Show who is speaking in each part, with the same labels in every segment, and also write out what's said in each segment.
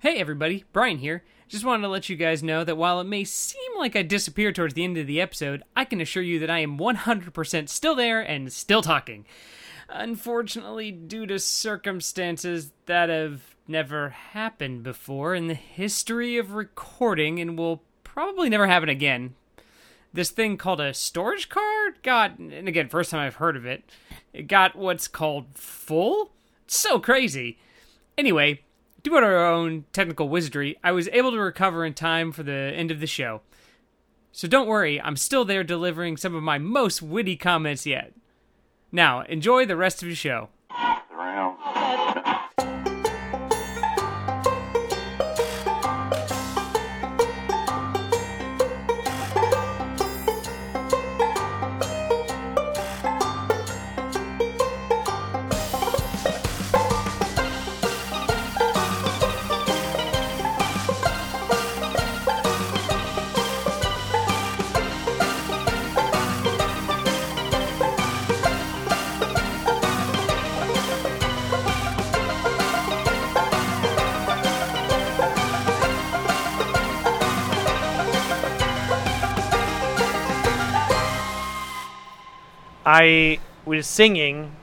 Speaker 1: Hey everybody, Brian here. Just wanted to let you guys know that while it may seem like I disappear towards the end of the episode, I can assure you that I am 100% still there and still talking. Unfortunately, due to circumstances that have never happened before in the history of recording and will probably never happen again, this thing called a storage card got, and again, first time I've heard of it, it got what's called full? So crazy. Anyway, due to our own technical wizardry, I was able to recover in time for the end of the show. So don't worry, I'm still there delivering some of my most witty comments yet. Now, enjoy the rest of the show.
Speaker 2: around.
Speaker 3: I was singing,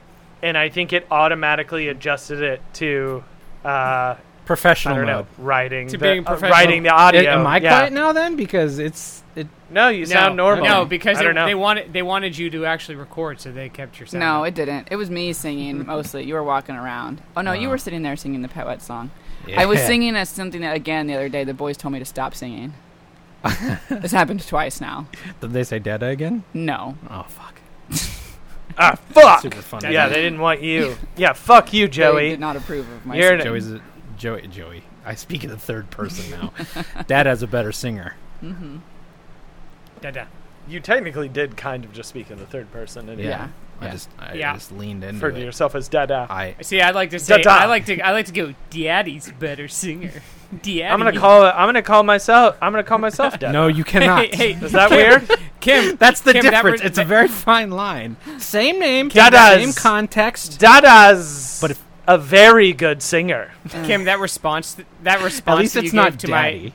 Speaker 3: and I think it automatically adjusted it to uh, I
Speaker 4: professional
Speaker 3: don't
Speaker 4: mode.
Speaker 3: know writing
Speaker 1: To
Speaker 3: the,
Speaker 1: being
Speaker 3: uh,
Speaker 1: professional.
Speaker 3: writing the audio.
Speaker 4: It- am I
Speaker 3: yeah.
Speaker 4: quiet now then? Because it's it.
Speaker 3: No, you sound normal.
Speaker 1: No, because
Speaker 3: I
Speaker 1: they,
Speaker 3: don't know.
Speaker 1: they wanted they wanted you to actually record, so they kept your sound.
Speaker 5: No, it didn't. It was me singing mostly. You were walking around. Oh
Speaker 1: Uh-huh.
Speaker 5: no, you were sitting there singing the Pet Wet song. I was
Speaker 4: Yeah.
Speaker 5: singing as something that again the other day. The boys told me to stop singing. this happened twice now.
Speaker 4: Did they say Dada again?
Speaker 5: No,
Speaker 4: Oh fuck!
Speaker 3: ah, fuck.
Speaker 4: Super fun.
Speaker 3: Yeah, they didn't want you. Yeah, fuck you,
Speaker 5: they
Speaker 3: Joey.
Speaker 5: did not approve of my.
Speaker 3: You're
Speaker 5: singing.
Speaker 3: an-
Speaker 4: Joey's a, Joey. Joey. I speak in the third person now. Dada's a better singer.
Speaker 1: Da-da.
Speaker 3: you technically did kind of just speak in the third person and
Speaker 4: Yeah.
Speaker 5: Yeah.
Speaker 4: I
Speaker 5: Yeah.
Speaker 4: just I
Speaker 1: Yeah.
Speaker 4: just leaned into
Speaker 3: refer
Speaker 4: it.
Speaker 3: to yourself as Dada.
Speaker 4: I
Speaker 1: See, I like to say
Speaker 3: Da-da.
Speaker 1: I like to I like to go. Daddy's better singer. Daddy.
Speaker 3: I'm gonna call it. I'm gonna call myself. I'm gonna call myself Dada.
Speaker 4: no, you cannot.
Speaker 1: Hey, hey,
Speaker 3: is that weird?
Speaker 1: Kim.
Speaker 4: That's the
Speaker 1: Kim, that
Speaker 4: difference.
Speaker 1: re-
Speaker 4: it's a very fine line. Same name,
Speaker 3: Dada's-
Speaker 4: same context.
Speaker 3: Dada's
Speaker 4: But if-
Speaker 3: a very good singer.
Speaker 1: Kim, that response that response
Speaker 4: At least
Speaker 1: that you
Speaker 4: it's not
Speaker 1: gave to
Speaker 4: daddy.
Speaker 1: my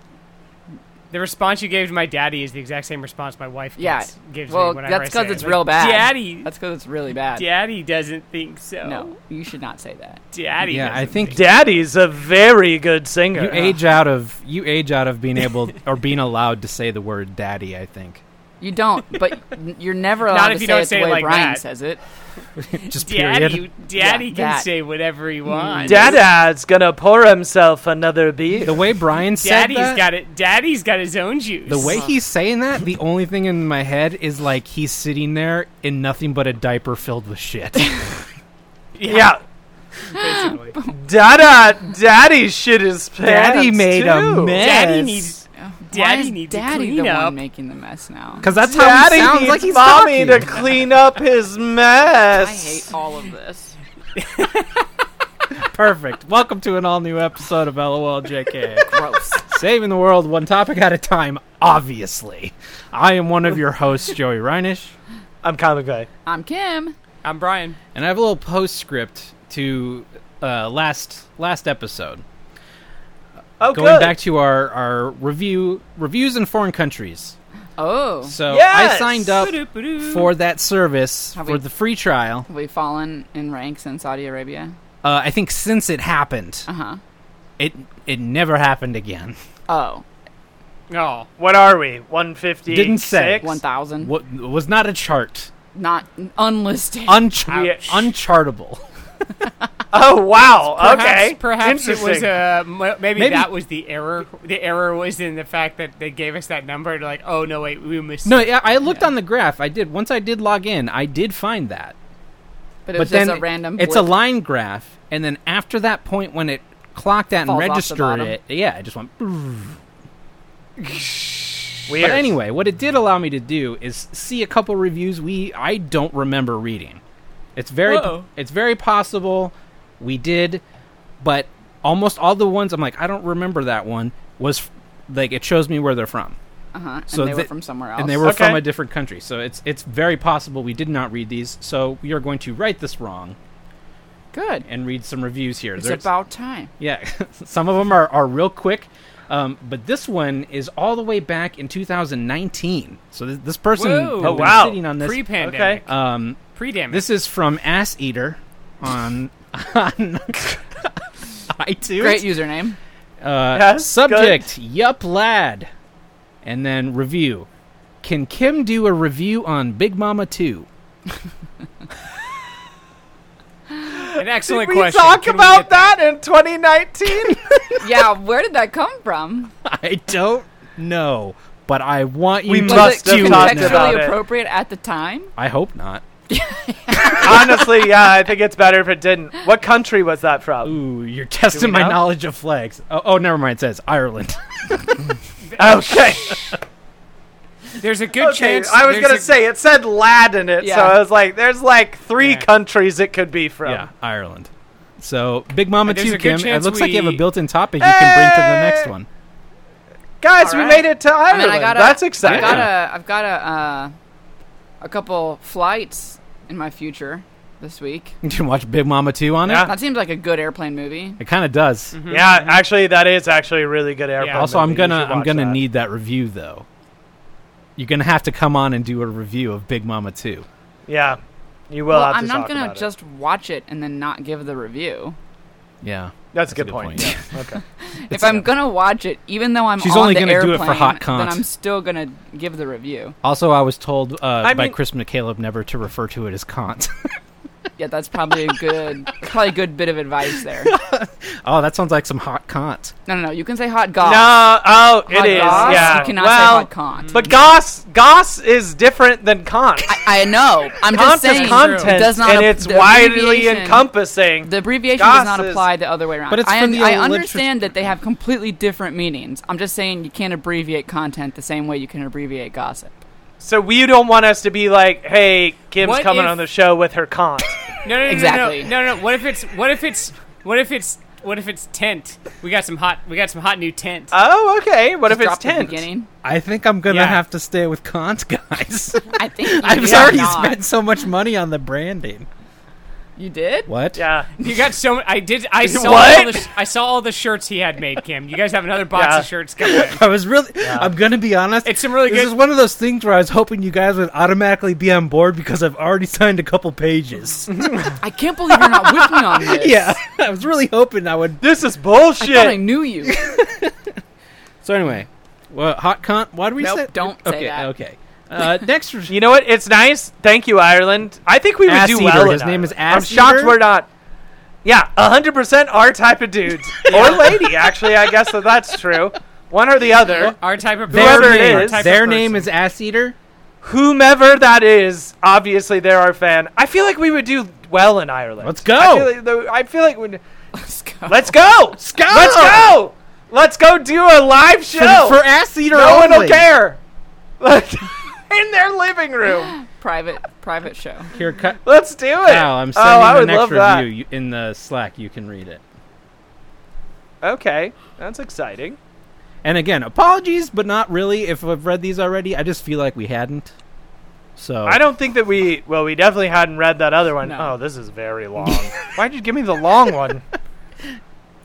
Speaker 1: the response you gave to my daddy is the exact same response my wife
Speaker 5: Yeah.
Speaker 1: gives, gives
Speaker 5: Well,
Speaker 1: me whenever
Speaker 5: that's
Speaker 1: I say
Speaker 5: because
Speaker 1: it.
Speaker 5: it's
Speaker 1: Like,
Speaker 5: real bad.
Speaker 1: Daddy,
Speaker 5: That's because it's really bad.
Speaker 1: daddy doesn't think so.
Speaker 5: No, you should not say that.
Speaker 1: daddy.
Speaker 4: Yeah, I
Speaker 1: doesn't
Speaker 4: think
Speaker 3: Daddy's a very good singer.
Speaker 4: You age out of you age out of being able or being allowed to say the word daddy. I think
Speaker 5: You don't. But n- you're never allowed
Speaker 1: if
Speaker 5: to
Speaker 1: you
Speaker 5: say
Speaker 1: don't
Speaker 5: it
Speaker 1: say it
Speaker 5: the way
Speaker 1: like
Speaker 5: Brian
Speaker 1: that.
Speaker 5: says it.
Speaker 4: just period.
Speaker 1: Daddy, daddy can
Speaker 5: Yeah, that. Mm.
Speaker 1: say whatever he wants.
Speaker 3: Dada's gonna pour himself another beer.
Speaker 4: The way Brian said
Speaker 1: Daddy's
Speaker 4: that,
Speaker 1: got it. Daddy's got his own juice.
Speaker 4: the way he's saying that, the only thing in my head is like he's sitting there in nothing but a diaper filled with shit.
Speaker 3: Yeah,
Speaker 1: basically.
Speaker 3: Dada, Daddy's shit is pants
Speaker 4: Daddy made
Speaker 3: too.
Speaker 4: a mess.
Speaker 1: Daddy needs.
Speaker 5: Why
Speaker 1: Daddy
Speaker 5: is
Speaker 1: needs to
Speaker 5: daddy
Speaker 1: clean
Speaker 5: the
Speaker 1: up.
Speaker 5: one making the mess now?
Speaker 4: Because that's how
Speaker 3: Daddy
Speaker 4: he sounds
Speaker 3: needs
Speaker 4: like he's
Speaker 3: mommy
Speaker 4: talking.
Speaker 3: to clean up his mess.
Speaker 5: I hate all of this.
Speaker 4: Perfect. Welcome to an all new episode of LOLJK.
Speaker 5: Gross.
Speaker 4: Saving the world one topic at a time, obviously. I am one of your hosts, Joey Reinish.
Speaker 3: I'm comic guy.
Speaker 5: I'm Kim.
Speaker 1: I'm Brian.
Speaker 4: And I have a little postscript to uh, last last episode.
Speaker 3: Oh,
Speaker 4: Going
Speaker 3: good.
Speaker 4: back to our, our review reviews in foreign countries.
Speaker 5: Oh,
Speaker 4: So I
Speaker 3: Yes!
Speaker 4: signed up for that service
Speaker 5: Have
Speaker 4: for
Speaker 5: we-
Speaker 4: the free trial.
Speaker 5: have we fallen in ranks in Saudi Arabia?
Speaker 4: Uh, I think since it happened,
Speaker 5: Uh huh.
Speaker 4: it it never happened again.
Speaker 5: Oh,
Speaker 1: Oh,
Speaker 3: What are we? One fifty.
Speaker 4: Didn't say.
Speaker 5: one thousand.
Speaker 4: What was not a chart,
Speaker 5: Not unlisted.
Speaker 4: Unchar-
Speaker 3: Ouch.
Speaker 4: unchartable.
Speaker 3: Oh wow.
Speaker 1: perhaps,
Speaker 3: okay.
Speaker 1: Perhaps it
Speaker 3: Interesting.
Speaker 1: was. Uh, m- maybe,
Speaker 4: Maybe-
Speaker 1: that was the error. The error was in the fact that they gave us that number. Like, oh no, wait, we missed.
Speaker 4: No, yeah, I looked on the graph. I did once I did log in. I did find that,
Speaker 5: but it
Speaker 4: but
Speaker 5: was
Speaker 4: then
Speaker 5: just a random.
Speaker 4: it's a
Speaker 5: blip.
Speaker 4: line graph, and then after that point when it clocked that and
Speaker 5: Falls off the
Speaker 4: registered
Speaker 5: bottom.
Speaker 4: it, yeah, it just went.
Speaker 3: Weird.
Speaker 4: But anyway, what it did allow me to do is see a couple reviews we I don't remember reading. It's very
Speaker 1: Whoa.
Speaker 4: it's very possible we did, but almost all the ones I'm like I don't remember that one was f- like it shows me where they're from.
Speaker 5: Uh-huh. And
Speaker 4: so
Speaker 5: they were
Speaker 4: the-
Speaker 5: from somewhere else.
Speaker 4: And they were
Speaker 3: Okay.
Speaker 4: from a different country. So it's it's very possible we did not read these. So we are going to right this wrong.
Speaker 5: Good.
Speaker 4: and read some reviews here.
Speaker 5: It's
Speaker 4: There's-
Speaker 5: about time.
Speaker 4: yeah, some of them are, are real quick, um, but this one is all the way back in 2019. So this, this person
Speaker 1: Whoa.
Speaker 4: had
Speaker 1: Oh,
Speaker 4: been
Speaker 3: wow.
Speaker 4: sitting on this.
Speaker 1: Pre-pandemic,
Speaker 4: um,
Speaker 1: pre-damage.
Speaker 4: this is from Ass Eater on on iTunes.
Speaker 5: Great username.
Speaker 4: Uh,
Speaker 3: Yes,
Speaker 4: subject: Yup, lad. And then review: Can Kim do a review on Big Mama 2?
Speaker 1: an excellent
Speaker 3: Did we
Speaker 1: question.
Speaker 3: talk
Speaker 1: Can we
Speaker 3: about
Speaker 1: get
Speaker 3: that in 2019?
Speaker 5: yeah, where did that come from?
Speaker 4: I don't know, but I want you
Speaker 3: We
Speaker 4: to
Speaker 5: Was
Speaker 3: must
Speaker 5: it
Speaker 3: have
Speaker 4: do
Speaker 3: talked
Speaker 4: it. now.
Speaker 3: about it.
Speaker 5: contextually appropriate at the time?
Speaker 4: I hope not.
Speaker 3: Honestly, yeah, I think it's better if it didn't. What country was that from?
Speaker 4: Ooh, you're testing
Speaker 3: we
Speaker 4: my
Speaker 3: know?
Speaker 4: knowledge of flags. Oh, oh, never mind. It says Ireland.
Speaker 3: Okay.
Speaker 1: There's a good
Speaker 3: okay.
Speaker 1: chance.
Speaker 3: I was
Speaker 1: there's
Speaker 3: gonna
Speaker 1: a-
Speaker 3: say it said lad in it, so
Speaker 5: Yeah.
Speaker 3: I was like, there's like three
Speaker 1: Yeah.
Speaker 3: countries it could be from.
Speaker 4: yeah, Ireland. So, Big Mama
Speaker 1: And there's
Speaker 4: 2,
Speaker 1: a good
Speaker 4: Kim. It
Speaker 1: chance
Speaker 4: looks like you have a
Speaker 1: we-
Speaker 4: built-in topic you can bring to the next
Speaker 3: Hey!
Speaker 4: one.
Speaker 3: Guys,
Speaker 5: All
Speaker 3: we
Speaker 5: right.
Speaker 3: made it to
Speaker 5: I
Speaker 3: Ireland.
Speaker 5: mean, I got a-
Speaker 3: That's exciting.
Speaker 5: I've got a, I've got a, uh, a couple flights in my future this week.
Speaker 4: You can watch Big Mama 2 on
Speaker 3: Yeah. Mm-hmm.
Speaker 4: it.
Speaker 5: That seems like a good airplane movie.
Speaker 4: It kind of does.
Speaker 3: yeah, actually, that is actually a really good airplane.
Speaker 4: Mm-hmm. Also, I'm
Speaker 3: movie. You
Speaker 4: gonna
Speaker 3: should
Speaker 4: I'm
Speaker 3: watch
Speaker 4: gonna
Speaker 3: that.
Speaker 4: need that review though. You're gonna have to come on and do a review of Big Mama 2.
Speaker 3: Yeah, you will.
Speaker 5: Well,
Speaker 3: have to
Speaker 5: I'm not
Speaker 3: talk
Speaker 5: gonna
Speaker 3: about it.
Speaker 5: just watch it and then not give the review.
Speaker 4: Yeah,
Speaker 3: That's, a good,
Speaker 4: good
Speaker 3: point.
Speaker 4: point.
Speaker 3: Yeah. okay.
Speaker 5: if I'm gonna watch it, even though I'm
Speaker 4: uh, She's
Speaker 5: on
Speaker 4: only
Speaker 5: the
Speaker 4: gonna do it
Speaker 5: airplane,
Speaker 4: for hot
Speaker 5: then
Speaker 4: cons.
Speaker 5: I'm still gonna give the review.
Speaker 4: Also, I was told uh,
Speaker 3: I
Speaker 4: by
Speaker 3: mean-
Speaker 4: Chris McCaleb never to refer to it as Kant.
Speaker 5: Yeah, that's probably a good, probably a good bit of advice there.
Speaker 4: oh, that sounds like some hot Kant.
Speaker 5: No, no, no. You can say hot goss.
Speaker 3: No, oh, it
Speaker 5: hot
Speaker 3: is.
Speaker 5: goss.
Speaker 3: Yeah.
Speaker 5: You cannot
Speaker 3: well,
Speaker 5: say hot
Speaker 4: mm.
Speaker 5: con.
Speaker 3: but Goss, Goss is different than Kant.
Speaker 5: I know. I'm
Speaker 3: Kant
Speaker 5: just saying.
Speaker 3: is
Speaker 5: it
Speaker 3: content,
Speaker 5: does not
Speaker 3: and
Speaker 5: ap-
Speaker 3: it's
Speaker 5: the
Speaker 3: widely
Speaker 5: abbreviation-
Speaker 3: encompassing.
Speaker 5: The abbreviation
Speaker 3: Goss
Speaker 5: does not
Speaker 3: is-
Speaker 5: apply the other way around.
Speaker 4: But it's
Speaker 5: I,
Speaker 4: from the
Speaker 5: I
Speaker 4: old literature-
Speaker 5: understand that they have completely different meanings. I'm just saying you can't abbreviate content the same way you can abbreviate gossip.
Speaker 3: so we don't want us to be like, "Hey, Kim's
Speaker 1: What
Speaker 3: coming
Speaker 1: if-
Speaker 3: on the show with her Kant."
Speaker 1: No, no, no,
Speaker 5: Exactly.
Speaker 1: No, no, no, no. What if it's? What if it's? What if it's? What if it's tent? We got some hot. We got some hot new tent.
Speaker 3: oh, okay. What
Speaker 5: Just
Speaker 3: if it's
Speaker 5: drop the
Speaker 3: tent?
Speaker 5: beginning.
Speaker 4: I think I'm gonna
Speaker 1: Yeah.
Speaker 4: have to stay with Kant, guys.
Speaker 5: I think you
Speaker 4: I've
Speaker 5: did
Speaker 4: already
Speaker 5: not.
Speaker 4: spent so much money on the branding.
Speaker 5: You did?
Speaker 4: What?
Speaker 3: Yeah.
Speaker 1: You got so. ma- I did. I saw.
Speaker 3: What?
Speaker 1: All the, sh- I saw all the shirts he had made, Kim. You guys have another box
Speaker 3: Yeah.
Speaker 1: of shirts coming. in.
Speaker 4: I was really. I'm gonna be honest.
Speaker 1: It's some really
Speaker 4: This
Speaker 1: good-
Speaker 4: is one of those things where I was hoping you guys would automatically be on board because I've already signed a couple pages.
Speaker 5: I can't believe you're not with me on this.
Speaker 4: yeah, I was really hoping I would.
Speaker 3: This is
Speaker 5: I thought I
Speaker 3: bullshit.
Speaker 5: knew you.
Speaker 4: So anyway, well, hot con. Why do we
Speaker 5: Nope,
Speaker 4: say?
Speaker 5: don't say
Speaker 4: okay,
Speaker 5: that.
Speaker 4: Okay. Uh, next, re-
Speaker 3: You know what? It's nice. Thank you, Ireland. I think we would
Speaker 4: Ass
Speaker 3: do
Speaker 4: eater.
Speaker 3: well. in
Speaker 4: His name is
Speaker 3: Ireland.
Speaker 4: Ass
Speaker 3: I'm shocked
Speaker 4: Eater?
Speaker 3: we're not. Yeah, hundred percent our type of dudes or lady. Actually, I guess that that's true. One or the other.
Speaker 1: Our type of
Speaker 4: their
Speaker 3: whoever it
Speaker 4: name,
Speaker 3: is,
Speaker 1: our type
Speaker 4: their
Speaker 1: of
Speaker 4: name
Speaker 1: person.
Speaker 4: is Ass Eater.
Speaker 3: whomever that is, obviously they're our fan. I feel like we would do well in Ireland.
Speaker 4: Let's go.
Speaker 3: I feel like, though- I feel like we'd,
Speaker 5: Let's go.
Speaker 3: let's go. Let's
Speaker 4: go.
Speaker 3: Let's go. Let's go do a live show.
Speaker 4: For, for Ass Eater
Speaker 3: no one will
Speaker 4: only.
Speaker 3: care. Let's- in their living room.
Speaker 5: private private show.
Speaker 4: Here, cut.
Speaker 3: Let's do it.
Speaker 4: Now I'm
Speaker 3: oh,
Speaker 4: sending
Speaker 3: I
Speaker 4: the
Speaker 3: would
Speaker 4: next
Speaker 3: love
Speaker 4: review
Speaker 3: that.
Speaker 4: You, in the Slack. You can read it.
Speaker 3: Okay, that's exciting.
Speaker 4: And again, apologies, but not really. If I've read these already, I just feel like we hadn't. So
Speaker 3: I don't think that we. Well, we definitely hadn't read that other one.
Speaker 5: No.
Speaker 3: Oh, this is very long. Why'd you give me the long one?
Speaker 4: I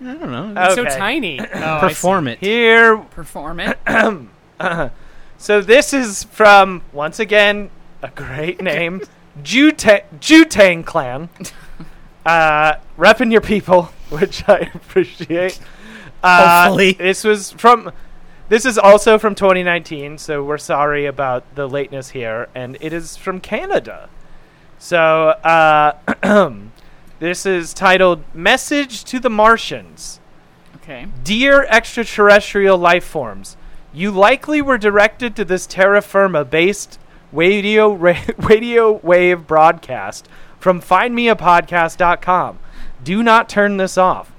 Speaker 4: don't know.
Speaker 3: Uh,
Speaker 1: It's so
Speaker 3: Okay.
Speaker 1: tiny. Oh, I see.
Speaker 4: perform it.
Speaker 3: Here
Speaker 5: Perform it.
Speaker 3: So this is from once again a great name, Juta- Jutang Clan. Uh, repping your people, which I appreciate. Uh,
Speaker 4: Hopefully.
Speaker 3: this was from. This is also from 2019, so we're sorry about the lateness here, and it is from Canada. So uh, this is titled "Message to the Martians."
Speaker 5: Okay.
Speaker 3: Dear extraterrestrial life forms, you likely were directed to this terra firma based radio, ra- radio wave broadcast from findmeapodcast.com. Do not turn this off.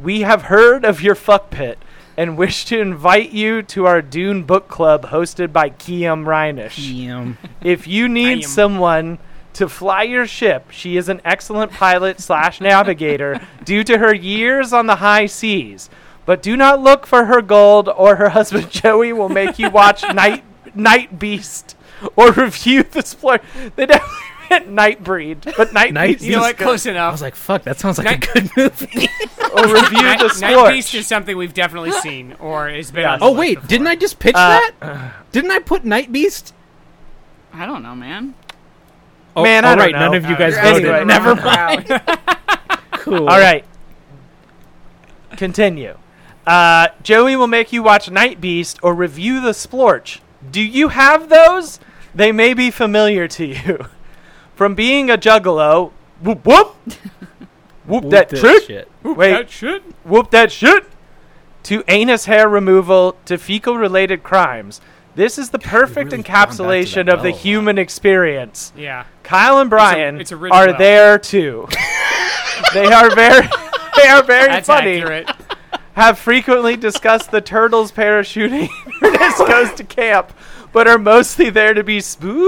Speaker 3: We have heard of your fuck pit and wish to invite you to our Dune book club hosted by Kiam Reinish.
Speaker 4: Damn.
Speaker 3: If you need
Speaker 1: Kiam.
Speaker 3: someone to fly your ship, she is an excellent pilot slash navigator due to her years on the high seas. But do not look for her gold, or her husband Joey will make you watch Night Night Beast or review the splur. They definitely Nightbreed, but Nightbreed.
Speaker 4: Night-
Speaker 1: You know what?
Speaker 3: good.
Speaker 1: Close
Speaker 4: I
Speaker 1: enough.
Speaker 4: was like, fuck, that sounds like
Speaker 1: Night-
Speaker 4: a good movie.
Speaker 3: Or review the
Speaker 1: Night, Night Beast
Speaker 3: scorch.
Speaker 1: is something we've definitely seen or has been.
Speaker 3: Yes.
Speaker 1: on the
Speaker 4: oh
Speaker 1: list
Speaker 4: wait,
Speaker 1: before.
Speaker 4: didn't I just pitch
Speaker 3: Uh,
Speaker 4: that? Didn't I put Night Beast?
Speaker 5: I don't know, man.
Speaker 4: Oh,
Speaker 3: Man, I
Speaker 4: all
Speaker 3: don't
Speaker 4: right,
Speaker 3: know.
Speaker 4: none of you
Speaker 1: Uh,
Speaker 4: guys
Speaker 1: you're asking
Speaker 4: voted.
Speaker 1: the wrong
Speaker 4: Never mind.
Speaker 5: mind.
Speaker 4: Cool.
Speaker 3: All right. Continue. Uh, Joey will make you watch Night Beast or review the Splorch. Do you have those? They may be familiar to you. From being a juggalo, whoop whoop, whoop,
Speaker 4: Whoop
Speaker 3: that, trick,
Speaker 4: shit.
Speaker 3: wait.
Speaker 1: That should.
Speaker 3: whoop that shit, to anus hair removal to fecal related crimes. This is the perfect
Speaker 4: really gone back to
Speaker 3: encapsulation
Speaker 4: that
Speaker 3: of the
Speaker 4: well.
Speaker 3: human experience.
Speaker 1: Yeah.
Speaker 3: Kyle and Brian
Speaker 1: it's a rich
Speaker 3: are
Speaker 1: well.
Speaker 3: there too. they are very they are very
Speaker 1: That's
Speaker 3: funny.
Speaker 1: accurate.
Speaker 3: Have frequently discussed the turtles parachuting Ernest goes to camp, but are mostly there to be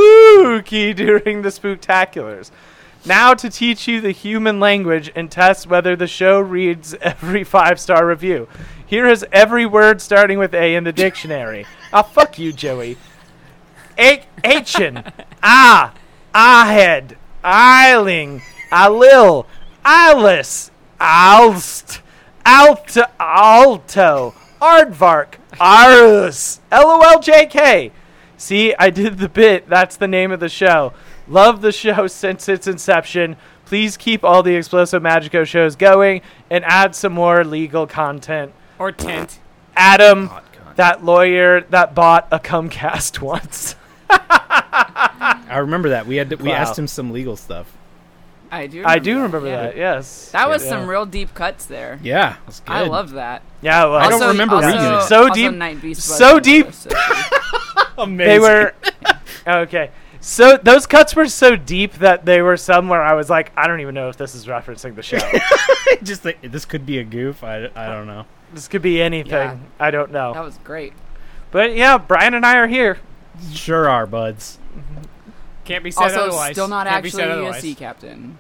Speaker 3: spooky during the spooktaculars. Now to teach you the human language and test whether the show reads every five star review. Here is every word starting with A in the dictionary. Ah, fuck you, Joey. A- Achin. Ah. Ahead. Eiling. Alil. Alice. Alst. Alto. Alto. Aardvark. Arus. LOLJK. See, I did the bit. That's the name of the show. Love the show since its inception. Please keep all the Explosive Magico shows going and add some more legal content.
Speaker 1: Or tent.
Speaker 3: Adam,
Speaker 4: Hot cunt.
Speaker 3: that lawyer that bought a Comcast once.
Speaker 4: I remember that we had to, we
Speaker 3: Wow.
Speaker 4: asked him some legal stuff.
Speaker 5: I do. Remember
Speaker 3: I do remember
Speaker 5: yeah.
Speaker 3: that. Yes.
Speaker 5: That was
Speaker 3: Yeah.
Speaker 5: some real deep cuts there.
Speaker 4: Yeah, that's good.
Speaker 5: I loved that.
Speaker 3: Yeah, it was.
Speaker 4: I don't
Speaker 5: Also-
Speaker 4: remember
Speaker 5: also,
Speaker 4: reading it.
Speaker 5: also
Speaker 3: So deep-
Speaker 5: Night Beast was
Speaker 3: so
Speaker 5: on the
Speaker 3: deep.
Speaker 5: list.
Speaker 4: Amazing.
Speaker 3: they were okay. So those cuts were so deep that they were somewhere. I was like, I don't even know if this is referencing the show.
Speaker 4: just like this could be a goof. I, I don't know.
Speaker 3: this could be anything.
Speaker 5: Yeah.
Speaker 3: I don't know.
Speaker 5: That was great.
Speaker 3: but yeah, Brian and I are here.
Speaker 4: Sure are buds.
Speaker 1: Can't be said
Speaker 5: Also,
Speaker 1: otherwise.
Speaker 5: still not
Speaker 1: Can't
Speaker 5: actually
Speaker 1: be said
Speaker 5: a
Speaker 1: otherwise.
Speaker 5: sea captain.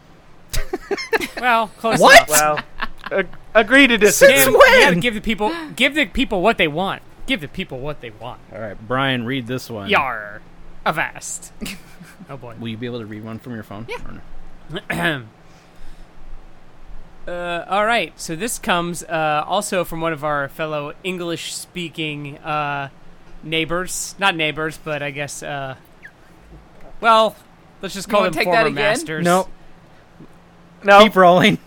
Speaker 1: Well, close
Speaker 4: What?
Speaker 1: enough.
Speaker 3: Well, ag- agree to disagree.
Speaker 4: Since
Speaker 1: Damn, you gotta
Speaker 4: when?
Speaker 1: give the people give the people what they want. Give the people what they want.
Speaker 4: All right, Brian, read this one.
Speaker 1: Yar. Avast. oh boy.
Speaker 4: Will you be able to read one from your phone? Yeah.
Speaker 1: Uh, all right. So this comes uh, also from one of our fellow English-speaking uh, neighbors. Not neighbors, but I guess. Uh, well, let's just call
Speaker 5: wanna
Speaker 1: them
Speaker 5: take
Speaker 1: former
Speaker 5: that again?
Speaker 1: masters.
Speaker 4: No,
Speaker 3: no,
Speaker 4: keep rolling.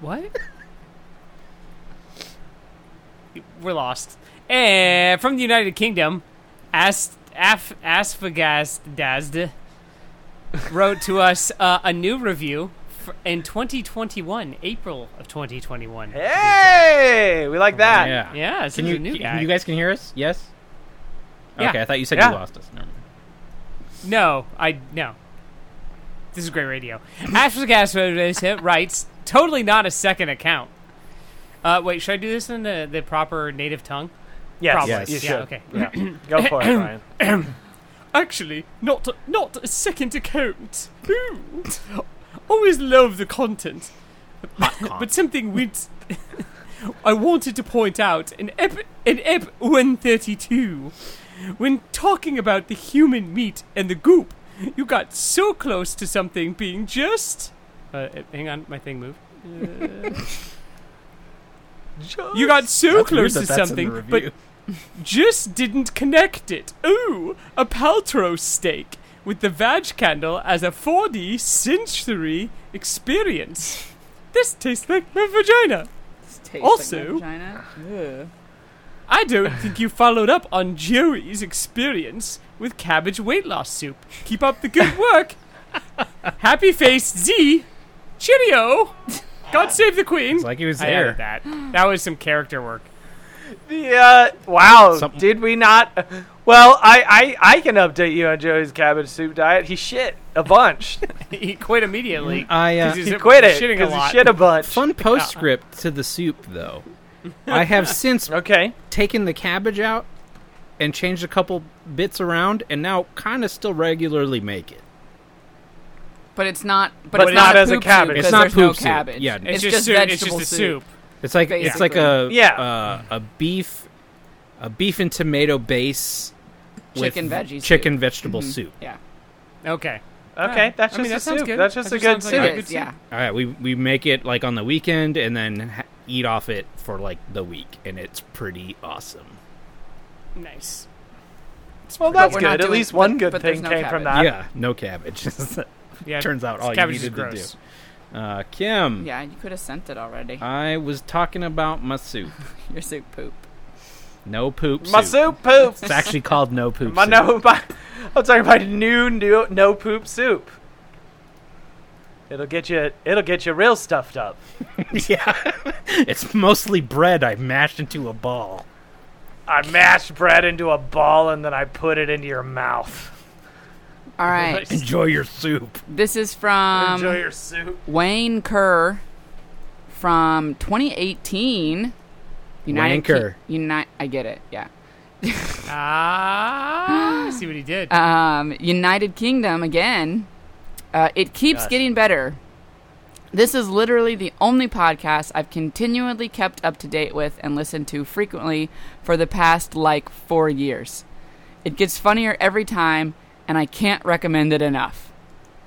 Speaker 1: What? We're lost. Eh, from the United Kingdom, Ast- Af- Asfagastdazd wrote to us uh, a new review f in 2021, April of 2021.
Speaker 3: hey, we like that.
Speaker 4: Uh, Yeah.
Speaker 1: Yeah,
Speaker 4: Can
Speaker 1: since
Speaker 4: you
Speaker 1: a new
Speaker 4: can-
Speaker 1: guy.
Speaker 4: you guys can hear us? Yes.
Speaker 1: Yeah.
Speaker 4: Okay, I thought you said
Speaker 3: Yeah.
Speaker 4: you lost us. Never mind.
Speaker 1: No, I no. This is great radio. Ashley Castro writes, "Totally not a second account." Uh, wait, should I do this in the, the proper native tongue?
Speaker 3: Yes,
Speaker 1: Probably.
Speaker 3: you should.
Speaker 1: Yeah, okay.
Speaker 3: Yeah. Go for it, Brian.
Speaker 1: Actually, not not a second account. Ooh. Always love the content, but something we I wanted to point out in ep in ep one thirty two, when talking about the human meat and the goop, you got so close to something being just. Uh, hang on, my thing moved. You got so
Speaker 4: That's weird
Speaker 1: close
Speaker 4: that
Speaker 1: to
Speaker 4: that's in the
Speaker 1: something, but
Speaker 4: review.
Speaker 1: just didn't connect it. Ooh, a Paltrow steak with the vag candle as a 4D sensory experience. This tastes like my vagina.
Speaker 5: This tastes like
Speaker 1: Also-
Speaker 5: my vagina. Ugh.
Speaker 1: I don't think you followed up on Joey's experience with cabbage weight loss soup. Keep up the good work. Happy face Z. Cheerio. God save the queen.
Speaker 4: It's like he was
Speaker 1: I added
Speaker 4: there.
Speaker 1: that. That was some character work.
Speaker 3: Yeah. uh, Wow.
Speaker 4: Something-
Speaker 3: Did we not? Well, I, I I can update you on Joey's cabbage soup diet. He shit a bunch.
Speaker 1: He quit immediately.
Speaker 4: I uh,
Speaker 1: 'Cause he's
Speaker 3: he quit it
Speaker 1: shitting a
Speaker 3: because he
Speaker 1: lot.
Speaker 3: shit a bunch.
Speaker 4: fun postscript to the soup though. I have since
Speaker 3: Okay.
Speaker 4: taken the cabbage out and changed a couple bits around, and now kind of still regularly make it.
Speaker 5: But it's not. But,
Speaker 3: But
Speaker 5: it's
Speaker 3: not
Speaker 5: not,
Speaker 3: as a
Speaker 5: poop soup
Speaker 3: cabbage.
Speaker 4: It's
Speaker 5: because
Speaker 4: not
Speaker 5: there's no
Speaker 4: poop soup.
Speaker 5: cabbage.
Speaker 4: Yeah.
Speaker 5: it's,
Speaker 4: It's
Speaker 1: just
Speaker 5: just
Speaker 1: soup- it's
Speaker 5: vegetable
Speaker 1: just a
Speaker 5: soup.
Speaker 1: soup.
Speaker 4: It's like it's like a
Speaker 3: Basically. Yeah.
Speaker 4: uh, a beef a beef and tomato base with
Speaker 5: Chicken veggie Mm-hmm.
Speaker 4: chicken vegetable soup.
Speaker 5: Yeah.
Speaker 1: Okay.
Speaker 3: Okay,
Speaker 1: Yeah.
Speaker 3: that's
Speaker 1: I
Speaker 3: just
Speaker 1: mean,
Speaker 3: a
Speaker 1: that sounds
Speaker 3: soup.
Speaker 1: good.
Speaker 3: That's just
Speaker 1: That
Speaker 3: a
Speaker 1: just
Speaker 3: good
Speaker 1: sounds
Speaker 3: soup.
Speaker 1: like
Speaker 5: It
Speaker 1: good
Speaker 5: is, yeah.
Speaker 4: All right, we we make it like on the weekend and then ha- eat off it for like the week, and it's pretty awesome.
Speaker 1: Nice.
Speaker 3: Well, that's
Speaker 5: we're
Speaker 3: good.
Speaker 5: not
Speaker 3: At
Speaker 5: doing-
Speaker 3: least one
Speaker 5: but-
Speaker 3: good
Speaker 5: but there's
Speaker 3: thing
Speaker 5: no
Speaker 3: came from that.
Speaker 5: cabbage.
Speaker 4: yeah, no cabbage.
Speaker 1: Yeah,
Speaker 4: Turns out all you
Speaker 1: cabbage is
Speaker 4: needed to do.
Speaker 1: gross.
Speaker 4: Uh, Kim,
Speaker 5: Yeah, you could have sent it already.
Speaker 4: I was talking about my soup.
Speaker 5: Your soup poop.
Speaker 4: No poop.
Speaker 3: My
Speaker 4: soup.
Speaker 3: soup poop.
Speaker 4: It's actually called no poop.
Speaker 3: My
Speaker 4: soup.
Speaker 3: no, my, I'm talking about new, new no poop soup. It'll get you. It'll get you real stuffed up.
Speaker 4: yeah, it's mostly bread I mashed into a ball.
Speaker 3: I mashed bread into a ball and then I put it into your mouth.
Speaker 5: All right.
Speaker 4: Enjoy your soup.
Speaker 5: This is from
Speaker 3: Enjoy your soup.
Speaker 5: Wayne Kerr from 2018.
Speaker 4: Wayne Kerr.
Speaker 5: United. I get it. Yeah.
Speaker 1: Ah, I see what he did.
Speaker 5: Um, United Kingdom again. Uh, it keeps
Speaker 3: Yes.
Speaker 5: getting better. This is literally the only podcast I've continually kept up to date with and listened to frequently for the past like four years. It gets funnier every time, and I can't recommend it enough.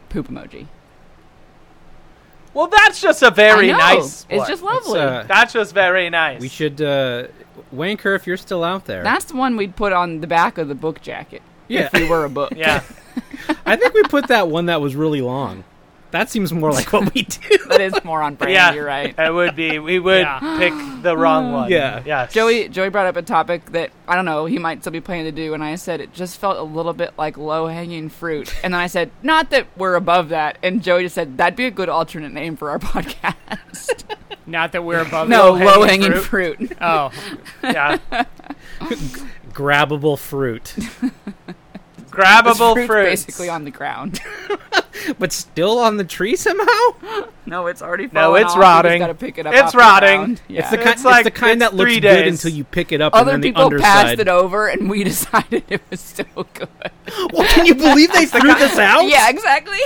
Speaker 5: Poop emoji.
Speaker 3: Well, that's just a very
Speaker 5: I know.
Speaker 3: nice.
Speaker 5: It's
Speaker 3: one.
Speaker 4: It's,
Speaker 5: just lovely.
Speaker 4: uh,
Speaker 3: That's just very nice.
Speaker 4: we should uh, Wanker if you're still out there.
Speaker 5: That's the one we'd put on the back of the book jacket
Speaker 4: yeah,
Speaker 5: if we were a book.
Speaker 3: Yeah.
Speaker 4: I think we put that one that was really long. That seems more like what we do.
Speaker 5: That is more on brand.
Speaker 3: yeah.
Speaker 5: You're right.
Speaker 3: It would be. We would
Speaker 1: Yeah.
Speaker 3: pick the wrong one.
Speaker 4: Yeah.
Speaker 3: Yes.
Speaker 5: Joey Joey brought up a topic that I don't know he might still be planning to do, and I said it just felt a little bit like low hanging fruit, and then I said not that we're above that, and Joey just said that'd be a good alternate name for our podcast.
Speaker 1: Not that we're above
Speaker 5: no,
Speaker 1: low-hanging
Speaker 5: low hanging
Speaker 1: fruit.
Speaker 5: fruit.
Speaker 1: Oh,
Speaker 3: Yeah.
Speaker 4: Grabbable fruit,
Speaker 3: Grabbable
Speaker 5: Fruit's
Speaker 3: fruits.
Speaker 5: basically on the ground.
Speaker 4: but still on the tree somehow.
Speaker 5: no, it's already
Speaker 3: No,
Speaker 5: fallen
Speaker 3: it's
Speaker 5: off.
Speaker 3: rotting.
Speaker 5: You just gotta pick it up.
Speaker 3: It's
Speaker 5: off the
Speaker 3: rotting.
Speaker 5: ground. Yeah.
Speaker 4: It's the
Speaker 3: It's
Speaker 4: kind, it's
Speaker 3: like-
Speaker 4: the kind
Speaker 3: it's
Speaker 4: that looks
Speaker 3: three
Speaker 4: good
Speaker 3: days.
Speaker 4: until you pick it up
Speaker 5: Other
Speaker 4: and then the
Speaker 5: people passed it
Speaker 4: underside.
Speaker 5: over, and we decided it was so good.
Speaker 4: Well, can you believe they threw this out?
Speaker 5: Yeah, exactly.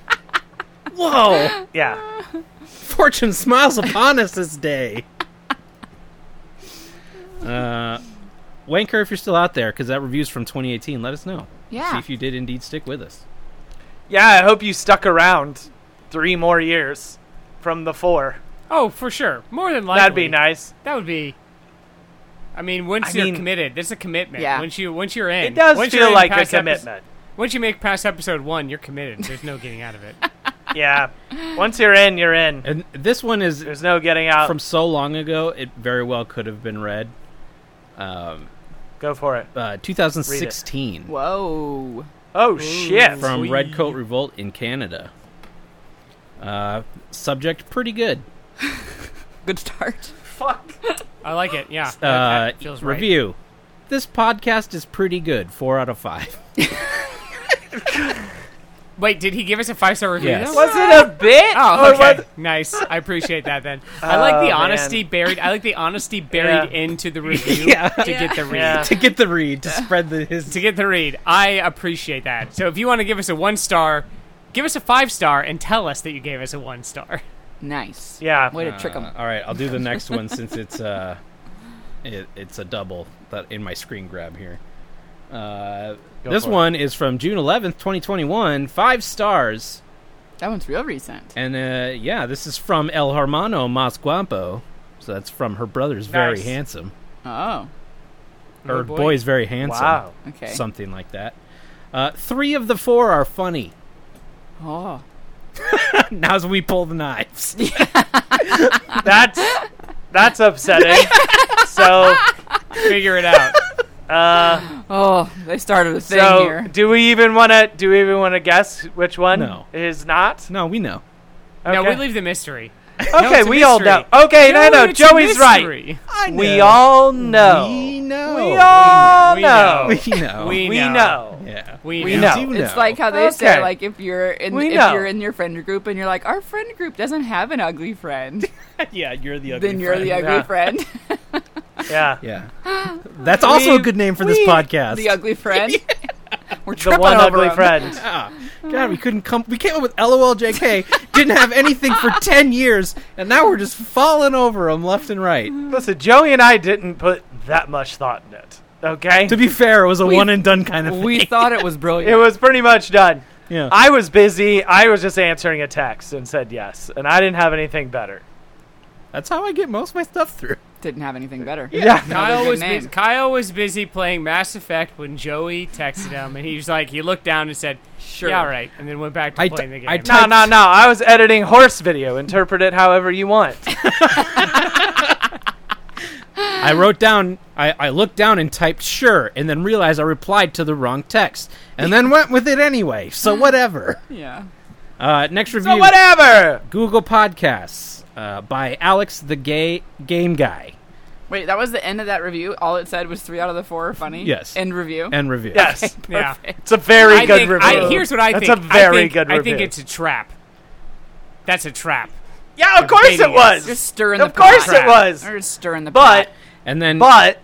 Speaker 4: Whoa!
Speaker 3: Yeah.
Speaker 4: Fortune smiles upon us this day. Uh, Wanker, if you're still out there, because that review's from 2018, let us know. See
Speaker 5: Yeah.
Speaker 4: if you did indeed stick with us.
Speaker 3: Yeah. I hope you stuck around three more years from the four.
Speaker 1: oh, for sure. More than likely.
Speaker 3: That'd be nice.
Speaker 1: That would be. I mean, once
Speaker 3: I
Speaker 1: you're
Speaker 3: mean-
Speaker 1: committed, there's a commitment.
Speaker 5: Yeah.
Speaker 1: Once you once you're in,
Speaker 3: It does
Speaker 1: once you're
Speaker 3: feel
Speaker 1: in
Speaker 3: like a
Speaker 1: past epi-
Speaker 3: commitment.
Speaker 1: once you make past episode one, you're committed. There's no getting out of it.
Speaker 3: yeah. Once you're in, you're in.
Speaker 4: And this one is uh,
Speaker 3: There's no getting out.
Speaker 4: from so long ago, it very well could have been read. Um,
Speaker 3: Go for it.
Speaker 4: uh, 2016
Speaker 5: Whoa.
Speaker 3: Oh shit.
Speaker 4: from
Speaker 1: Sweet.
Speaker 4: Red Coat Revolt in Canada. Uh, subject pretty good.
Speaker 5: Good start.
Speaker 3: Fuck.
Speaker 1: I like it. Yeah. That-
Speaker 4: Uh,
Speaker 1: that feels right.
Speaker 4: review. This podcast is pretty good. Four out of five.
Speaker 1: Wait, did he give us a five star review?
Speaker 4: Yes.
Speaker 1: though?
Speaker 3: Was it a bit?
Speaker 1: Oh,
Speaker 3: or
Speaker 1: okay.
Speaker 3: was-
Speaker 1: Nice. I appreciate that. Then I like the
Speaker 3: Oh,
Speaker 1: honesty buried. I like the honesty buried
Speaker 3: Yeah.
Speaker 1: into the review
Speaker 4: Yeah.
Speaker 1: to get the read.
Speaker 3: Yeah.
Speaker 4: to get the read to spread the his.
Speaker 1: To get the read, I appreciate that. So if you want to give us a one star, give us a five star and tell us that you gave us a one star.
Speaker 5: Nice.
Speaker 3: Yeah.
Speaker 5: Way to trick 'em.
Speaker 4: all right, I'll do the next one since it's uh, it, it's a double that in my screen grab here. Uh,
Speaker 3: Go
Speaker 4: this
Speaker 3: for it.
Speaker 4: one is from June eleventh, twenty twenty one. Five stars,
Speaker 5: That one's real recent.
Speaker 4: and uh, yeah, this is from El Hermano Mas Guapo. So that's from her brother's very
Speaker 3: Nice.
Speaker 4: handsome,
Speaker 5: Oh.
Speaker 4: or
Speaker 1: boy.
Speaker 4: boy's very handsome,
Speaker 3: Wow.
Speaker 5: Okay.
Speaker 4: something like that. Uh, three of the four are funny.
Speaker 5: Oh.
Speaker 4: now as we pull the knives.
Speaker 3: That's that's upsetting. so
Speaker 1: Figure it out.
Speaker 3: uh
Speaker 5: Oh, they started a thing
Speaker 3: so
Speaker 5: here.
Speaker 3: do we even wanna do we even wanna guess which one
Speaker 4: No.
Speaker 3: is not?
Speaker 4: no, we know.
Speaker 3: Okay.
Speaker 1: No, we leave the mystery.
Speaker 3: Okay,
Speaker 1: it's a
Speaker 3: we all know.
Speaker 1: mystery.
Speaker 3: Okay, no, no,
Speaker 1: Oh, it's a
Speaker 3: Joey's right.
Speaker 1: mystery.
Speaker 3: We all know.
Speaker 4: We know.
Speaker 3: We all
Speaker 1: We
Speaker 3: know.
Speaker 1: know.
Speaker 4: We know.
Speaker 1: Oh, We,
Speaker 3: We
Speaker 1: know.
Speaker 3: know.
Speaker 4: Yeah.
Speaker 1: We,
Speaker 3: We
Speaker 1: know.
Speaker 3: know.
Speaker 4: do
Speaker 5: It's
Speaker 4: know.
Speaker 5: like how they say,
Speaker 3: Okay.
Speaker 5: like if you're in
Speaker 3: We
Speaker 5: if
Speaker 3: know.
Speaker 5: you're in your friend group and you're like, our friend group doesn't have an ugly friend,
Speaker 4: yeah, you're the ugly.
Speaker 5: then you're the ugly
Speaker 3: Yeah.
Speaker 5: friend,
Speaker 3: Yeah.
Speaker 4: Yeah. That's also a
Speaker 3: We-
Speaker 4: good name for
Speaker 3: we-
Speaker 4: this podcast.
Speaker 5: the ugly friend. We're
Speaker 3: The
Speaker 5: tripping
Speaker 3: one
Speaker 5: over
Speaker 3: ugly
Speaker 5: 'em.
Speaker 3: friend.
Speaker 4: Ah, God, we couldn't come. We came up with LOLJK. didn't have anything for ten years, and now we're just falling over them left and right.
Speaker 3: Listen, Joey and I didn't put that much thought in it. Okay?
Speaker 4: To be fair, it was a
Speaker 5: We-
Speaker 4: one and done kind of thing.
Speaker 5: We thought it was brilliant.
Speaker 3: it was pretty much done.
Speaker 4: Yeah.
Speaker 3: I was busy. I was just answering a text and said yes, and I didn't have anything better.
Speaker 4: That's how I get most of my stuff through.
Speaker 5: Didn't have anything better.
Speaker 3: Yeah.
Speaker 1: Kyle
Speaker 5: good
Speaker 1: was
Speaker 5: name.
Speaker 1: busy, Kyle was busy playing Mass Effect when Joey texted him, and he was like, he looked down and said,
Speaker 5: Sure.
Speaker 1: "Yeah, all right," and then went back to
Speaker 4: I
Speaker 1: playing
Speaker 4: t-
Speaker 1: the game.
Speaker 4: I
Speaker 3: No, no, no. I was editing horse video. Interpret it however you want.
Speaker 4: I wrote down, I, I looked down and typed sure, and then realized I replied to the wrong text, and then went with it anyway. So whatever.
Speaker 5: Yeah.
Speaker 4: Uh, next review:
Speaker 3: So whatever.
Speaker 4: Google Podcasts uh, by Alex the Gay Game Guy.
Speaker 5: Wait, that was the end of that review. All it said was three out of the four are funny.
Speaker 4: Yes.
Speaker 5: End review.
Speaker 4: End review.
Speaker 3: Yes,
Speaker 1: yeah.
Speaker 5: Perfect.
Speaker 3: it's a very
Speaker 1: I
Speaker 3: good
Speaker 1: think,
Speaker 3: review.
Speaker 1: I, here's what I
Speaker 3: That's
Speaker 1: think.
Speaker 3: a very
Speaker 1: I think,
Speaker 3: good
Speaker 1: I think
Speaker 3: review.
Speaker 1: it's a trap. That's a trap.
Speaker 3: yeah, of course it
Speaker 1: Baby,
Speaker 3: was.
Speaker 5: Just stirring the
Speaker 3: of course
Speaker 5: pot.
Speaker 3: it was.
Speaker 5: Or just stirring the
Speaker 3: But,
Speaker 5: pot.
Speaker 4: And then,
Speaker 3: but,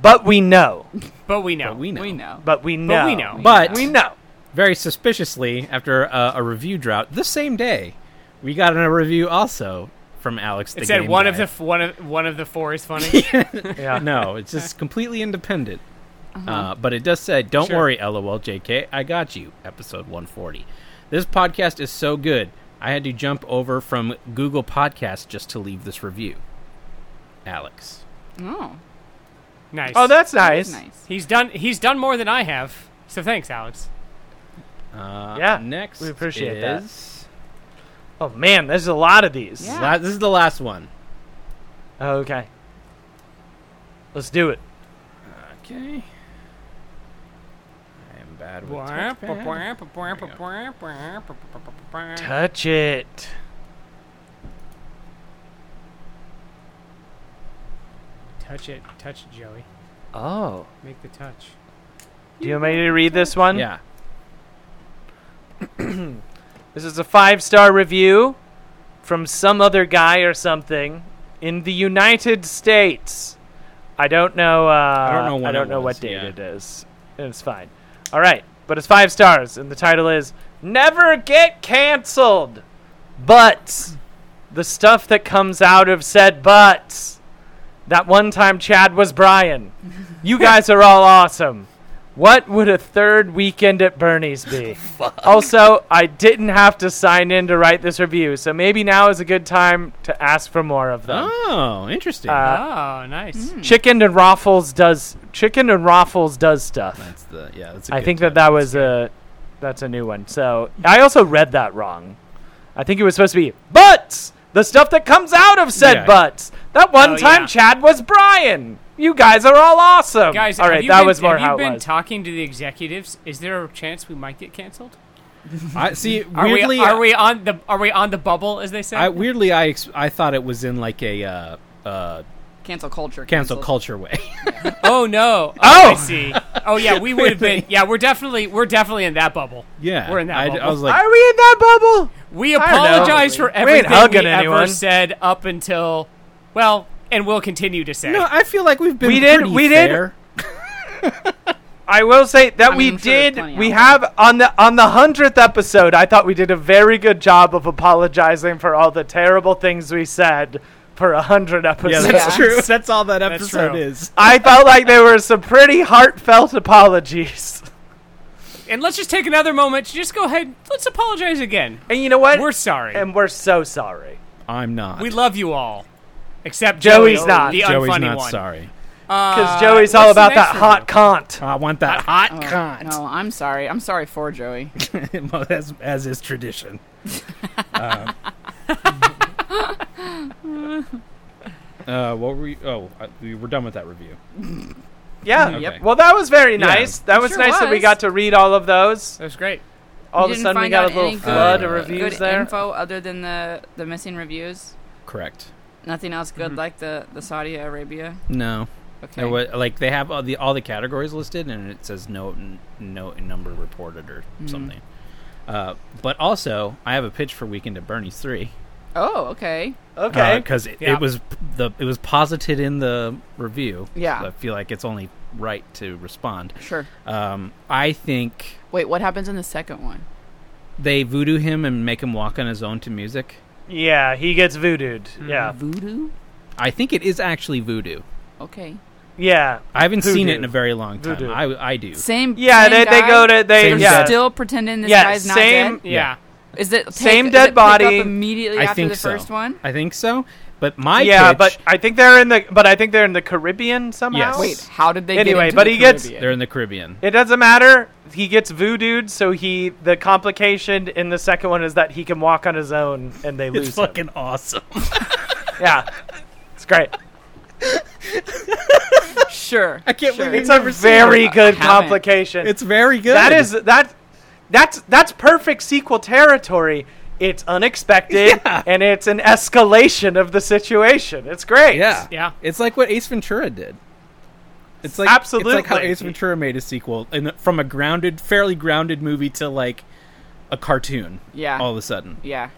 Speaker 3: but we know.
Speaker 1: But we know.
Speaker 4: But we know.
Speaker 5: we know.
Speaker 3: But we know.
Speaker 1: But we know.
Speaker 4: But-
Speaker 3: we know.
Speaker 4: very suspiciously, after uh, a review drought, the same day, we got a review also from Alex. The
Speaker 1: it said
Speaker 4: Game
Speaker 1: one
Speaker 4: Guy.
Speaker 1: of the f- one of one of the four is funny.
Speaker 3: Yeah.
Speaker 4: no, it's just completely independent. Uh, but it does say, "Don't
Speaker 1: Sure.
Speaker 4: worry, lol, jk, I got you." Episode 140. This podcast is so good. I had to jump over from Google Podcasts just to leave this review. Alex,
Speaker 5: Oh,
Speaker 1: nice.
Speaker 3: Oh, that's nice.
Speaker 5: that's nice.
Speaker 1: he's done. He's done more than I have. So thanks, Alex.
Speaker 4: uh,
Speaker 3: Yeah,
Speaker 4: Next,
Speaker 3: we appreciate that.
Speaker 4: is...
Speaker 3: Oh man, there's a lot of these.
Speaker 5: Yeah.
Speaker 4: La- this is the last one.
Speaker 3: Okay. Let's do it.
Speaker 4: Okay. I am bad with touchpad.
Speaker 1: Touchpad.
Speaker 3: Touch it.
Speaker 1: Touch it. Touch it, Joey.
Speaker 3: Oh.
Speaker 1: Make the touch.
Speaker 3: Do you want me to read this one?
Speaker 4: Yeah.
Speaker 3: This is a five star review from some other guy or something in the United States. I don't know. Uh, I
Speaker 4: don't know when
Speaker 3: I don't
Speaker 4: it
Speaker 3: know
Speaker 4: was,
Speaker 3: what date
Speaker 4: yeah.
Speaker 3: it is. It's fine. All right, but it's five stars, and the title is "Never Get Cancelled." But the stuff that comes out of said butts. That one time Chad was Brian. You guys are all awesome. What would a third weekend at Bernie's be? also, I didn't have to sign in to write this review, so maybe now is a good time to ask for more of them.
Speaker 4: Oh, interesting.
Speaker 3: Uh,
Speaker 1: Oh, nice.
Speaker 3: Chicken and Raffles does chicken and Raffles does stuff.
Speaker 4: that's the yeah. That's a
Speaker 3: I
Speaker 4: good
Speaker 3: think that
Speaker 4: title.
Speaker 3: that was a that's a new one. So I also read that wrong. I think it was supposed to be butts. The stuff that comes out of said
Speaker 4: Yeah.
Speaker 3: butts. That one
Speaker 1: Oh,
Speaker 3: time
Speaker 1: yeah.
Speaker 3: Chad was Brian. You guys are all awesome.
Speaker 1: Guys,
Speaker 3: all
Speaker 1: have
Speaker 3: right,
Speaker 1: you
Speaker 3: that
Speaker 1: been-
Speaker 3: was more
Speaker 1: have you
Speaker 3: how it
Speaker 1: been
Speaker 3: was.
Speaker 1: talking to the executives? Is there a chance we might get canceled?
Speaker 4: I see.
Speaker 1: Are
Speaker 4: Weirdly, uh,
Speaker 1: we are we on the are we on the bubble as they say?
Speaker 4: I weirdly I ex- I thought it was in like a uh, uh,
Speaker 5: Cancel culture.
Speaker 4: cancel
Speaker 5: canceled.
Speaker 4: culture way.
Speaker 1: oh no! Oh, I see. Oh yeah, we would have been. Yeah, we're definitely we're definitely in that bubble.
Speaker 4: yeah,
Speaker 1: We're in that
Speaker 4: I,
Speaker 1: bubble.
Speaker 4: I was like,
Speaker 3: are we in that bubble?
Speaker 1: We
Speaker 3: I don't know.
Speaker 1: apologize for
Speaker 3: We ain't
Speaker 1: everything we
Speaker 3: hugging
Speaker 1: ever
Speaker 3: anyone.
Speaker 1: said up until well, and we'll continue to say.
Speaker 4: no, I feel like we've been
Speaker 3: We did-
Speaker 4: pretty
Speaker 3: we did-
Speaker 4: fair.
Speaker 3: I will say that
Speaker 5: I
Speaker 3: we
Speaker 5: mean, I'm sure there's
Speaker 3: did.
Speaker 5: plenty
Speaker 3: we
Speaker 5: out
Speaker 3: have on the on the hundredth episode. I thought we did a very good job of apologizing for all the terrible things we said for a hundred
Speaker 4: Yeah,
Speaker 3: episodes.
Speaker 4: that's
Speaker 5: Yeah.
Speaker 4: true. That's all that
Speaker 1: That's
Speaker 4: episode
Speaker 1: true.
Speaker 4: is.
Speaker 3: I felt like there were some pretty heartfelt apologies.
Speaker 1: And let's just take another moment to just go ahead. Let's apologize again.
Speaker 3: And you know what?
Speaker 1: We're sorry.
Speaker 3: and we're so sorry.
Speaker 4: I'm not.
Speaker 1: we love you all, except
Speaker 3: Joey's
Speaker 1: Joey,
Speaker 3: not.
Speaker 1: the
Speaker 4: Joey's
Speaker 1: unfunny
Speaker 4: not
Speaker 1: one.
Speaker 4: sorry.
Speaker 5: Uh,
Speaker 3: Because Joey's all
Speaker 1: what's the
Speaker 3: about
Speaker 1: next
Speaker 3: that hot cont.
Speaker 4: I want that hot
Speaker 5: Oh,
Speaker 4: cunt.
Speaker 5: No, I'm sorry. I'm sorry for Joey.
Speaker 4: Well, as, as is tradition. Uh, um, uh, what were you? Oh, I, we were done with that review.
Speaker 3: Yeah.
Speaker 4: Yep.
Speaker 3: Well, that was very nice. that was
Speaker 5: Mm-hmm. Sure
Speaker 3: nice that we
Speaker 5: was.
Speaker 3: got to read all of those.
Speaker 1: That was great.
Speaker 3: All
Speaker 5: You
Speaker 3: of a
Speaker 5: didn't
Speaker 3: sudden, we
Speaker 5: find
Speaker 3: got a
Speaker 5: out
Speaker 3: little
Speaker 5: any
Speaker 3: flood
Speaker 4: good-
Speaker 3: of
Speaker 5: Good
Speaker 3: reviews there.
Speaker 5: info other than the the missing reviews.
Speaker 4: Correct.
Speaker 5: Nothing else good
Speaker 3: Mm-hmm.
Speaker 5: like the the Saudi Arabia.
Speaker 4: No,
Speaker 5: Okay.
Speaker 4: There was, like they have all the all the categories listed, and it says no n- no number reported or
Speaker 3: Mm.
Speaker 4: something. Uh, but also, I have a pitch for Weekend at Bernie's three
Speaker 5: oh, okay.
Speaker 3: Okay.
Speaker 4: because it,
Speaker 1: Yeah.
Speaker 4: it was p- the it was posited in the review.
Speaker 5: Yeah.
Speaker 4: so I feel like it's only right to respond.
Speaker 5: Sure.
Speaker 4: Um, I think
Speaker 5: Wait, what happens in the second one?
Speaker 4: they voodoo him and make him walk on his own to music.
Speaker 5: Mm-hmm.
Speaker 3: yeah, he gets voodooed. Yeah.
Speaker 5: Voodoo.
Speaker 4: I think it is actually voodoo.
Speaker 5: Okay.
Speaker 3: yeah.
Speaker 4: I haven't seen
Speaker 3: Voodoo.
Speaker 4: it in a very long time.
Speaker 3: Voodoo.
Speaker 4: I, I do.
Speaker 5: Same.
Speaker 3: Yeah,
Speaker 5: same
Speaker 3: they, they
Speaker 5: guy?
Speaker 3: go to they
Speaker 4: Same
Speaker 3: yeah
Speaker 4: guy.
Speaker 5: Still pretending this
Speaker 3: Yeah,
Speaker 5: guy's not
Speaker 3: same-
Speaker 5: dead.
Speaker 1: Yeah.
Speaker 5: Is it take-
Speaker 3: Same
Speaker 5: does
Speaker 3: dead
Speaker 5: it pick up
Speaker 3: body.
Speaker 5: immediately
Speaker 4: I
Speaker 5: after
Speaker 4: think
Speaker 5: the
Speaker 4: so.
Speaker 5: first one?
Speaker 4: I think so. But my
Speaker 3: yeah,
Speaker 4: pitch,
Speaker 3: but I think they're in the but I think they're in the Caribbean somehow.
Speaker 4: Yes.
Speaker 5: Wait, how did they?
Speaker 3: Anyway,
Speaker 5: get into
Speaker 3: but
Speaker 5: the
Speaker 3: he gets-
Speaker 5: Caribbean?
Speaker 4: they're in the Caribbean.
Speaker 3: It doesn't matter. He gets voodooed, so he the complication in the second one is that he can walk on his own, and they lose
Speaker 4: It's fucking awesome.
Speaker 3: him. Yeah, it's great.
Speaker 5: Sure. I
Speaker 4: can't
Speaker 5: sure.
Speaker 4: believe
Speaker 3: It's a very good
Speaker 5: haven't.
Speaker 3: complication.
Speaker 4: It's very good.
Speaker 3: that is that that's that's perfect sequel territory. It's unexpected,
Speaker 4: Yeah.
Speaker 3: and it's an escalation of the situation. It's great.
Speaker 4: yeah,
Speaker 1: Yeah.
Speaker 4: It's like what Ace Ventura did. It's like
Speaker 3: Absolutely.
Speaker 4: It's like how Ace Ventura made a sequel in, from a grounded, fairly grounded movie to like a cartoon.
Speaker 5: Yeah.
Speaker 4: all of a sudden.
Speaker 5: Yeah.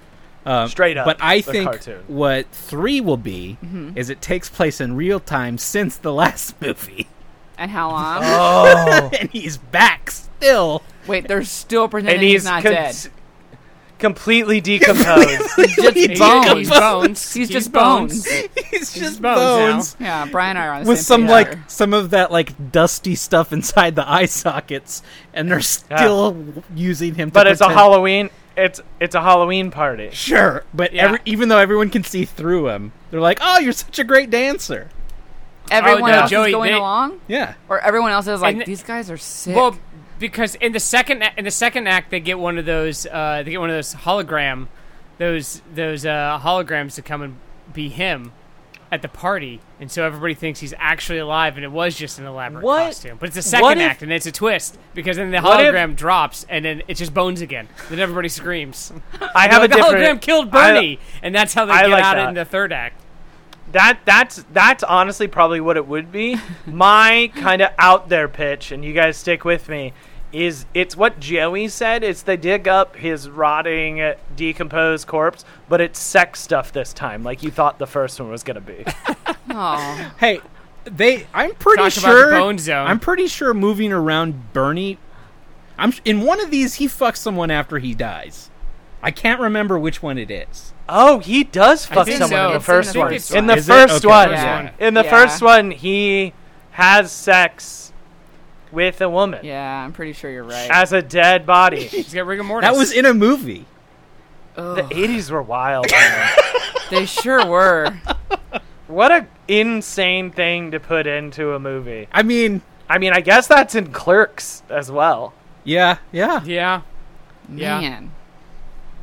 Speaker 4: Um,
Speaker 3: Straight up,
Speaker 4: But I
Speaker 3: the
Speaker 4: think
Speaker 3: cartoon.
Speaker 4: what three will be is it takes place in real time since the last movie,
Speaker 5: And how long?
Speaker 3: Oh,
Speaker 4: and he's back still.
Speaker 5: Wait, they're still pretending
Speaker 3: and he's
Speaker 5: not
Speaker 3: con-
Speaker 5: dead.
Speaker 3: completely decomposed.
Speaker 5: Just
Speaker 1: He's
Speaker 5: bones.
Speaker 1: bones.
Speaker 5: He's just bones.
Speaker 4: He's
Speaker 1: bones
Speaker 4: just
Speaker 1: now.
Speaker 4: bones.
Speaker 5: Yeah, Brian and I are on the
Speaker 4: with
Speaker 5: same
Speaker 4: some
Speaker 5: page
Speaker 4: like
Speaker 5: there.
Speaker 4: some of that like dusty stuff inside the eye sockets, and they're still using him. To
Speaker 3: but it's a
Speaker 4: pretend-
Speaker 3: Halloween. It's it's a Halloween party.
Speaker 4: Sure, but
Speaker 1: Yeah.
Speaker 4: every, even though everyone can see through him, they're like, "Oh, you're such a great dancer."
Speaker 5: everyone
Speaker 1: no,
Speaker 5: else
Speaker 1: Joey,
Speaker 5: is going
Speaker 1: they-
Speaker 5: along,
Speaker 4: Yeah,
Speaker 5: or everyone else is like,
Speaker 1: And-
Speaker 5: these guys are sick.
Speaker 1: Well, because in the second in the second act they get one of those uh, they get one of those hologram those those uh, holograms to come and be him at the party, and so everybody thinks he's actually alive, and it was just an elaborate
Speaker 3: What-
Speaker 1: costume. But it's the
Speaker 3: what
Speaker 1: second
Speaker 3: if-
Speaker 1: act, and it's a twist because then the
Speaker 3: What if-
Speaker 1: hologram drops, and then it's just bones again. Then everybody screams.
Speaker 3: I have
Speaker 1: Like,
Speaker 3: a
Speaker 1: the hologram
Speaker 3: different
Speaker 1: killed
Speaker 3: I-
Speaker 1: Bernie, and that's how they
Speaker 3: I
Speaker 1: get
Speaker 3: like
Speaker 1: out
Speaker 3: that.
Speaker 1: in the third act.
Speaker 3: That that's that's honestly probably what it would be. My kind of out there pitch, and you guys stick with me, is it's what Joey said. It's they dig up his rotting, uh, decomposed corpse, but it's sex stuff this time, like you thought the first one was gonna be.
Speaker 5: oh,
Speaker 4: hey, they. I'm pretty
Speaker 1: Talk about the
Speaker 4: sure.
Speaker 1: bone zone.
Speaker 4: I'm pretty sure moving around Bernie. I'm s- in one of these. He fucks someone after he dies. I can't remember which one it is.
Speaker 3: oh, he does fuck
Speaker 1: think
Speaker 3: someone
Speaker 1: so.
Speaker 3: in the
Speaker 1: It's
Speaker 5: in the
Speaker 3: first one.
Speaker 5: first
Speaker 3: In the
Speaker 4: one. Is it?
Speaker 3: first
Speaker 4: Okay.
Speaker 3: one,
Speaker 1: First
Speaker 5: Yeah.
Speaker 1: one.
Speaker 3: in the
Speaker 5: Yeah.
Speaker 3: first one, he has sex with a woman
Speaker 5: yeah, I'm pretty sure you're right.
Speaker 3: as a dead body.
Speaker 1: He's got rigor mortis.
Speaker 4: That was in a movie.
Speaker 3: the
Speaker 5: Ugh,
Speaker 3: '80s were wild. man.
Speaker 5: they sure were.
Speaker 3: What a insane thing to put into a movie.
Speaker 4: I mean,
Speaker 3: I mean, I guess that's in Clerks as well,
Speaker 4: yeah, yeah.
Speaker 1: yeah. Yeah.
Speaker 5: Man,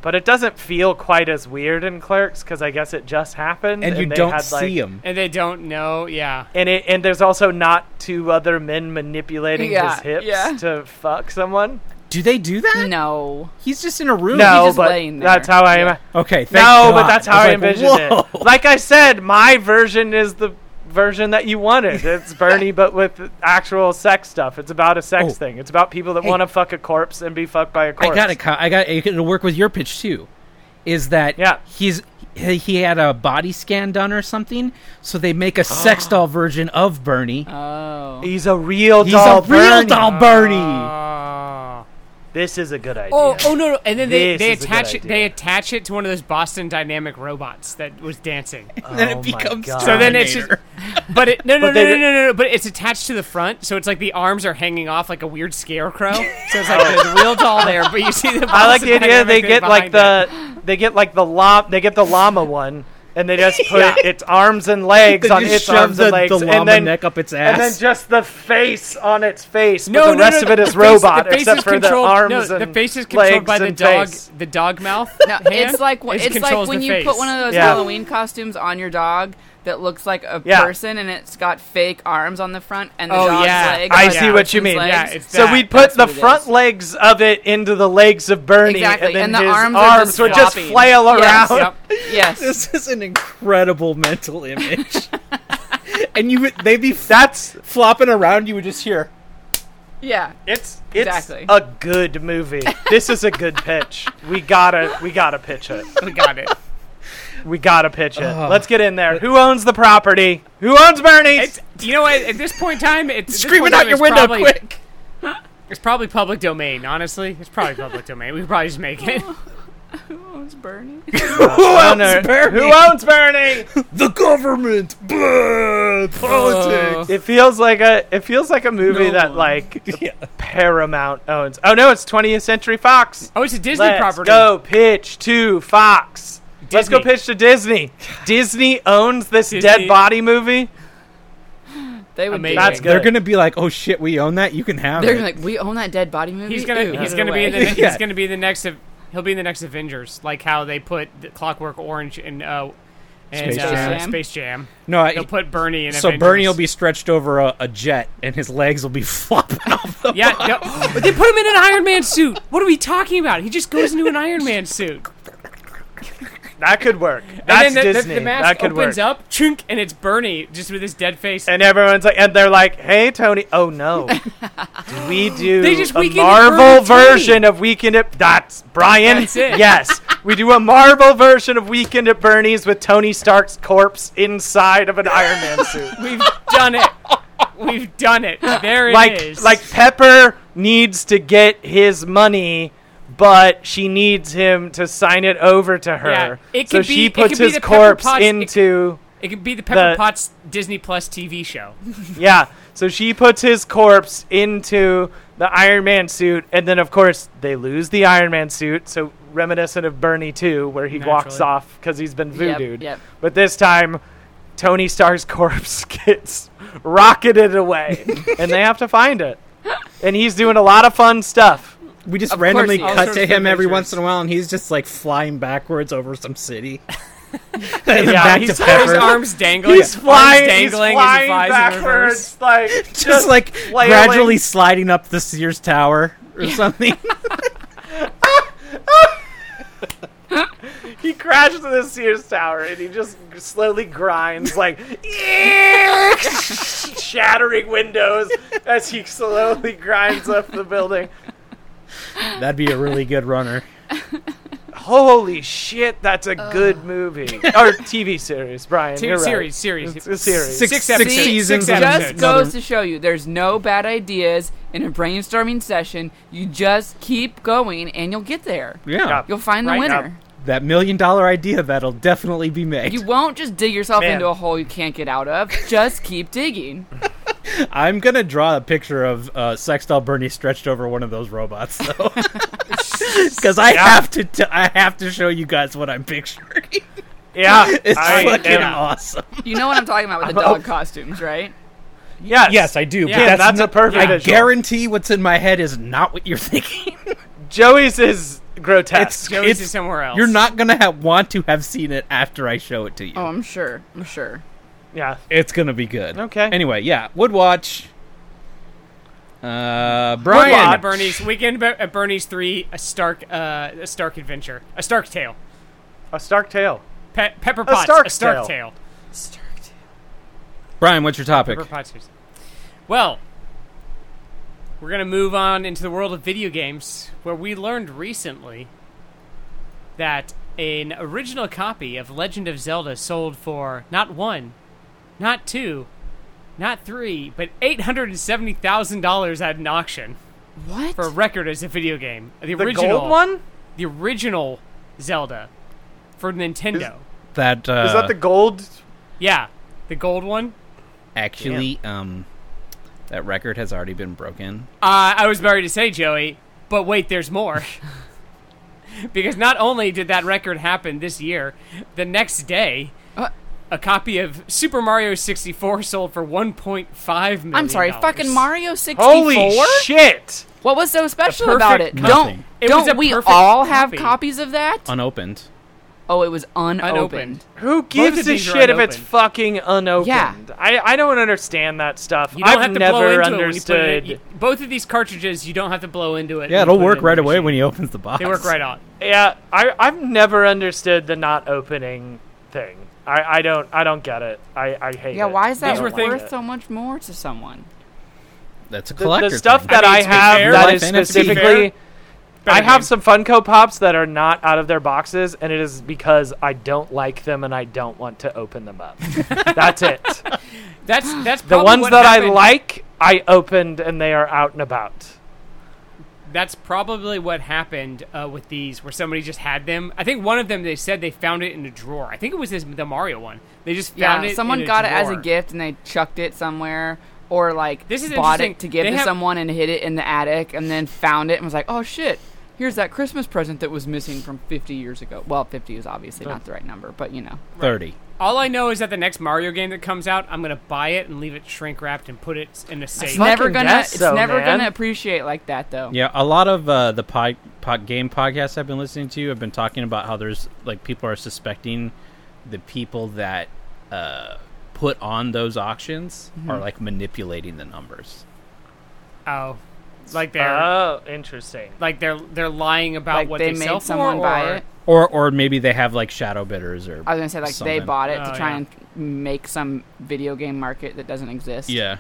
Speaker 3: but it doesn't feel quite as weird in Clerks because I guess it just happened,
Speaker 4: And, you
Speaker 3: they
Speaker 4: don't
Speaker 3: had, like-
Speaker 4: see him.
Speaker 1: And they don't know. Yeah.
Speaker 3: And it, and there's also not two other men manipulating
Speaker 5: Yeah,
Speaker 3: his hips
Speaker 5: yeah.
Speaker 3: to fuck someone.
Speaker 4: Do they do that?
Speaker 5: no.
Speaker 4: He's just in a room.
Speaker 3: No,
Speaker 5: just
Speaker 3: but
Speaker 5: laying there.
Speaker 3: that's how I. No,
Speaker 4: Okay. Thank
Speaker 3: but
Speaker 4: God.
Speaker 3: that's how I,
Speaker 4: was like,
Speaker 3: envisioned
Speaker 4: "Whoa."
Speaker 3: it. Like I said, my version is the version that you wanted. It's Bernie, but with actual sex stuff. It's about a sex
Speaker 4: Oh.
Speaker 3: thing. It's about people that
Speaker 4: Hey.
Speaker 3: want to fuck a corpse and be fucked by a corpse.
Speaker 4: I got it. Kyle. I got it. It'll work with your pitch too. Is that
Speaker 3: Yeah.
Speaker 4: He's he he had a body scan done or something, so they make a sex doll version of Bernie.
Speaker 5: Oh.
Speaker 3: He's a real
Speaker 4: He's
Speaker 3: doll.
Speaker 4: a real
Speaker 3: Bernie.
Speaker 4: doll Bernie.
Speaker 1: Oh.
Speaker 3: This is a good idea.
Speaker 1: Oh, oh no, no! And then they,
Speaker 3: This
Speaker 1: they
Speaker 3: is a good
Speaker 1: attach it. They
Speaker 3: idea.
Speaker 1: attach it to one of those Boston Dynamic robots that was dancing.
Speaker 3: Oh
Speaker 4: then it
Speaker 3: my
Speaker 4: becomes
Speaker 3: God.
Speaker 1: So then it's just, but it, no, no, no,
Speaker 3: But they
Speaker 1: no, no,
Speaker 3: did-
Speaker 1: no, no, But it's attached to the front, so it's like the arms are hanging off like a weird scarecrow. So it's like there's a real doll there, but you see the.
Speaker 3: Oh. I like
Speaker 1: Boston
Speaker 3: the idea.
Speaker 1: Dynamic
Speaker 3: They
Speaker 1: thing
Speaker 3: get like
Speaker 1: behind
Speaker 3: the they get like the llama they get the llama one, and they just put its arms and legs
Speaker 4: They
Speaker 3: on
Speaker 4: just
Speaker 3: its
Speaker 4: shove
Speaker 3: arms
Speaker 4: the,
Speaker 3: and legs,
Speaker 4: the llama
Speaker 3: and then
Speaker 4: neck up its ass.
Speaker 3: and then just the face on its face.
Speaker 1: No,
Speaker 3: but the
Speaker 1: no,
Speaker 3: rest
Speaker 1: no,
Speaker 3: of it
Speaker 1: the
Speaker 3: is
Speaker 1: face-
Speaker 3: robot,
Speaker 1: the face
Speaker 3: except
Speaker 1: is
Speaker 3: for the
Speaker 1: controlled-
Speaker 3: arms
Speaker 1: no,
Speaker 3: and
Speaker 1: the face is
Speaker 3: legs
Speaker 1: controlled by the
Speaker 3: and
Speaker 1: dog,
Speaker 3: face.
Speaker 1: the dog mouth.
Speaker 5: No,
Speaker 1: hand.
Speaker 5: it's like
Speaker 1: It
Speaker 5: it's like
Speaker 1: controls
Speaker 5: when
Speaker 1: the
Speaker 5: you
Speaker 1: face.
Speaker 5: put one of those
Speaker 3: Yeah.
Speaker 5: Halloween costumes on your dog that looks like a
Speaker 3: Yeah.
Speaker 5: person and it's got fake arms on the front and the
Speaker 1: Oh,
Speaker 5: dog's
Speaker 1: yeah.
Speaker 5: legs.
Speaker 3: I
Speaker 5: are
Speaker 3: see
Speaker 5: the
Speaker 3: what you
Speaker 5: person's
Speaker 3: mean.
Speaker 5: legs.
Speaker 1: Yeah, it's
Speaker 3: So
Speaker 1: that.
Speaker 3: we put the
Speaker 5: what it
Speaker 3: front
Speaker 5: is.
Speaker 3: legs of it into the legs of Bernie,
Speaker 5: Exactly,
Speaker 3: and then
Speaker 5: and the
Speaker 3: his arms,
Speaker 5: arms are just
Speaker 3: would just
Speaker 5: flopping.
Speaker 3: flail
Speaker 5: Yes.
Speaker 3: around.
Speaker 1: Yep.
Speaker 5: yes.
Speaker 4: this is an incredible mental image. and you would they'd be f-
Speaker 3: That's
Speaker 4: flopping around. You would just hear.
Speaker 5: Yeah.
Speaker 3: it's it's
Speaker 5: Exactly.
Speaker 3: a good movie. This is a good pitch. We gotta we gotta pitch it.
Speaker 1: We got it.
Speaker 3: We gotta pitch it.
Speaker 4: Ugh.
Speaker 3: Let's get in there. Who owns the property? Who owns Bernie's?
Speaker 1: It's you know what? At this point in time, it's
Speaker 4: Screaming out your window
Speaker 1: quick.
Speaker 4: quick!
Speaker 1: It's probably public domain, honestly. It's probably public domain. We could probably just make it.
Speaker 5: Who owns Bernie?
Speaker 3: Who owns Bernie? Who owns Bernie?
Speaker 4: The government.
Speaker 5: Politics.
Speaker 1: Uh,
Speaker 3: it feels like a it feels like a movie
Speaker 5: No
Speaker 3: that
Speaker 5: one.
Speaker 3: like Paramount owns. Oh no, it's 20th Century Fox.
Speaker 1: Oh, it's a Disney
Speaker 3: Let's
Speaker 1: property.
Speaker 3: go pitch to Fox. Let's go
Speaker 1: Disney.
Speaker 3: pitch to Disney. Disney owns this
Speaker 1: Disney.
Speaker 3: dead body movie.
Speaker 5: They would.
Speaker 1: Amazing.
Speaker 5: do
Speaker 3: That's
Speaker 5: it.
Speaker 3: good.
Speaker 4: They're gonna be like, oh shit, we own that. You can have
Speaker 5: They're
Speaker 4: it.
Speaker 5: gonna be like, we own that dead body movie.
Speaker 1: He's gonna
Speaker 5: Ew.
Speaker 1: he's
Speaker 5: No
Speaker 1: gonna be
Speaker 5: way.
Speaker 1: in the ne-
Speaker 4: Yeah.
Speaker 1: he's gonna be the next of he'll be in the next Avengers, like how they put the Clockwork Orange in uh and
Speaker 4: Space
Speaker 1: uh,
Speaker 5: Jam.
Speaker 1: Space Jam.
Speaker 4: no, I,
Speaker 1: They'll put Bernie in.
Speaker 4: so
Speaker 1: Avengers.
Speaker 4: Bernie will be stretched over a, a jet, and his legs will be flopping off the.
Speaker 1: Yeah, no, but they put him in an Iron Man suit. What are we talking about? He just goes into an Iron Man suit.
Speaker 3: That could work. That's
Speaker 1: and then the, the-
Speaker 3: Disney.
Speaker 1: the mask
Speaker 3: that could
Speaker 1: opens
Speaker 3: work.
Speaker 1: up, chunk, and it's Bernie just with his dead face.
Speaker 3: And everyone's like, and they're like, "Hey, Tony! Oh no, Did we do
Speaker 1: They just
Speaker 3: a
Speaker 1: weakened it
Speaker 3: Marvel
Speaker 1: for Tony.
Speaker 3: version of Weekend at That's Brian.
Speaker 1: That's it.
Speaker 3: Yes, we do a Marvel version of Weekend at Bernie's with Tony Stark's corpse inside of an Iron Man suit,
Speaker 1: We've done it. We've done it. There it is.
Speaker 3: like like Pepper needs to get his money." But she needs him to sign it over to her.
Speaker 1: Yeah, it
Speaker 3: so
Speaker 1: could be-
Speaker 3: she
Speaker 1: it
Speaker 3: puts
Speaker 1: could be
Speaker 3: his
Speaker 1: the Pepper
Speaker 3: corpse
Speaker 1: Potts- it-
Speaker 3: into
Speaker 1: it could be the Pepper
Speaker 3: the-
Speaker 1: Potts Disney Plus TV show.
Speaker 3: Yeah. So she puts his corpse into the Iron Man suit, and then of course they lose the Iron Man suit. So reminiscent of Bernie too, where he walks
Speaker 1: Naturally.
Speaker 3: off because he's been
Speaker 5: Yep,
Speaker 3: voodooed.
Speaker 5: yep.
Speaker 3: But this time, Tony Stark's corpse gets rocketed away, and they have to find it. And he's doing a lot of fun stuff.
Speaker 4: We just
Speaker 5: Of course
Speaker 4: randomly
Speaker 5: he is.
Speaker 4: cut
Speaker 1: All
Speaker 4: to
Speaker 1: sorts of
Speaker 4: him every
Speaker 1: pictures.
Speaker 4: once in a while, and he's just like flying backwards over some city. and then back to
Speaker 3: he's-
Speaker 1: His
Speaker 4: Pepper,
Speaker 1: arms dangling.
Speaker 3: He's flying,
Speaker 1: arms
Speaker 3: he's
Speaker 1: dangling as he flies
Speaker 3: flying
Speaker 1: in reverse.
Speaker 3: backwards, like
Speaker 4: just like
Speaker 3: flailing.
Speaker 4: gradually sliding up the Sears Tower or something.
Speaker 3: He crashes into the Sears Tower and he just slowly grinds, like shattering windows as he slowly grinds up the building.
Speaker 4: That'd be a really good runner.
Speaker 3: Holy shit, that's a good movie or TV series, Brian.
Speaker 1: Ser-
Speaker 3: you're right.
Speaker 1: series, series.
Speaker 3: It's a series.
Speaker 4: Six-
Speaker 1: Six episodes.
Speaker 4: seasons
Speaker 1: Six
Speaker 4: of-
Speaker 1: episodes.
Speaker 5: just
Speaker 4: Another-
Speaker 5: goes to show you there's no bad ideas in a brainstorming session. You just keep going and you'll get there.
Speaker 4: Yeah,
Speaker 5: You'll find the
Speaker 1: Right.
Speaker 5: winner.
Speaker 4: that million dollar idea that'll definitely be made.
Speaker 5: You won't just dig yourself
Speaker 3: Man.
Speaker 5: into a hole you can't get out of. Just keep digging.
Speaker 4: I'm gonna draw a picture of uh, sex doll Bernie stretched over one of those robots, though, because I have to. T- I have to show you guys what I'm picturing.
Speaker 3: Yeah,
Speaker 4: It's
Speaker 3: I
Speaker 4: fucking
Speaker 3: am-
Speaker 4: awesome.
Speaker 5: You know what I'm talking about with the
Speaker 1: Oh.
Speaker 5: dog costumes, right?
Speaker 3: Yes,
Speaker 4: Yes, I do.
Speaker 1: Yeah,
Speaker 4: but that's,
Speaker 3: that's a
Speaker 4: not-
Speaker 3: perfect
Speaker 4: I
Speaker 3: visual.
Speaker 4: guarantee what's in my head is not what you're thinking.
Speaker 3: Joey's is grotesque.
Speaker 1: Joey's
Speaker 4: It's-
Speaker 1: is somewhere else.
Speaker 4: You're not gonna have, want to have seen it after I show it to you.
Speaker 5: Oh, I'm sure. I'm sure.
Speaker 3: yeah,
Speaker 4: It's gonna be good.
Speaker 3: Okay.
Speaker 4: Anyway, yeah, Woodwatch. Uh,
Speaker 1: Weekend
Speaker 4: Brian.
Speaker 1: at Bernie's Weekend at Bernie's Three, a Stark, uh, a Stark adventure, a Stark tale,
Speaker 3: a Stark Tale.
Speaker 1: Pe- Pepper Potts, a Stark,
Speaker 3: Stark
Speaker 1: Stark
Speaker 3: tale.
Speaker 1: tale.
Speaker 4: Brian, what's your topic?
Speaker 1: Pepper Potts. series. Well, we're gonna move on into the world of video games, where we learned recently that an original copy of Legend of Zelda sold for not one, not two, not three, but eight hundred and seventy thousand dollars at an auction
Speaker 5: What?
Speaker 1: for a record as a video game. The
Speaker 3: The
Speaker 1: original
Speaker 3: gold one
Speaker 1: the original Zelda for Nintendo.
Speaker 4: That uh,
Speaker 3: is that the gold?
Speaker 1: yeah, the gold one.
Speaker 4: actually um, that record has already been broken.
Speaker 1: Uh, I was about to say, Joey, but wait, there's more. because not only did that record happen this year, the next day,
Speaker 5: Uh.
Speaker 1: a copy of Super Mario 64 sold for 1.5 million.
Speaker 5: I'm sorry. Fucking Mario 64.
Speaker 3: Holy shit!
Speaker 5: What was so special
Speaker 1: perfect
Speaker 5: about it?
Speaker 4: nothing.
Speaker 5: Don't
Speaker 1: It was a
Speaker 5: don't we
Speaker 1: perfect
Speaker 5: all have
Speaker 1: copy.
Speaker 5: copies of that?
Speaker 4: Unopened.
Speaker 5: oh, it was unopened.
Speaker 1: Unopened.
Speaker 3: Who gives
Speaker 1: of
Speaker 3: a
Speaker 1: these are
Speaker 3: shit if it's
Speaker 1: unopened.
Speaker 3: fucking unopened?
Speaker 5: Yeah.
Speaker 3: I, I don't understand that stuff.
Speaker 1: You don't
Speaker 3: I've
Speaker 1: have to blow
Speaker 3: never
Speaker 1: into it. When
Speaker 3: understood.
Speaker 1: you put it in- you- both of these cartridges, you don't have to blow into it.
Speaker 4: Yeah,
Speaker 1: when
Speaker 4: it'll
Speaker 1: you put it
Speaker 4: work
Speaker 1: in the
Speaker 4: right away
Speaker 1: machine.
Speaker 4: when he opens the box.
Speaker 1: They work right on.
Speaker 3: yeah, I I've never understood the not opening thing. I, I don't I don't get it. I, I hate
Speaker 5: Yeah,
Speaker 3: it.
Speaker 5: why is
Speaker 3: I
Speaker 5: that
Speaker 1: These were
Speaker 5: worth
Speaker 3: don't
Speaker 1: things-
Speaker 3: like it.
Speaker 5: so much more to someone?
Speaker 4: That's a
Speaker 3: the,
Speaker 4: collector.
Speaker 3: the stuff
Speaker 4: thing.
Speaker 3: that
Speaker 1: I mean,
Speaker 3: I,
Speaker 1: to be
Speaker 3: have
Speaker 1: fair-
Speaker 3: that
Speaker 4: Right,
Speaker 3: is
Speaker 4: and it's- to be
Speaker 3: specifically I
Speaker 1: Better
Speaker 3: have
Speaker 1: game.
Speaker 3: some Funko Pops that are not out of their boxes and it is because I don't like them and I don't want to open them up. That's it.
Speaker 1: That's that's
Speaker 3: The
Speaker 1: probably
Speaker 3: ones
Speaker 1: what
Speaker 3: that I
Speaker 1: happened.
Speaker 3: like I opened and they are out and about.
Speaker 1: that's probably what happened uh, with these, where somebody just had them. I think one of them they said they found it in a drawer. I think it was this, the Mario one. They just
Speaker 5: Yeah,
Speaker 1: found it.
Speaker 5: someone
Speaker 1: in a
Speaker 5: got it as a
Speaker 1: drawer.
Speaker 5: gift and they chucked it somewhere, or like
Speaker 1: This is
Speaker 5: bought
Speaker 1: interesting.
Speaker 5: it to give
Speaker 1: They
Speaker 5: to
Speaker 1: have-
Speaker 5: someone and hid it in the attic, and then found it and was like, "Oh shit, here's that Christmas present that was missing from 50 years ago." Well, 50 is obviously not the right number, but you know,
Speaker 4: 30.
Speaker 1: All I know is that the next Mario game that comes out, I'm gonna buy it and leave it shrink wrapped and put it in a safe.
Speaker 5: it's never
Speaker 3: fucking
Speaker 5: gonna,
Speaker 3: guess
Speaker 5: it's
Speaker 3: so,
Speaker 5: never
Speaker 3: man.
Speaker 5: gonna appreciate like that though.
Speaker 4: Yeah, a lot of uh, the pod, pod game podcasts I've been listening to have been talking about how there's like people are suspecting the people that uh, put on those auctions
Speaker 1: Mm-hmm.
Speaker 4: are like manipulating the numbers.
Speaker 1: Oh, like they're
Speaker 3: Oh, interesting.
Speaker 1: like they're they're lying about
Speaker 5: Like
Speaker 1: what
Speaker 5: they,
Speaker 1: they,
Speaker 5: made
Speaker 1: sell
Speaker 5: someone
Speaker 1: for,
Speaker 5: buy
Speaker 1: or-
Speaker 5: it.
Speaker 4: Or or maybe they have like shadow bidders or
Speaker 5: I was gonna say like they
Speaker 4: Something.
Speaker 5: bought it
Speaker 1: Oh,
Speaker 5: to try
Speaker 1: yeah.
Speaker 5: and make some video game market that doesn't exist.
Speaker 4: yeah.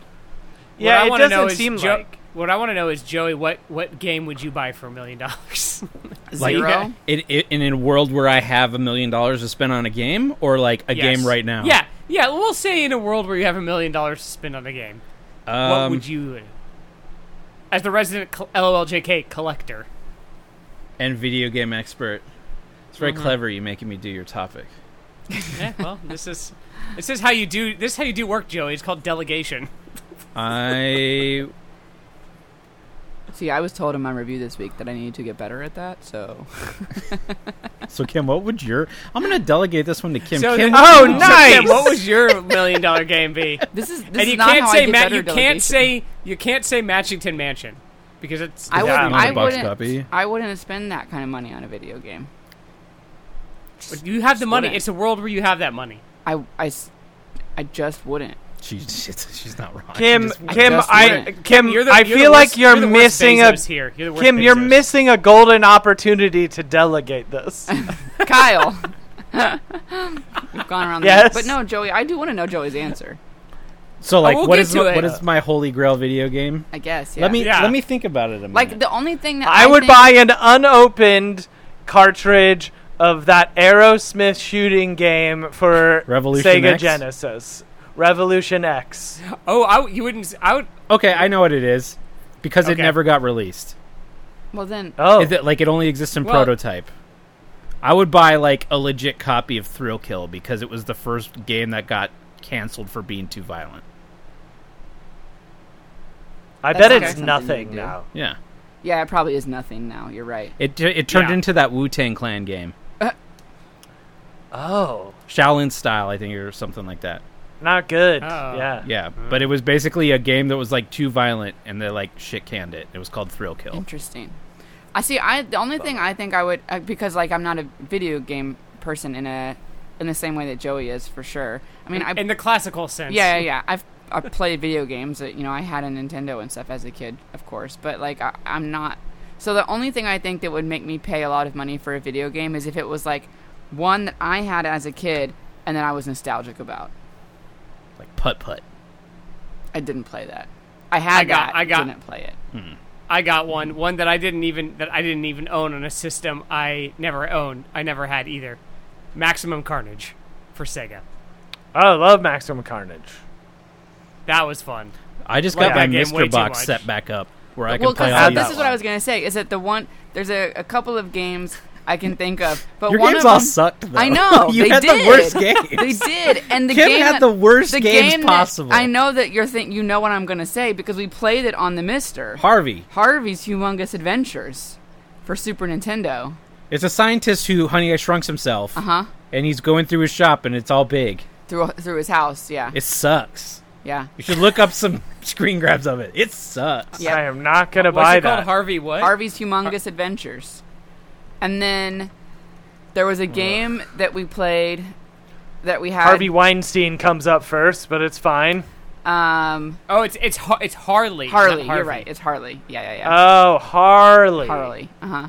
Speaker 3: Yeah,
Speaker 1: what I
Speaker 3: it
Speaker 1: want to
Speaker 3: doesn't
Speaker 1: know is
Speaker 3: seem
Speaker 1: Jo-
Speaker 3: like.
Speaker 1: What I want to know is Joey, what what game would you buy for a million dollars?
Speaker 5: zero.
Speaker 4: It, it, and in a world where I have a million dollars to spend on a game or like a
Speaker 1: Yes.
Speaker 4: game right now.
Speaker 1: Yeah, yeah. We'll say in a world where you have a million dollars to spend on a game,
Speaker 4: Um,
Speaker 1: what would you, as the resident col- LOLJK collector?
Speaker 4: and video game expert. It's
Speaker 1: Mm-hmm.
Speaker 4: very clever you making me do your topic.
Speaker 1: yeah, well, this is this is how you do this is how you do work, Joey. It's called delegation.
Speaker 4: I
Speaker 5: See, I was told in my review this week that I needed to get better at that. So
Speaker 4: so Kim, what would your? I'm gonna delegate this one to Kim.
Speaker 1: So
Speaker 4: Kim,
Speaker 1: then- Uh,
Speaker 3: Oh,
Speaker 1: so Kim,
Speaker 3: nice!
Speaker 1: what was your million dollar game be?
Speaker 5: this is this
Speaker 1: and
Speaker 5: is
Speaker 1: you
Speaker 5: not
Speaker 1: can't
Speaker 5: how I
Speaker 1: say
Speaker 5: get
Speaker 1: Matt.
Speaker 5: better
Speaker 1: You can't
Speaker 5: delegation.
Speaker 1: say you can't say Matchington Mansion because it's
Speaker 5: I
Speaker 3: Yeah,
Speaker 5: wouldn't.
Speaker 4: not a
Speaker 5: I
Speaker 4: box
Speaker 5: wouldn't.
Speaker 4: copy.
Speaker 5: I wouldn't spend that kind of money on a video game.
Speaker 1: you have the money.
Speaker 5: wouldn't.
Speaker 1: It's a world where you have that money.
Speaker 5: I, I, s- I just wouldn't.
Speaker 4: she, she's, she's not wrong.
Speaker 3: Kim,
Speaker 4: Just-
Speaker 3: Kim,
Speaker 5: just
Speaker 3: I,
Speaker 5: wouldn't.
Speaker 3: Kim,
Speaker 1: You're the,
Speaker 3: I
Speaker 1: you're the
Speaker 3: feel like
Speaker 1: worst-
Speaker 3: you're,
Speaker 1: the worst
Speaker 3: missing a
Speaker 1: Bezos here. You're the worst
Speaker 3: Kim, you're
Speaker 1: Bezos.
Speaker 3: missing a golden opportunity to delegate this.
Speaker 5: Kyle, we've gone around. the
Speaker 3: Yes.
Speaker 5: But no, Joey, I do want to know Joey's answer.
Speaker 4: so like,
Speaker 1: Oh, we'll
Speaker 4: what
Speaker 1: get
Speaker 4: is
Speaker 1: to
Speaker 4: my-
Speaker 1: it.
Speaker 4: what is my holy grail video game?
Speaker 5: I guess. Yeah.
Speaker 4: Let me
Speaker 1: Yeah.
Speaker 4: let me think about it a minute.
Speaker 5: Like the only thing that I,
Speaker 3: I would
Speaker 5: think-
Speaker 3: buy an unopened cartridge of that Aerosmith shooting game for
Speaker 4: Revolution
Speaker 3: Sega
Speaker 4: X?
Speaker 3: Genesis. Revolution X.
Speaker 1: Oh, I w- you wouldn't. s- I would.
Speaker 4: okay, I know what it is because it
Speaker 1: Okay.
Speaker 4: never got released.
Speaker 5: Well then,
Speaker 3: Oh,
Speaker 4: Is it like it only exists in
Speaker 1: Well-
Speaker 4: prototype? I would buy like a legit copy of Thrill Kill because it was the first game that got canceled for being too violent.
Speaker 3: I
Speaker 5: That's
Speaker 3: bet
Speaker 5: okay.
Speaker 3: it's
Speaker 5: Something
Speaker 3: nothing
Speaker 5: to do.
Speaker 3: now.
Speaker 4: Yeah.
Speaker 5: yeah, it probably is nothing now. You're right.
Speaker 4: It it turned
Speaker 1: Yeah.
Speaker 4: into that Wu Tang Clan game,
Speaker 3: Oh,
Speaker 4: Shaolin style, I think, or something like that.
Speaker 3: not good.
Speaker 1: Oh.
Speaker 3: Yeah.
Speaker 4: Yeah, but it was basically a game that was like too violent, and they like shit canned it. It was called Thrill Kill.
Speaker 5: Interesting. I see. I the only thing I think I would uh, because like I'm not a video game person in a in the same way that Joey is for sure. I mean, I
Speaker 1: In the classical sense.
Speaker 5: yeah yeah yeah. I've I played video games. That, you know, I had a Nintendo and stuff as a kid, of course. But like I, I'm not. So the only thing I think that would make me pay a lot of money for a video game is if it was like one that I had as a kid and that I was nostalgic about.
Speaker 4: Like putt putt.
Speaker 5: I didn't play that. I had
Speaker 1: I got-
Speaker 5: that.
Speaker 1: I got-
Speaker 5: didn't play it.
Speaker 1: I got one. One that I didn't even that I didn't even own on a system I never owned. I never had either. Maximum Carnage for Sega.
Speaker 3: Oh, I love Maximum Carnage.
Speaker 1: That was fun.
Speaker 4: I just
Speaker 1: Like
Speaker 4: got my
Speaker 1: that game way
Speaker 4: Mr.
Speaker 1: too
Speaker 4: Box
Speaker 1: much.
Speaker 4: set back up where I can
Speaker 5: well,
Speaker 4: play
Speaker 5: because
Speaker 4: all
Speaker 5: this
Speaker 4: that
Speaker 5: is what I was gonna say. Is that the one? There's a, a couple of games I can think of, but
Speaker 4: Your
Speaker 5: one
Speaker 4: games
Speaker 5: of
Speaker 4: all
Speaker 5: them,
Speaker 4: sucked. Though.
Speaker 5: I know
Speaker 4: you
Speaker 5: they
Speaker 4: had
Speaker 5: did.
Speaker 4: the worst
Speaker 5: They
Speaker 4: games.
Speaker 5: did, and the
Speaker 4: Kim
Speaker 5: game
Speaker 4: had
Speaker 5: that-
Speaker 4: the worst
Speaker 5: the
Speaker 4: games
Speaker 5: game that-
Speaker 4: possible.
Speaker 5: I know that you're think you know what I'm gonna say because we played it on the Mister
Speaker 4: Harvey.
Speaker 5: Harvey's Humongous Adventures for Super Nintendo.
Speaker 4: It's a scientist who Honey I Shrunks himself,
Speaker 5: Uh huh.
Speaker 4: and he's going through his shop, and it's all big.
Speaker 5: Through through his house, yeah,
Speaker 4: It sucks.
Speaker 5: yeah.
Speaker 4: You should look up some screen grabs of it. It sucks.
Speaker 5: Yep.
Speaker 3: I am not gonna
Speaker 1: What's
Speaker 3: buy
Speaker 1: it called?
Speaker 3: that.
Speaker 1: Harvey what?
Speaker 5: Harvey's Humongous Adventures. And then there was a game that we played that we had.
Speaker 3: Harvey Weinstein comes up first, but it's fine.
Speaker 5: Um,
Speaker 1: oh, it's it's Har- it's Harley. not
Speaker 5: Harley,
Speaker 1: Harvey.
Speaker 5: you're right. It's Harley. Yeah, yeah, yeah.
Speaker 3: Oh, Harley.
Speaker 5: Harley. Uh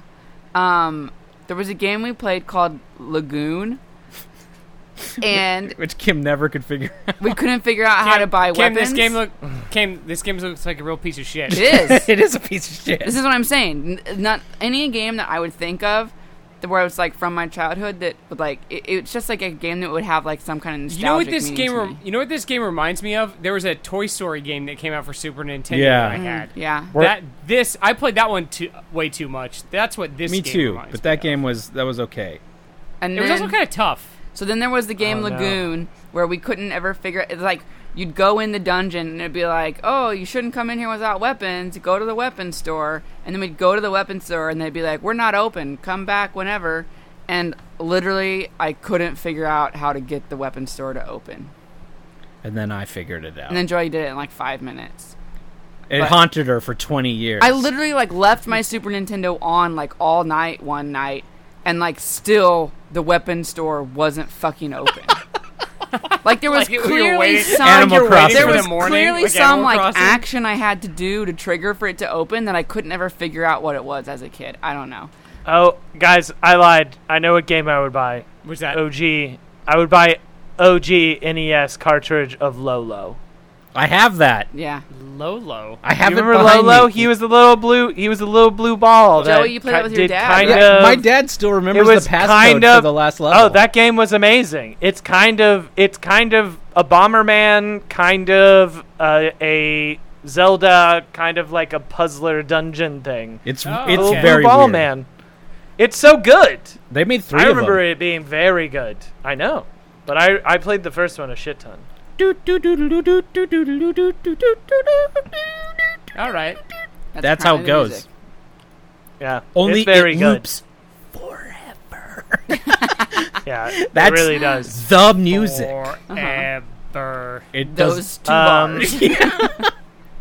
Speaker 5: huh. Um, there was a game we played called Lagoon. And
Speaker 4: Which Kim never could figure out.
Speaker 5: we couldn't figure out how
Speaker 1: Kim-
Speaker 5: to buy
Speaker 1: Kim,
Speaker 5: weapons.
Speaker 1: This game look. Kim, this game looks like a real piece of shit.
Speaker 5: it is.
Speaker 4: it is a piece of shit.
Speaker 5: This is what I'm saying. N- Not any game that I would think of the- where it's like from my childhood that would like it, it's just like a game that would have like some kind of nostalgic
Speaker 1: You know what this
Speaker 5: meaning
Speaker 1: game?
Speaker 5: to
Speaker 1: Rem-
Speaker 5: me.
Speaker 1: you know what this game reminds me of? There was a Toy Story game that came out for Super Nintendo.
Speaker 4: Yeah.
Speaker 1: that I had.
Speaker 5: Mm, yeah
Speaker 3: We're-
Speaker 1: That this I played that one too way too much. That's what this.
Speaker 4: Me
Speaker 1: game
Speaker 4: too,
Speaker 1: reminds
Speaker 4: but
Speaker 1: me
Speaker 4: that
Speaker 1: of.
Speaker 4: game was that was okay.
Speaker 5: and
Speaker 1: it was
Speaker 5: then,
Speaker 1: also kind of tough.
Speaker 5: so then there was the game
Speaker 3: Oh, no.
Speaker 5: Lagoon where we couldn't ever figure it's like you'd go in the dungeon and it'd be like oh you shouldn't come in here without weapons go to the weapon store and then we'd go to the weapon store and they'd be like we're not open come back whenever and literally I couldn't figure out how to get the weapon store to open
Speaker 4: And then I figured it out.
Speaker 5: and then Joy did it in like five minutes.
Speaker 4: it
Speaker 5: but-
Speaker 4: haunted her for twenty years.
Speaker 5: I literally like left my Super Nintendo on like all night one night, and like still the weapon store wasn't fucking open. like there
Speaker 1: Like,
Speaker 5: was
Speaker 1: you were
Speaker 5: clearly
Speaker 1: waiting-
Speaker 5: some
Speaker 4: Animal
Speaker 5: there
Speaker 4: Crossing.
Speaker 5: was
Speaker 4: for
Speaker 1: the morning,
Speaker 5: clearly
Speaker 1: like
Speaker 5: some
Speaker 1: Animal
Speaker 5: like
Speaker 1: Crossing?
Speaker 5: action I had to do to trigger for it to open that I couldn't ever figure out what it was as a kid. I don't know.
Speaker 3: Oh, guys, I lied. I know what game I would buy.
Speaker 1: Was that?
Speaker 4: Oh.
Speaker 3: OG. I would buy OG NES E cartridge of Lolo.
Speaker 4: I have that.
Speaker 5: Yeah,
Speaker 1: Lolo.
Speaker 4: I have
Speaker 3: you
Speaker 4: it
Speaker 3: remember
Speaker 4: behind
Speaker 3: Lolo?
Speaker 4: me.
Speaker 3: He was the little blue. He was the little blue ball.
Speaker 5: Joey,
Speaker 3: that
Speaker 5: you played that
Speaker 3: ki-
Speaker 5: with your
Speaker 3: did
Speaker 5: dad,
Speaker 3: Kind
Speaker 5: right?
Speaker 4: Yeah,
Speaker 3: of,
Speaker 4: my dad still remembers
Speaker 3: it was
Speaker 4: the passcode
Speaker 3: kind of
Speaker 4: for the last level.
Speaker 3: Oh, that game was amazing. It's kind of it's kind of a Bomberman, kind of uh, a Zelda, kind of like a puzzler dungeon thing.
Speaker 4: it's
Speaker 1: Oh,
Speaker 4: it's
Speaker 3: Little
Speaker 1: okay.
Speaker 4: very
Speaker 3: Blue Ball
Speaker 4: weird.
Speaker 3: Man. It's so good.
Speaker 4: They made three.
Speaker 3: I remember
Speaker 4: of them.
Speaker 3: it being very good. I know, but I I played the first one a shit ton.
Speaker 1: All right.
Speaker 5: that's,
Speaker 4: That's how
Speaker 5: kind
Speaker 4: it
Speaker 5: of the
Speaker 4: goes.
Speaker 5: music.
Speaker 3: Yeah,
Speaker 4: Only
Speaker 3: it's very
Speaker 4: it
Speaker 3: good.
Speaker 4: loops forever.
Speaker 3: Yeah, it
Speaker 4: That's-
Speaker 3: really does.
Speaker 4: The music.
Speaker 1: Forever.
Speaker 4: It does uh,
Speaker 5: Those two
Speaker 3: um,
Speaker 5: bars.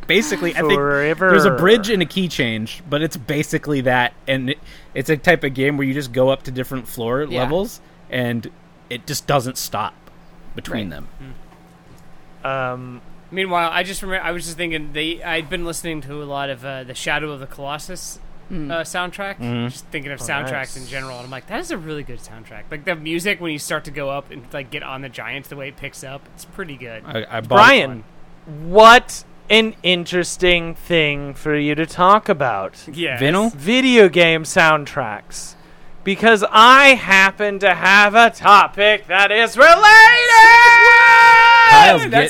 Speaker 4: basically. I think
Speaker 3: Forever.
Speaker 4: there's a bridge and a key change, but it's basically that, and it, it's a type of game where you just go up to different floor
Speaker 5: Yeah.
Speaker 4: levels, and it just doesn't stop between
Speaker 5: Right.
Speaker 4: them.
Speaker 3: Um,
Speaker 1: Meanwhile, I just remember I was just thinking they I'd been listening to a lot of uh, the Shadow of the Colossus uh, soundtrack. Just thinking of soundtracks
Speaker 3: nice.
Speaker 1: in general, and I'm like, that is a really good soundtrack. Like the music when you start to go up and like get on the giants, the way it picks up, it's pretty good.
Speaker 4: I, I bought
Speaker 3: Brian, what an interesting thing for you to talk about.
Speaker 1: Yeah.
Speaker 4: Vinyl?
Speaker 3: video game soundtracks because I happen to have a topic that is related.
Speaker 4: Kyle's getting
Speaker 1: a-
Speaker 4: that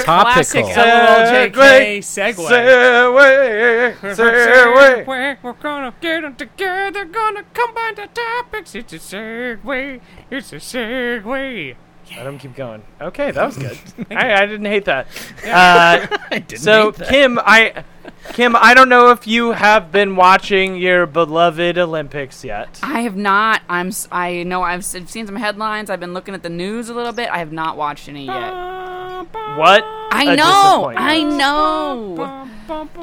Speaker 3: Segway.
Speaker 1: Classic
Speaker 4: topical.
Speaker 1: LLJK segue.
Speaker 3: Segway, segway.
Speaker 1: We're gonna get them together, gonna combine the topics. It's a segue. It's a segue.
Speaker 3: Let him keep going. Okay, that was good. I, I didn't hate that. Uh,
Speaker 4: I didn't
Speaker 3: so,
Speaker 4: hate that.
Speaker 3: Kim, I, Kim, I don't know if you have been watching your beloved Olympics yet.
Speaker 5: I have not. I'm. s- I know. I've s- seen some headlines. I've been looking at the news a little bit. I have not watched any
Speaker 4: Uh,
Speaker 5: yet.
Speaker 3: What?
Speaker 5: I
Speaker 3: a
Speaker 5: know. I
Speaker 3: disappointment.
Speaker 5: know.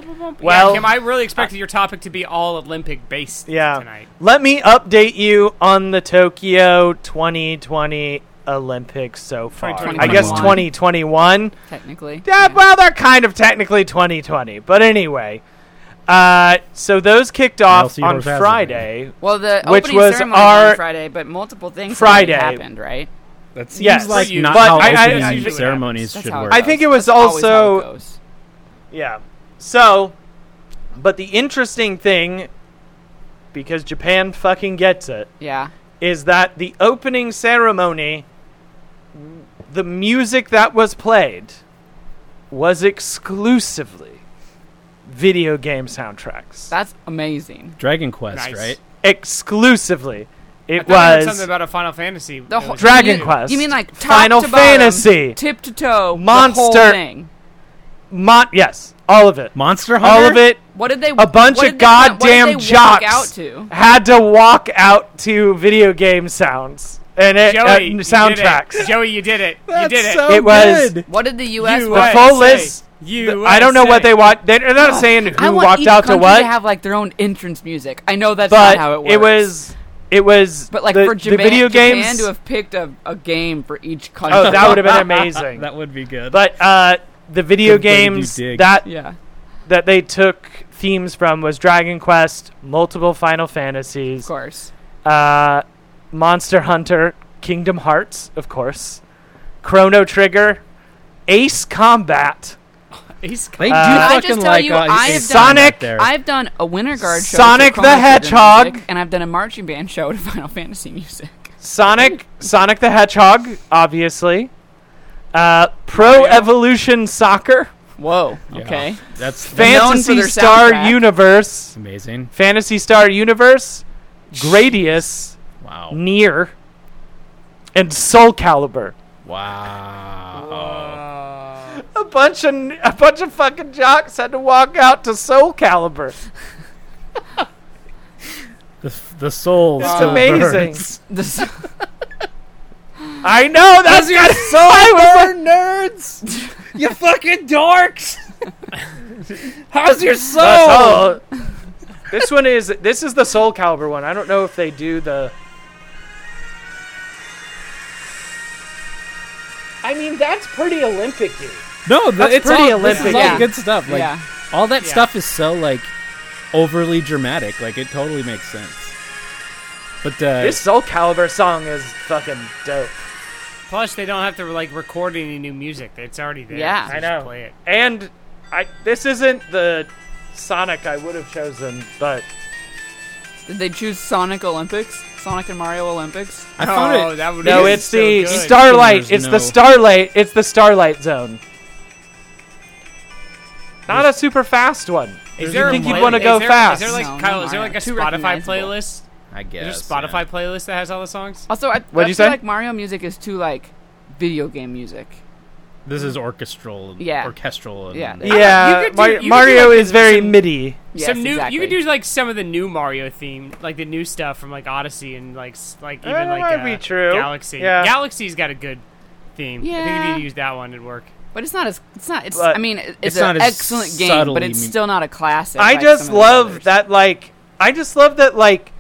Speaker 1: Well,
Speaker 3: Well-
Speaker 1: yeah, Kim, I really expected your topic to be all Olympic based
Speaker 3: Yeah.
Speaker 1: tonight.
Speaker 3: Let me update you on the Tokyo 2020 Olympics so far. I guess
Speaker 5: 2021.
Speaker 3: 2021.
Speaker 5: Technically.
Speaker 3: Yeah, well, they're kind of technically 2020, but anyway. Uh, so those kicked off
Speaker 4: see
Speaker 3: on
Speaker 4: those hazards.
Speaker 3: Friday.
Speaker 5: Well, the
Speaker 3: Which
Speaker 5: opening
Speaker 3: was
Speaker 5: ceremony was
Speaker 3: our-
Speaker 5: on Friday, but multiple things
Speaker 3: Friday.
Speaker 5: Friday happened, right?
Speaker 4: That seems
Speaker 3: Yes.
Speaker 4: like
Speaker 1: But
Speaker 4: not
Speaker 3: I-
Speaker 4: how
Speaker 3: I- that's
Speaker 4: opening
Speaker 1: usually what
Speaker 4: ceremonies
Speaker 5: That's
Speaker 4: should
Speaker 5: how it
Speaker 4: work.
Speaker 3: I think it was
Speaker 5: That's always how
Speaker 3: also-
Speaker 5: it goes.
Speaker 3: Yeah. So, but the interesting thing, because Japan fucking gets it,
Speaker 5: yeah,
Speaker 3: is that the opening ceremony, the music that was played, was exclusively video game soundtracks.
Speaker 5: that's amazing.
Speaker 4: Dragon Quest,
Speaker 1: Nice.
Speaker 4: right?
Speaker 3: exclusively,
Speaker 1: I
Speaker 3: it
Speaker 1: thought I heard something
Speaker 3: was
Speaker 1: about a Final Fantasy.
Speaker 5: The
Speaker 1: It
Speaker 5: whole
Speaker 1: was-
Speaker 3: Dragon
Speaker 5: you,
Speaker 3: Quest,
Speaker 5: You mean like top
Speaker 3: Final
Speaker 5: to bottom,
Speaker 3: Fantasy.
Speaker 5: tip to toe, the whole
Speaker 3: Monster-
Speaker 5: thing?
Speaker 3: mon. Yes, all of it,
Speaker 4: Monster Hunter.
Speaker 3: all of it
Speaker 5: What did they?
Speaker 3: A bunch
Speaker 5: what
Speaker 3: of
Speaker 5: did they- what did
Speaker 3: goddamn
Speaker 5: they walk
Speaker 3: jocks.
Speaker 5: out to?
Speaker 3: had to walk out to video game sounds and it uh,
Speaker 1: Joey, you did it.
Speaker 3: soundtracks.
Speaker 1: Joey, you did it.
Speaker 4: That's
Speaker 1: you did it.
Speaker 4: so
Speaker 3: It was-
Speaker 4: good.
Speaker 5: What did the U.S.
Speaker 1: You
Speaker 5: walk-
Speaker 1: USA.
Speaker 3: The full list.
Speaker 1: USA.
Speaker 3: I don't know what they watched. They're not saying who
Speaker 5: I want
Speaker 3: walked
Speaker 5: each
Speaker 3: out to
Speaker 5: country
Speaker 3: what.
Speaker 5: To have like their own entrance music. I know that's
Speaker 3: but
Speaker 5: not how it works.
Speaker 3: was it was
Speaker 5: But like
Speaker 3: the,
Speaker 5: for
Speaker 3: the
Speaker 5: Japan,
Speaker 3: video
Speaker 5: Japan
Speaker 3: games
Speaker 5: to have picked a, a game for each country.
Speaker 3: oh that would have been amazing
Speaker 4: That would be good.
Speaker 3: but uh the video
Speaker 4: Good way to do
Speaker 3: games
Speaker 4: dig.
Speaker 3: that
Speaker 5: yeah.
Speaker 3: that they took themes from was Dragon Quest multiple Final
Speaker 5: Of
Speaker 3: Fantasies
Speaker 5: course.
Speaker 3: uh Monster Hunter Kingdom Hearts of course Chrono Trigger Ace Combat
Speaker 1: He's
Speaker 4: They do
Speaker 3: Uh,
Speaker 5: I just
Speaker 4: fucking
Speaker 5: tell
Speaker 4: like
Speaker 5: you,
Speaker 4: uh,
Speaker 5: I have
Speaker 4: Sonic
Speaker 3: done- Sonic-
Speaker 4: there.
Speaker 5: I've done a Winter Guard show. to
Speaker 3: Sonic the
Speaker 5: Chrono Trigger
Speaker 3: Hedgehog.
Speaker 5: music, and I've done a marching band show to Final Fantasy music.
Speaker 3: Sonic, Sonic the Hedgehog, obviously. Uh, Pro Evolution Soccer,
Speaker 5: Whoa.
Speaker 4: Yeah.
Speaker 5: Okay.
Speaker 4: That's, that's
Speaker 5: Fan- known for
Speaker 3: Fantasy
Speaker 5: their
Speaker 3: Star
Speaker 5: soundtrack.
Speaker 3: Universe,
Speaker 4: amazing.
Speaker 3: Fantasy Star Universe, Gradius, Mm.
Speaker 4: Wow.
Speaker 3: Near, and Soul Calibur.
Speaker 4: Wow.
Speaker 3: A bunch of a bunch of fucking jocks had to walk out to Soul Calibur.
Speaker 2: The, the souls.
Speaker 3: It's
Speaker 2: of
Speaker 3: amazing.
Speaker 2: birds.
Speaker 5: This-
Speaker 3: I know that's your soul. I was
Speaker 4: nerds! you fucking dorks! How's your soul?
Speaker 3: like, that's all. this one is this is the Soul Calibur one. I don't know if they do the. I mean, that's pretty Olympic.
Speaker 2: No, the,
Speaker 3: That's
Speaker 2: it's
Speaker 3: pretty
Speaker 2: all, this is
Speaker 3: Olympic.
Speaker 2: all
Speaker 5: Yeah.
Speaker 2: good stuff. Like
Speaker 5: yeah.
Speaker 4: All that
Speaker 1: Yeah.
Speaker 4: stuff is so like overly dramatic. Like it totally makes sense. But uh,
Speaker 3: This Soul Calibur song is fucking dope.
Speaker 1: Plus, they don't have to like record any new music. It's already there.
Speaker 5: Yeah.
Speaker 1: So
Speaker 3: I
Speaker 1: just
Speaker 3: know.
Speaker 1: Play it.
Speaker 3: And I this isn't the Sonic I would have chosen, but
Speaker 5: Did they choose Sonic Olympics? Sonic and Mario Olympics?
Speaker 4: I found
Speaker 1: oh,
Speaker 4: it.
Speaker 1: That would
Speaker 3: no,
Speaker 1: be
Speaker 3: it's
Speaker 1: so
Speaker 3: the
Speaker 1: good.
Speaker 3: Starlight.
Speaker 4: There's
Speaker 3: It's
Speaker 4: no-
Speaker 3: the Starlight. It's the Starlight Zone. Not a super fast one.
Speaker 1: Is
Speaker 4: There's
Speaker 1: there
Speaker 4: no
Speaker 1: a
Speaker 4: think you'd
Speaker 1: play-
Speaker 3: wanna
Speaker 1: is
Speaker 3: go
Speaker 1: there-
Speaker 3: fast.
Speaker 1: Is there like
Speaker 5: No,
Speaker 1: Kyle?
Speaker 5: no,
Speaker 1: Is there like a
Speaker 5: Mario. Too
Speaker 1: Spotify
Speaker 5: recognizable.
Speaker 1: playlist?
Speaker 4: I guess
Speaker 1: Is there a Spotify
Speaker 4: yeah.
Speaker 1: playlist that has all the songs?
Speaker 5: Also, I, I
Speaker 3: What'd
Speaker 5: feel
Speaker 3: you say?
Speaker 5: like Mario music is too like video game music.
Speaker 4: This is orchestral. And
Speaker 5: Yeah.
Speaker 4: Orchestral. And
Speaker 5: Yeah. Yeah.
Speaker 1: you
Speaker 3: Yeah,
Speaker 1: could do-
Speaker 3: Mar-
Speaker 1: you could do,
Speaker 3: Mario
Speaker 1: like,
Speaker 3: is very
Speaker 1: some-
Speaker 3: MIDI.
Speaker 5: Yes,
Speaker 1: some new.
Speaker 5: exactly.
Speaker 1: You could do like some of the new Mario theme, like the new stuff from like Odyssey and like s- like even
Speaker 3: that
Speaker 1: like
Speaker 3: might
Speaker 1: uh,
Speaker 3: be true.
Speaker 1: Galaxy.
Speaker 3: Yeah.
Speaker 1: Galaxy's got a good theme. I think
Speaker 5: Yeah.
Speaker 1: if you use that one, it'd work.
Speaker 5: but it's not as it's not. It's
Speaker 3: But
Speaker 5: I mean, it-
Speaker 4: it's
Speaker 5: it's, an
Speaker 4: not as
Speaker 5: excellent game, but
Speaker 4: subtly
Speaker 5: it's
Speaker 4: mu-
Speaker 5: still not a classic.
Speaker 3: I
Speaker 5: like
Speaker 3: just
Speaker 5: some of the
Speaker 3: love
Speaker 5: others.
Speaker 3: that like I just love that like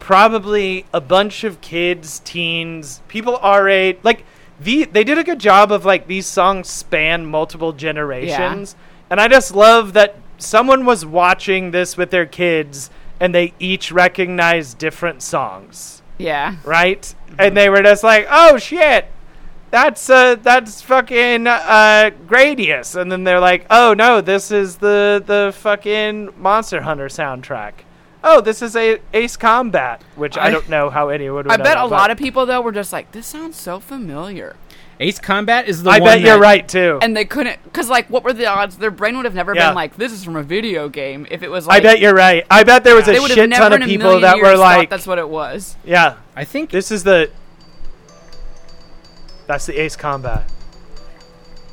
Speaker 3: probably a bunch of kids, teens, people our age like the they did a good job of like these songs span multiple generations. And I just love that someone was watching this with their kids and they each recognize different songs,
Speaker 5: Yeah.
Speaker 3: right?
Speaker 5: Mm-hmm.
Speaker 3: And they were just like, "Oh shit. That's uh that's fucking uh Gradius." And then they're like, "Oh no, this is the the fucking Monster Hunter soundtrack." Oh, this is a Ace Combat, which I,
Speaker 5: I-
Speaker 3: don't know how anyone would
Speaker 5: I
Speaker 3: know
Speaker 5: bet
Speaker 3: that,
Speaker 5: a
Speaker 3: but
Speaker 5: lot of people though were just like, "This sounds so familiar,"
Speaker 4: Ace Combat is the
Speaker 3: I
Speaker 4: one.
Speaker 3: bet you're
Speaker 4: that-
Speaker 3: right too.
Speaker 5: and they couldn't because like, what were the odds? Their brain would have never
Speaker 3: Yeah.
Speaker 5: been like, "This is from a video game." If it was,
Speaker 3: I
Speaker 5: like,
Speaker 3: bet you're right. I bet there was
Speaker 5: they
Speaker 3: a
Speaker 5: would have
Speaker 3: shit
Speaker 5: never
Speaker 3: ton of
Speaker 5: in a
Speaker 3: people
Speaker 5: million
Speaker 3: that
Speaker 5: years
Speaker 3: were
Speaker 5: thought
Speaker 3: like,
Speaker 5: "That's what it was."
Speaker 3: "Yeah,
Speaker 4: I think
Speaker 3: this is the that's the Ace Combat."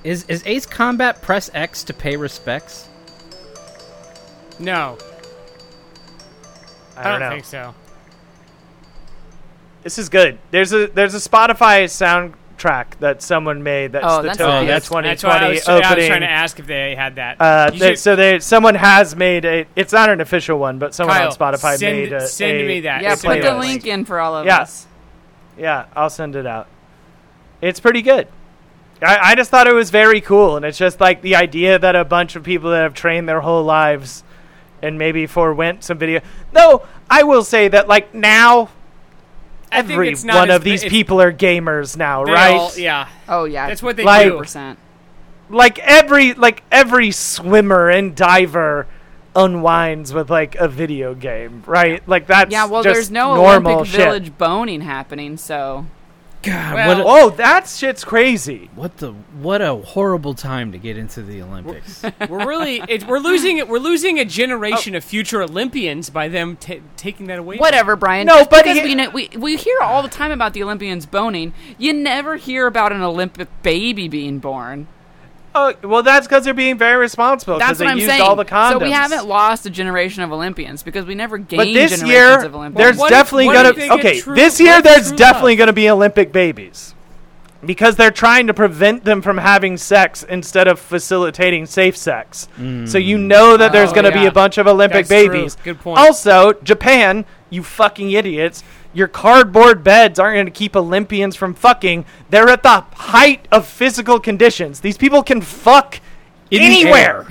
Speaker 4: is is Ace Combat press X to pay respects.
Speaker 1: No,
Speaker 3: I
Speaker 1: I
Speaker 3: don't,
Speaker 1: don't,
Speaker 3: know.
Speaker 1: think so.
Speaker 3: This is good. There's a there's a Spotify soundtrack that someone made. That's
Speaker 5: Oh,
Speaker 3: the
Speaker 5: that's
Speaker 3: Tokyo
Speaker 4: nice. That's-
Speaker 3: 2020
Speaker 1: That's why I was,
Speaker 3: opening.
Speaker 1: I was trying to ask if they had that.
Speaker 3: Uh,
Speaker 1: You
Speaker 3: they-
Speaker 1: should-
Speaker 3: so they someone has made a. It's not an official one, but someone
Speaker 1: Kyle,
Speaker 3: on Spotify
Speaker 1: send,
Speaker 3: made a.
Speaker 1: Send
Speaker 3: a-
Speaker 1: me that.
Speaker 5: Yeah,
Speaker 1: It's
Speaker 5: put the
Speaker 3: playlist.
Speaker 5: link in for all of
Speaker 3: Yeah.
Speaker 5: us.
Speaker 3: Yeah, I'll send it out. It's pretty good. I, I just thought it was very cool, and it's just like the idea that a bunch of people that have trained their whole lives and maybe forewent some video. Though I will say that like now,
Speaker 1: I think
Speaker 3: every
Speaker 1: it's not
Speaker 3: one
Speaker 1: as
Speaker 3: of
Speaker 1: bi-
Speaker 3: these
Speaker 1: it's-
Speaker 3: people are gamers now,
Speaker 1: they're
Speaker 3: right?
Speaker 1: all- yeah,
Speaker 5: Oh yeah,
Speaker 1: that's what they
Speaker 3: Like-
Speaker 1: do.
Speaker 5: percent.
Speaker 3: like every like every swimmer and diver unwinds with like a video game, right? Like that's
Speaker 5: Yeah, well,
Speaker 3: just
Speaker 5: there's no
Speaker 3: normal
Speaker 5: Olympic
Speaker 3: shit.
Speaker 5: Village boning happening, so
Speaker 1: Well-
Speaker 4: God, Ah, what a,
Speaker 3: Oh, that shit's crazy.
Speaker 4: what the what a horrible time to get into the Olympics.
Speaker 1: We're really it, we're losing it. We're losing a
Speaker 3: Oh.
Speaker 1: generation of future Olympians by them ta taking that away.
Speaker 5: whatever, Brian.
Speaker 3: No,
Speaker 5: just
Speaker 3: but
Speaker 5: because
Speaker 3: he-
Speaker 5: we, know, we we hear all the time about the Olympians boning. You never hear about an Olympic baby being born.
Speaker 3: Oh, well, that's because they're being very responsible. 'cause
Speaker 5: That's
Speaker 3: they
Speaker 5: what I'm
Speaker 3: used
Speaker 5: saying.
Speaker 3: All the condoms.
Speaker 5: So we haven't lost a generation of Olympians because we never gained
Speaker 3: But this
Speaker 5: generations
Speaker 3: year,
Speaker 5: of Olympians.
Speaker 3: there's
Speaker 1: Well, what if-
Speaker 3: definitely
Speaker 1: what if they
Speaker 3: gonna
Speaker 1: get
Speaker 3: okay.
Speaker 1: true-
Speaker 3: this
Speaker 1: what
Speaker 3: year,
Speaker 1: if they're
Speaker 3: there's
Speaker 1: true
Speaker 3: definitely
Speaker 1: love?
Speaker 3: gonna be Olympic babies because they're trying to prevent them from having sex instead of facilitating safe sex. So you know that there's
Speaker 5: Oh,
Speaker 3: gonna be
Speaker 5: yeah.
Speaker 3: a bunch of Olympic
Speaker 1: That's true.
Speaker 3: babies.
Speaker 1: Good point.
Speaker 3: Also, Japan, you fucking idiots. Your cardboard beds aren't going to keep Olympians from fucking. They're at the height of physical conditions. These people can fuck
Speaker 4: In the
Speaker 3: anywhere.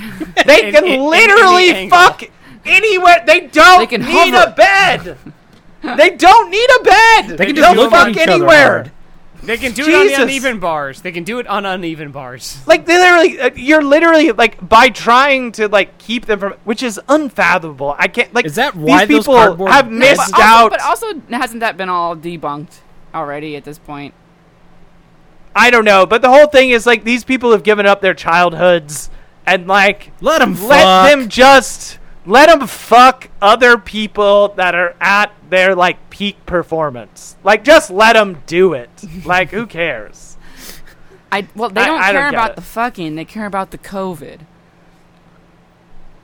Speaker 3: they
Speaker 1: In-
Speaker 3: can
Speaker 1: in- in
Speaker 3: literally
Speaker 1: any angle.
Speaker 3: fuck anywhere. They don't
Speaker 5: They can
Speaker 3: need
Speaker 5: hover.
Speaker 3: a bed. they don't need a bed.
Speaker 4: They can just
Speaker 3: will
Speaker 4: look at
Speaker 3: fuck
Speaker 4: each other
Speaker 3: anywhere.
Speaker 4: hard.
Speaker 1: They can do it
Speaker 3: Jesus.
Speaker 1: on the uneven bars. They can do it on uneven bars.
Speaker 3: Like they literally, uh, you're literally like by trying to like keep them from, which is unfathomable. I can't like.
Speaker 4: Is that
Speaker 3: these
Speaker 4: why those
Speaker 3: people
Speaker 4: cardboard-
Speaker 3: have
Speaker 4: No,
Speaker 3: missed
Speaker 5: but also,
Speaker 3: out?
Speaker 5: But also, hasn't that been all debunked already at this point?
Speaker 3: I don't know. But the whole thing is like these people have given up their childhoods and like
Speaker 4: Let them
Speaker 3: let them just let them fuck other people that are at their like peak performance. Like just let them do it. Like who cares?
Speaker 5: I well, they
Speaker 3: I-
Speaker 5: don't
Speaker 3: I don't
Speaker 5: care
Speaker 3: get
Speaker 5: about
Speaker 3: it.
Speaker 5: the fucking. They care about the COVID.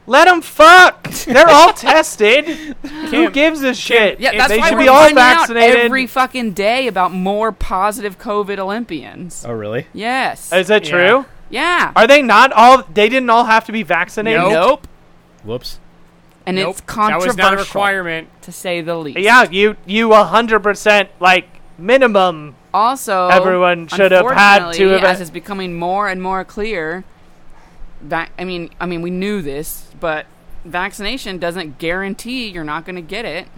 Speaker 3: Let them fuck. They're all tested. Who gives a shit?
Speaker 5: Yeah, that's
Speaker 3: they
Speaker 5: why
Speaker 3: should
Speaker 5: we're
Speaker 3: be all
Speaker 5: finding out
Speaker 3: vaccinated.
Speaker 5: every fucking day about more positive COVID Olympians.
Speaker 4: Oh, really?
Speaker 5: Yes.
Speaker 3: Is that
Speaker 1: Yeah.
Speaker 3: true?
Speaker 5: yeah.
Speaker 3: Are they not all? They didn't all have to be vaccinated.
Speaker 1: Nope.
Speaker 4: Whoops.
Speaker 5: And
Speaker 1: Nope.
Speaker 5: it's
Speaker 1: That
Speaker 5: controversial
Speaker 1: was not a requirement.
Speaker 5: to say the least.
Speaker 3: Yeah, you you hundred percent like minimum.
Speaker 5: Also,
Speaker 3: Everyone should have had to
Speaker 5: unfortunately,
Speaker 3: have-
Speaker 5: As it's becoming more and more clear, that I mean, I mean, we knew this, but vaccination doesn't guarantee you're not going to get it.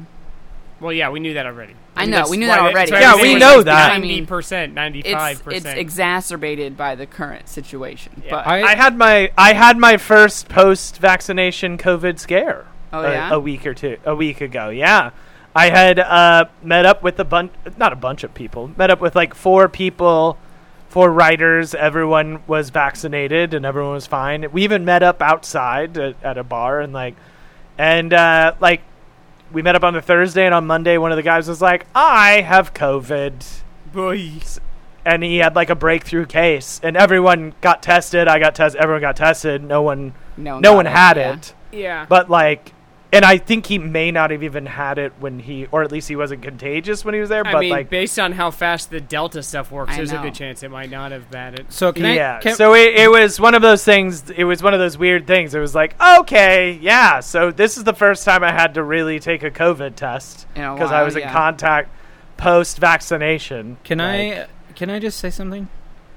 Speaker 1: Well, yeah, we knew that already.
Speaker 5: I know, we knew that already.
Speaker 3: Yeah, we know that.
Speaker 5: I
Speaker 1: Ninety
Speaker 5: mean,
Speaker 1: percent,
Speaker 5: It's
Speaker 1: ninety-five
Speaker 5: it's
Speaker 1: percent.
Speaker 5: exacerbated by the current situation. But
Speaker 4: I,
Speaker 3: I had my I had my first post vaccination COVID scare.
Speaker 5: Oh,
Speaker 3: a,
Speaker 5: yeah?
Speaker 3: a week or two a week ago. Yeah, I had uh, met up with a bunch not a bunch of people met up with like four people, four writers. Everyone was vaccinated and everyone was fine. We even met up outside at, at a bar and like and uh, like we met up on the Thursday and on Monday one of the guys was like I have COVID and he had like a breakthrough case and everyone got tested i got tested everyone got tested no one
Speaker 5: no,
Speaker 3: no
Speaker 5: not
Speaker 3: one had
Speaker 5: yeah.
Speaker 3: it
Speaker 1: Yeah.
Speaker 3: but like and i think he may not have even had it when he or at least he wasn't contagious when he was there
Speaker 1: I
Speaker 3: but
Speaker 1: mean,
Speaker 3: like
Speaker 1: based on how fast the Delta stuff works,
Speaker 5: I
Speaker 1: there's
Speaker 5: know.
Speaker 1: a good chance it might not have been it.
Speaker 4: so can
Speaker 3: yeah
Speaker 4: I? Can,
Speaker 3: so it, it was one of those things it was one of those weird things it was like okay yeah so this is the first time i had to really take a covid test
Speaker 5: In a
Speaker 3: i
Speaker 5: while,
Speaker 3: was in
Speaker 5: yeah.
Speaker 3: contact post vaccination
Speaker 4: can I? Can I just say something?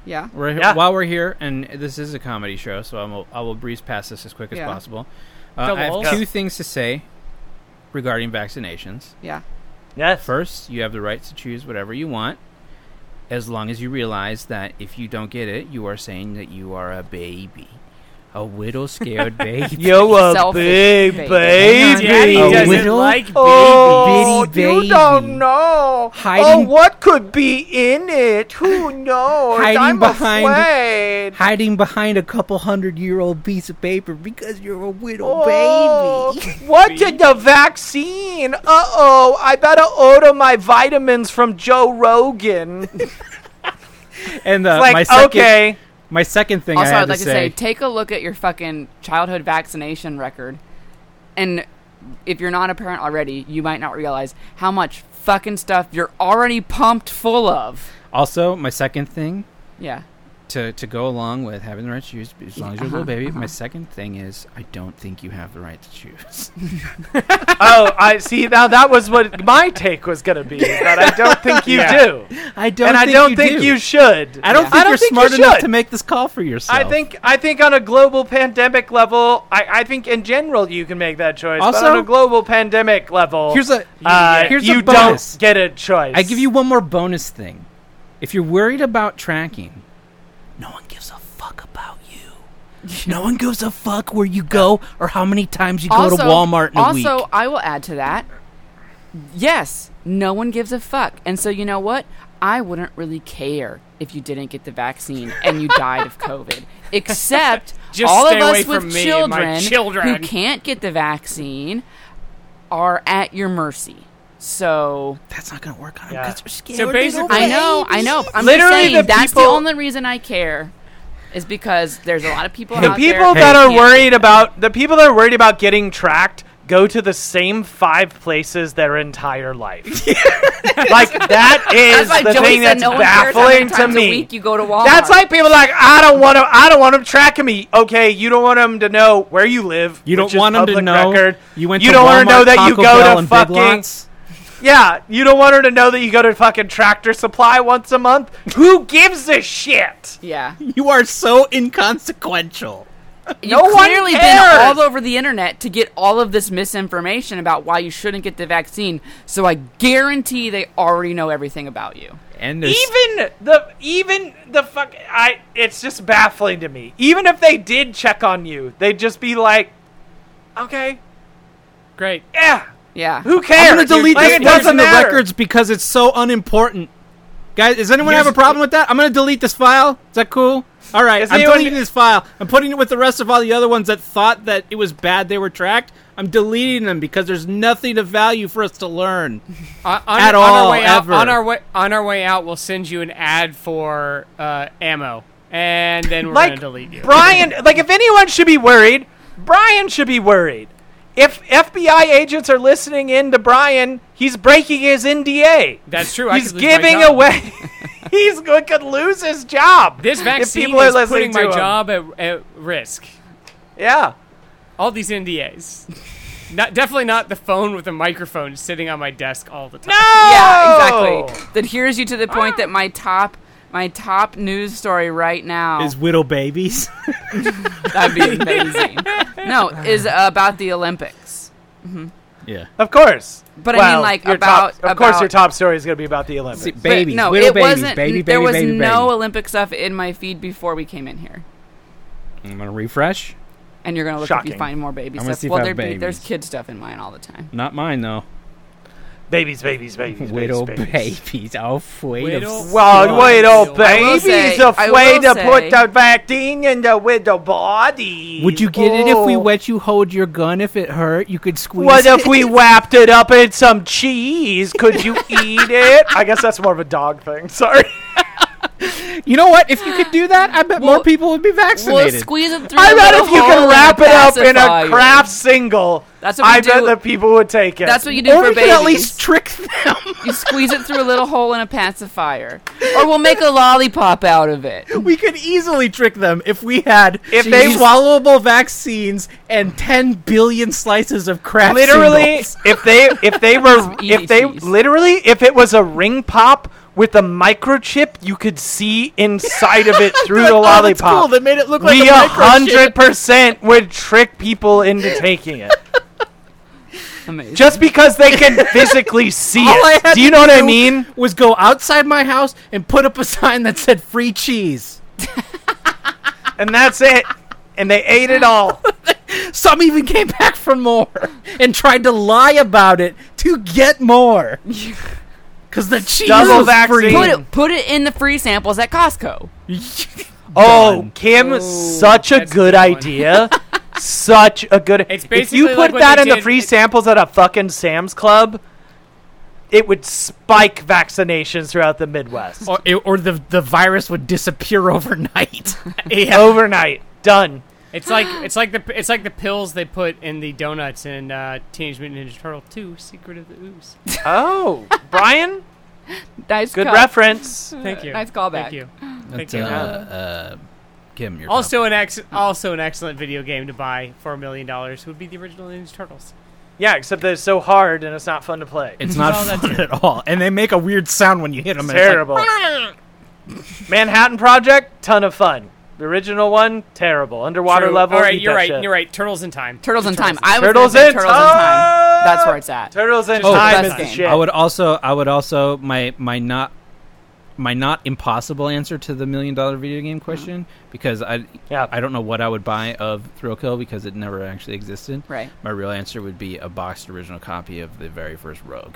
Speaker 5: Yeah.
Speaker 4: We're here,
Speaker 3: Yeah.
Speaker 4: While we're here, and this is a comedy show, so I'm I will breeze past this as quick as
Speaker 5: Yeah.
Speaker 4: possible. Uh,
Speaker 1: Double
Speaker 4: I
Speaker 1: O's.
Speaker 4: have two things to say regarding vaccinations.
Speaker 5: Yeah.
Speaker 3: yes
Speaker 4: First, you have the right to choose whatever you want, as long as you realize that if you don't get it, you are saying that you are a baby, a widow scared baby.
Speaker 3: yo a
Speaker 5: Selfish
Speaker 3: big
Speaker 5: baby.
Speaker 3: baby,
Speaker 1: Daddy
Speaker 4: Oh,
Speaker 1: doesn't
Speaker 4: little-
Speaker 1: like babies.
Speaker 3: Oh,
Speaker 4: bitty
Speaker 3: you
Speaker 4: baby.
Speaker 3: don't know. Oh,
Speaker 4: Hiding-
Speaker 3: what could be in it? Who knows?
Speaker 4: Hiding
Speaker 3: I'm
Speaker 4: behind-
Speaker 3: afraid.
Speaker 4: Hiding behind a couple hundred year old piece of paper because you're a widow
Speaker 3: Oh, what did the vaccine? Uh oh, I better order my vitamins from Joe Rogan.
Speaker 4: And uh, my
Speaker 3: like,
Speaker 4: second,
Speaker 3: okay,
Speaker 4: my second thing
Speaker 5: Also,
Speaker 4: I had
Speaker 5: I'd like
Speaker 4: to
Speaker 5: to say, take a look at your fucking childhood vaccination record, and if you're not a parent already, you might not realize how much fucking stuff you're already pumped full of.
Speaker 4: also my second thing
Speaker 5: Yeah.
Speaker 4: to, to go along with having the right to choose as long as you're a
Speaker 5: Uh-huh,
Speaker 4: little baby.
Speaker 5: uh-huh.
Speaker 4: My second thing is I don't think you have the right to choose.
Speaker 3: oh, I see. Now that was what my take was gonna be. Is that I don't think you
Speaker 1: Yeah.
Speaker 3: do,
Speaker 4: I don't.
Speaker 3: and I don't think
Speaker 4: do.
Speaker 3: you should.
Speaker 4: I don't
Speaker 5: Yeah.
Speaker 4: think
Speaker 3: I don't
Speaker 4: you're
Speaker 3: think you
Speaker 4: smart enough
Speaker 3: should.
Speaker 4: to make this call for yourself.
Speaker 3: I think I think on a global pandemic level, I, I think in general you can make that choice. but
Speaker 4: Also-
Speaker 3: on a global pandemic level,
Speaker 4: here's a
Speaker 3: uh,
Speaker 4: here's
Speaker 3: you
Speaker 4: a bonus.
Speaker 3: don't get a choice.
Speaker 4: I give you one more bonus thing. If you're worried about tracking, no one gives a fuck about you. no one gives a fuck where you go or how many times you go to Walmart in a
Speaker 5: also,
Speaker 4: week.
Speaker 5: I will add to that. Yes, no one gives a fuck, and so you know what? I wouldn't really care if you didn't get the vaccine and you died of COVID, except
Speaker 1: Just
Speaker 5: all
Speaker 1: stay
Speaker 5: of
Speaker 1: away
Speaker 5: us
Speaker 1: from
Speaker 5: with
Speaker 1: me and my
Speaker 5: children, who
Speaker 1: children.
Speaker 5: can't get the vaccine are at your mercy. So
Speaker 4: That's not going to work on them
Speaker 3: Yeah.
Speaker 4: because they're scared.
Speaker 1: So
Speaker 4: They
Speaker 1: basically-
Speaker 4: don't-
Speaker 5: I know, I know. I'm
Speaker 3: Literally,
Speaker 5: just saying,
Speaker 3: the
Speaker 5: that's the
Speaker 3: people-
Speaker 5: only reason I care is because there's a lot of people
Speaker 3: the
Speaker 5: out there
Speaker 3: people
Speaker 5: who
Speaker 3: that are
Speaker 5: can't-
Speaker 3: worried about the people that are worried about getting tracked go to the same five places their entire life. like that is
Speaker 5: That's
Speaker 3: the
Speaker 5: why Joey
Speaker 3: thing
Speaker 5: said
Speaker 3: that's
Speaker 5: no one cares how many
Speaker 3: baffling to
Speaker 5: times a
Speaker 3: me.
Speaker 5: week you go to Walmart.
Speaker 3: That's like people like I don't want to. I don't want them tracking me. Okay, you don't want them to know where you live.
Speaker 4: You
Speaker 3: which
Speaker 4: don't
Speaker 3: is
Speaker 4: want them to
Speaker 3: public
Speaker 4: know
Speaker 3: Record.
Speaker 4: you went.
Speaker 3: You
Speaker 4: to
Speaker 3: don't
Speaker 4: want
Speaker 3: wanna
Speaker 4: to
Speaker 3: know that you go to
Speaker 4: and Big
Speaker 3: fucking-
Speaker 4: Lots.
Speaker 3: Yeah, you don't want her to know that you go to fucking Tractor Supply once a month. Who gives a shit?
Speaker 5: yeah.
Speaker 4: You are so inconsequential.
Speaker 5: You've
Speaker 3: one
Speaker 5: clearly been
Speaker 3: cares.
Speaker 5: all all over the internet to get all of this misinformation about why you shouldn't get the vaccine. So I guarantee they already know everything about you.
Speaker 4: and there's
Speaker 3: Even the even the fuck I it's just baffling to me. Even if they did check on you, they'd just be like, okay,
Speaker 1: Great.
Speaker 3: yeah,
Speaker 5: Yeah.
Speaker 3: who cares?
Speaker 4: I'm gonna delete
Speaker 3: Like,
Speaker 4: this
Speaker 3: it
Speaker 4: part
Speaker 3: doesn't
Speaker 4: from the
Speaker 3: matter.
Speaker 4: records because it's so unimportant. Guys, does anyone have
Speaker 1: Here's-
Speaker 4: a problem with that? I'm gonna delete this file. Is that cool? All right,
Speaker 3: Is
Speaker 4: I'm
Speaker 3: anyone-
Speaker 4: deleting this file. I'm putting it with the rest of all the other ones that thought that it was bad. They were tracked. I'm deleting them because there's nothing of value for us to learn.
Speaker 1: On, Uh, on,
Speaker 4: At
Speaker 1: on our
Speaker 4: all,
Speaker 1: way
Speaker 4: ever.
Speaker 1: Out, on our way on our way out, we'll send you an ad for uh, ammo, and then we're
Speaker 3: like
Speaker 1: gonna delete you.
Speaker 3: Brian, like if anyone should be worried, Brian should be worried. If FBI agents are listening in to Brian, he's breaking his NDA.
Speaker 1: That's true. I
Speaker 3: He's
Speaker 1: could lose my
Speaker 3: giving
Speaker 1: job.
Speaker 3: away. he's going could lose his job.
Speaker 1: This
Speaker 3: if
Speaker 1: vaccine
Speaker 3: people are
Speaker 1: is
Speaker 3: listening
Speaker 1: putting my
Speaker 3: to him.
Speaker 1: job at, at risk.
Speaker 3: Yeah.
Speaker 1: All these NDAs. Not, definitely not the phone with a microphone sitting on my desk all the time.
Speaker 3: No.
Speaker 5: Yeah, exactly. That hears you to the point that my top my top news story right now
Speaker 4: Is widow babies?
Speaker 5: that'd be amazing. no, is about the Olympics.
Speaker 4: yeah,
Speaker 3: Of course.
Speaker 5: But I
Speaker 3: Well,
Speaker 5: mean, like,
Speaker 3: your
Speaker 5: about-
Speaker 3: top, of course,
Speaker 5: about-
Speaker 3: your top story is going to be about the Olympics.
Speaker 5: But no, it wasn't. there was no Olympic stuff in my feed before we came in here.
Speaker 4: I'm gonna refresh.
Speaker 5: And you're gonna look if
Speaker 3: Shocking.
Speaker 5: you find more baby
Speaker 4: I'm gonna
Speaker 5: stuff.
Speaker 4: see if I
Speaker 5: well,
Speaker 4: have
Speaker 5: there be, there's
Speaker 4: babies.
Speaker 5: kid stuff in mine all the time.
Speaker 4: Not mine though.
Speaker 3: babies, babies, babies,
Speaker 4: Widow
Speaker 3: babies.
Speaker 4: babies. Oh, widow.
Speaker 1: Widow-
Speaker 3: Well,
Speaker 1: I
Speaker 3: widow
Speaker 1: will
Speaker 3: babies
Speaker 5: say- I
Speaker 3: afraid to
Speaker 5: will
Speaker 3: put
Speaker 5: say-
Speaker 3: the vaccine in the widow body.
Speaker 4: Would you get it if we
Speaker 3: Oh.
Speaker 4: let you hold your gun if it hurt? You could squeeze.
Speaker 3: What if
Speaker 4: it?
Speaker 3: we wrapped it up in some cheese? Could you eat it? I guess that's more of a dog thing. Sorry.
Speaker 4: You know what? If you could do that, I bet more
Speaker 5: Well-
Speaker 4: people would be
Speaker 5: We'll
Speaker 4: vaccinated.
Speaker 5: squeeze it through.
Speaker 3: I
Speaker 5: a
Speaker 3: bet
Speaker 5: little
Speaker 3: if you
Speaker 5: hole
Speaker 3: can
Speaker 5: and
Speaker 3: wrap it up in
Speaker 5: pacify
Speaker 3: a
Speaker 5: you.
Speaker 3: craft single,
Speaker 5: That's what we
Speaker 3: I bet
Speaker 5: do.
Speaker 3: the people would take it.
Speaker 5: That's what you do
Speaker 4: or
Speaker 5: for
Speaker 4: we
Speaker 5: babies.
Speaker 4: could at least trick them.
Speaker 5: you squeeze it through a little hole in a pacifier, or we'll make a lollipop out of it.
Speaker 4: we could easily trick them if we had
Speaker 3: If they-
Speaker 4: swallowable vaccines and 10 billion slices of crap.
Speaker 3: literally
Speaker 4: singles.
Speaker 3: if they if they were
Speaker 5: Easy
Speaker 3: if they
Speaker 5: cheese.
Speaker 3: literally if it was a ring pop with a microchip, you could see inside of it through the
Speaker 4: Oh, that's
Speaker 3: lollipop.
Speaker 4: cool. That made it look like
Speaker 3: we
Speaker 4: a
Speaker 3: a
Speaker 4: microchip.
Speaker 3: hundred percent would trick people into taking it
Speaker 5: Amazing.
Speaker 3: just because they can physically see
Speaker 4: All I
Speaker 3: it.
Speaker 4: had
Speaker 3: Do you
Speaker 4: to
Speaker 3: know what I mean?
Speaker 4: Was go outside my house and put up a sign that said free cheese.
Speaker 3: And that's it. And they ate it all.
Speaker 4: Some even came back for more and tried to lie about it to get more. Because the cheese
Speaker 3: Double
Speaker 4: was free.
Speaker 5: put
Speaker 3: vaccine.
Speaker 5: it put it in the free samples at Costco.
Speaker 3: Oh, Kim, such a
Speaker 1: that's a good
Speaker 3: good
Speaker 1: one.
Speaker 3: idea. such a good.
Speaker 1: It's
Speaker 3: if you
Speaker 1: basically
Speaker 3: put
Speaker 1: like what
Speaker 3: that
Speaker 1: they
Speaker 3: in the
Speaker 1: did-
Speaker 3: free
Speaker 1: it-
Speaker 3: samples at a fucking Sam's Club, it would spike vaccinations throughout the Midwest
Speaker 4: or, it- or the the virus would disappear overnight.
Speaker 3: overnight. Done.
Speaker 1: It's like it's like the it's like the pills they put in the donuts in uh, Teenage Mutant Ninja Turtle Two: Secret of the Ooze.
Speaker 3: Oh, Brian,
Speaker 5: Nice
Speaker 3: good
Speaker 5: cut.
Speaker 3: reference.
Speaker 1: Thank you.
Speaker 5: Nice callback.
Speaker 1: Thank you.
Speaker 4: That's,
Speaker 1: Thank you.
Speaker 4: uh, uh, Kim, you're
Speaker 1: Also an ex- also an excellent video game to buy for a million dollars would be the original Ninja Turtles.
Speaker 3: Yeah, except that it's so hard and it's not fun to play.
Speaker 4: It's not
Speaker 1: Oh, that's
Speaker 4: fun at all, and they make a weird sound when you hit them.
Speaker 3: terrible. Manhattan Project, ton of fun. The original one, terrible. Underwater
Speaker 1: True.
Speaker 3: level.
Speaker 1: All right,
Speaker 3: eat
Speaker 1: you're
Speaker 3: that
Speaker 1: right.
Speaker 3: shit.
Speaker 1: You're right. Turtles in Time.
Speaker 5: Turtles in Time. I was
Speaker 3: Turtles
Speaker 5: gonna say
Speaker 3: in
Speaker 5: Turtles in Time. That's where it's at.
Speaker 3: Turtles in
Speaker 4: Oh,
Speaker 3: Time
Speaker 5: best
Speaker 3: is the
Speaker 5: game.
Speaker 3: shit.
Speaker 4: I would also, I would also, my my not my not impossible answer to the million dollar video game question because I
Speaker 3: Yeah.
Speaker 4: I don't know what I would buy of Thrill Kill because it never actually existed.
Speaker 5: Right.
Speaker 4: My real answer would be a boxed original copy of the very first Rogue.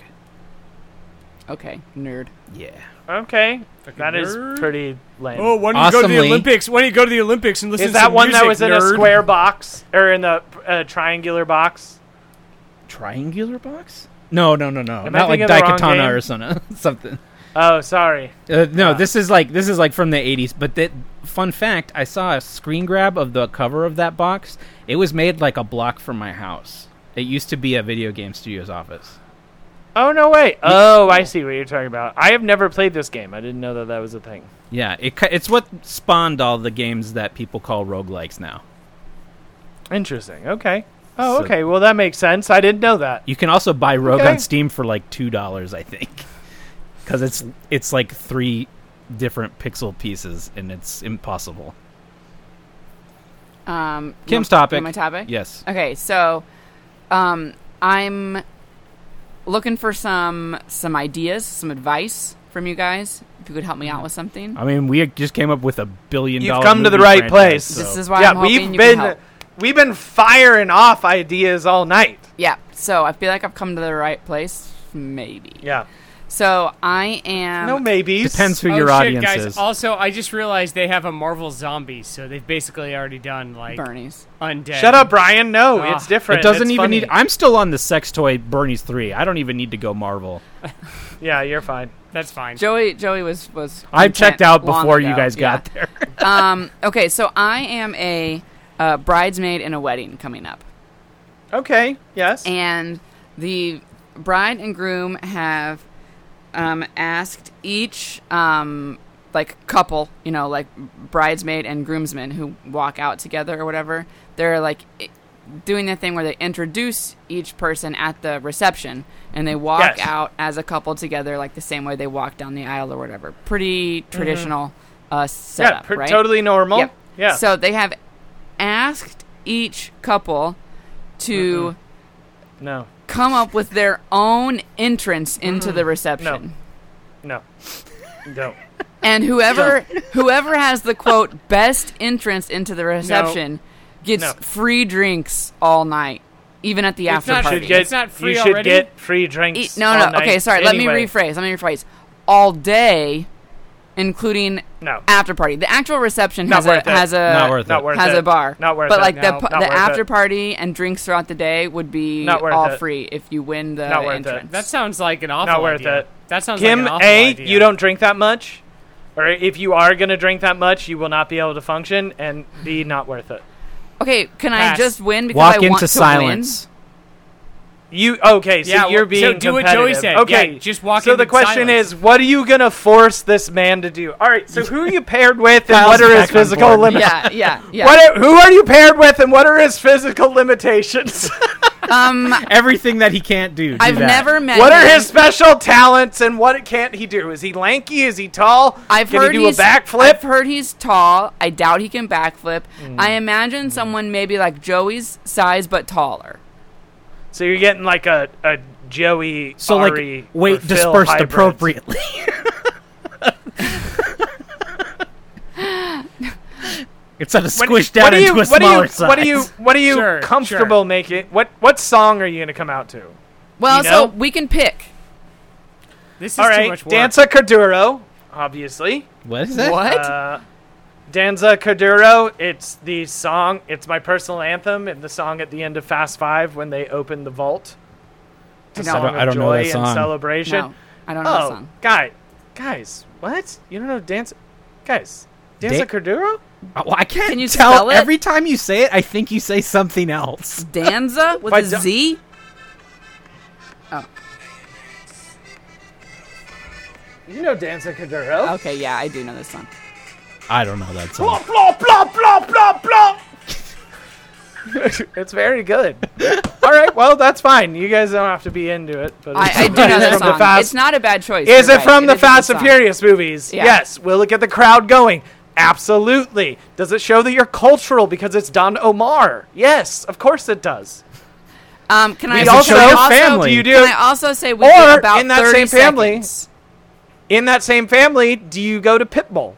Speaker 5: Okay, nerd.
Speaker 4: Yeah.
Speaker 3: Okay,
Speaker 1: Fucking
Speaker 3: that is
Speaker 1: nerd.
Speaker 3: pretty lame.
Speaker 1: Oh, why don't you go to
Speaker 4: Awesomely-
Speaker 1: the Olympics? Why don't you go to the Olympics and listen
Speaker 3: is
Speaker 1: to
Speaker 3: that
Speaker 1: some
Speaker 3: one that
Speaker 1: music,
Speaker 3: was in
Speaker 1: nerd?
Speaker 3: a square box or in the uh, triangular box?
Speaker 4: Triangular box? No, no, no, no.
Speaker 3: Am I
Speaker 4: Not like
Speaker 3: thinking of the wrong game?
Speaker 4: Daikatana or something. something.
Speaker 3: Oh, sorry.
Speaker 4: Uh, no,
Speaker 3: Yeah.
Speaker 4: this is like this is like from the '80s. But that fun fact, I saw a screen grab of the cover of that box. It was made like a block from my house. It used to be a video game studio's office.
Speaker 3: Oh no, wait. Oh, I see what you're talking about. I have never played this game. I didn't know that that was a thing.
Speaker 4: Yeah, it, ki- it's what spawned all the games that people call roguelikes now.
Speaker 3: Interesting. Okay. Oh,
Speaker 4: So-
Speaker 3: okay. Well, that makes sense. I didn't know that.
Speaker 4: You can also buy Rogue
Speaker 3: Okay.
Speaker 4: on Steam for like two dollars, I think, because it's it's like three different pixel pieces, and it's impossible.
Speaker 5: Um, you
Speaker 4: Kim's
Speaker 5: want-
Speaker 4: topic.
Speaker 5: you want My topic.
Speaker 4: Yes.
Speaker 5: Okay, so um, I'm looking for some some ideas, some advice from you guys. If you could help me
Speaker 4: Mm-hmm.
Speaker 5: out with something,
Speaker 4: I mean, we just came up with a billion
Speaker 3: You've
Speaker 4: dollar
Speaker 3: come to the
Speaker 4: movie
Speaker 3: right place.
Speaker 4: franchise, so-
Speaker 5: this is why I'm
Speaker 3: yeah,
Speaker 5: hoping
Speaker 3: we've
Speaker 5: you can
Speaker 3: been
Speaker 5: help.
Speaker 3: we've been firing off ideas all night.
Speaker 5: Yeah, so I feel like I've come to the right place, maybe.
Speaker 3: Yeah.
Speaker 5: So I am.
Speaker 3: no maybes.
Speaker 4: depends who
Speaker 1: oh,
Speaker 4: your
Speaker 1: shit,
Speaker 4: audience
Speaker 1: guys.
Speaker 4: is.
Speaker 1: Also, I just realized they have a Marvel Zombie, so they've basically already done like
Speaker 5: Bernie's.
Speaker 1: undead.
Speaker 3: Shut up, Brian. No,
Speaker 1: Ah.
Speaker 3: it's different.
Speaker 4: it doesn't
Speaker 3: It's
Speaker 4: even
Speaker 3: funny.
Speaker 4: need. I'm still on the sex toy Bernie's three. I don't even need to go Marvel.
Speaker 3: Yeah, you're fine.
Speaker 1: That's fine.
Speaker 5: Joey, Joey was was.
Speaker 4: I
Speaker 5: content
Speaker 4: checked out
Speaker 5: long
Speaker 4: before you
Speaker 5: ago.
Speaker 4: guys
Speaker 5: Yeah.
Speaker 4: got there.
Speaker 5: um, okay, so I am a uh, bridesmaid in a wedding coming up,
Speaker 3: Okay. Yes.
Speaker 5: and the bride and groom have um, asked each um, like couple, you know, like bridesmaid and groomsmen who walk out together or whatever. They're like i- doing the thing where they introduce each person at the reception, and they walk
Speaker 3: Yes.
Speaker 5: out as a couple together, like the same way they walk down the aisle or whatever. Pretty traditional uh,
Speaker 3: Mm-hmm. yeah,
Speaker 5: setup,
Speaker 3: per-
Speaker 5: right?
Speaker 3: totally normal.
Speaker 5: Yep.
Speaker 3: Yeah.
Speaker 5: So they have asked each couple to
Speaker 3: no.
Speaker 5: come up with their own entrance into the reception.
Speaker 3: Mm-hmm. No. No.
Speaker 5: And whoever whoever has the quote best entrance into the reception gets
Speaker 3: No.
Speaker 5: free drinks all night, even at the
Speaker 1: It's
Speaker 5: after
Speaker 1: not-
Speaker 5: party.
Speaker 1: should get- It's not free
Speaker 3: you should
Speaker 1: already?
Speaker 3: get free drinks.
Speaker 5: E- no,
Speaker 3: all
Speaker 5: no. Okay,
Speaker 3: night
Speaker 5: sorry. Let me
Speaker 3: anyway.
Speaker 5: rephrase. Let me rephrase. All day, including
Speaker 3: No.
Speaker 5: after party. The actual reception
Speaker 3: Not
Speaker 5: has a
Speaker 3: worth it.
Speaker 5: has a
Speaker 4: Not worth
Speaker 3: Not
Speaker 4: it.
Speaker 3: worth
Speaker 5: has
Speaker 3: it.
Speaker 5: a bar.
Speaker 3: Not worth
Speaker 5: but
Speaker 3: it.
Speaker 5: like
Speaker 1: No,
Speaker 5: the
Speaker 3: not
Speaker 5: the
Speaker 3: worth
Speaker 5: after
Speaker 3: it.
Speaker 5: party and drinks throughout the day would be
Speaker 3: Not worth
Speaker 5: all
Speaker 3: it.
Speaker 5: free if you win the
Speaker 3: Not worth it.
Speaker 5: entrance.
Speaker 1: That sounds like an awful
Speaker 3: Not worth
Speaker 1: idea.
Speaker 3: it.
Speaker 1: That sounds
Speaker 3: Kim,
Speaker 1: like an awful
Speaker 3: A,
Speaker 1: idea.
Speaker 3: you don't drink that much, or if you are going to drink that much, you will not be able to function, and B, not worth it.
Speaker 5: okay, can I
Speaker 1: Pass.
Speaker 5: just win because
Speaker 4: Walk
Speaker 5: I
Speaker 4: into
Speaker 5: want to
Speaker 4: silence.
Speaker 3: You okay? So
Speaker 1: Yeah, well,
Speaker 3: you're
Speaker 1: so
Speaker 3: being
Speaker 1: do what Joey
Speaker 3: competitive.
Speaker 1: said.
Speaker 3: Okay,
Speaker 1: Yeah, just walk
Speaker 3: So
Speaker 1: in
Speaker 3: the
Speaker 1: in
Speaker 3: question
Speaker 1: silence.
Speaker 3: is, what are you gonna force this man to do? All right. So who are you paired with, and
Speaker 4: Kyle's
Speaker 3: what are
Speaker 4: back
Speaker 3: his
Speaker 4: on
Speaker 3: physical
Speaker 4: board.
Speaker 5: win?
Speaker 3: limitations?
Speaker 5: Yeah, yeah, yeah.
Speaker 3: What? Are, who are you paired with, and what are his physical limitations?
Speaker 5: um,
Speaker 4: Everything that he can't do. do
Speaker 5: I've
Speaker 4: that.
Speaker 5: never met.
Speaker 3: what are
Speaker 5: him.
Speaker 3: his special talents, and what can't he do? Is he lanky? Is he tall?
Speaker 5: I've
Speaker 3: Can
Speaker 5: heard
Speaker 3: he do a
Speaker 5: he's, I've
Speaker 3: backflip? Hmm.
Speaker 5: heard he's tall. I doubt he can backflip. I imagine someone maybe like Joey's size but taller.
Speaker 3: So you're getting like a a Joey
Speaker 4: So
Speaker 3: Ari,
Speaker 4: like
Speaker 3: or
Speaker 4: weight
Speaker 3: Phil
Speaker 4: dispersed
Speaker 3: hybrids.
Speaker 4: appropriately. it's not a
Speaker 3: What-
Speaker 4: squished
Speaker 3: what
Speaker 4: down
Speaker 3: do you-
Speaker 4: into a
Speaker 3: what do you-
Speaker 4: smaller size.
Speaker 3: What are you what are you
Speaker 1: Sure, sure.
Speaker 3: comfortable making? What what song are you gonna come out to?
Speaker 5: Well,
Speaker 3: You
Speaker 5: so
Speaker 3: know?
Speaker 5: we can pick.
Speaker 1: This is
Speaker 3: All
Speaker 1: too
Speaker 3: right,
Speaker 1: much work.
Speaker 3: Danza Corduro, obviously.
Speaker 4: What is that?
Speaker 5: What?
Speaker 3: Uh, Danza Corduro, it's the song. It's my personal anthem, and the song at the end of Fast Five when they open the vault. It's a
Speaker 5: I don't-
Speaker 3: song of
Speaker 4: I don't
Speaker 3: joy
Speaker 4: know that
Speaker 3: and
Speaker 4: song.
Speaker 3: celebration.
Speaker 5: no, I don't know the
Speaker 3: Oh,
Speaker 5: song.
Speaker 3: guy, guys, what? You don't know Danza? Guys, Danza
Speaker 4: Da-
Speaker 3: Corduro?
Speaker 4: Oh, I can't
Speaker 5: Can you
Speaker 4: tell.
Speaker 5: spell it?
Speaker 4: Every time you say it, I think you say something else.
Speaker 5: Danza with
Speaker 3: Why
Speaker 5: a
Speaker 3: don't-
Speaker 5: Z.
Speaker 3: You know Danza Corduro?
Speaker 5: Okay, yeah, I do know this song.
Speaker 4: I don't know that
Speaker 3: Blah
Speaker 4: song.
Speaker 3: blah blah blah blah blah. it's very good. All right, well that's fine. You guys don't have to be into it. But
Speaker 5: I, I do know
Speaker 3: Is it
Speaker 5: that
Speaker 3: from
Speaker 5: song.
Speaker 3: The fast,
Speaker 5: it's not a bad choice.
Speaker 3: is
Speaker 5: you're
Speaker 3: it
Speaker 5: right.
Speaker 3: from the
Speaker 5: is a good
Speaker 3: Fast and
Speaker 5: song.
Speaker 3: Furious movies?
Speaker 5: Yeah.
Speaker 3: Yes. Will it get the crowd going? Absolutely. Does it show that you're cultural because it's Don Omar? Yes, of course it does.
Speaker 5: Um, can I
Speaker 3: We
Speaker 4: it
Speaker 3: also,
Speaker 5: also,
Speaker 4: show your
Speaker 5: also-
Speaker 4: family?
Speaker 3: do you do
Speaker 5: Can I also say we
Speaker 3: Or,
Speaker 5: get about
Speaker 3: in that same
Speaker 5: 30
Speaker 3: family-
Speaker 5: seconds?
Speaker 3: in that same family? Do you go to Pitbull?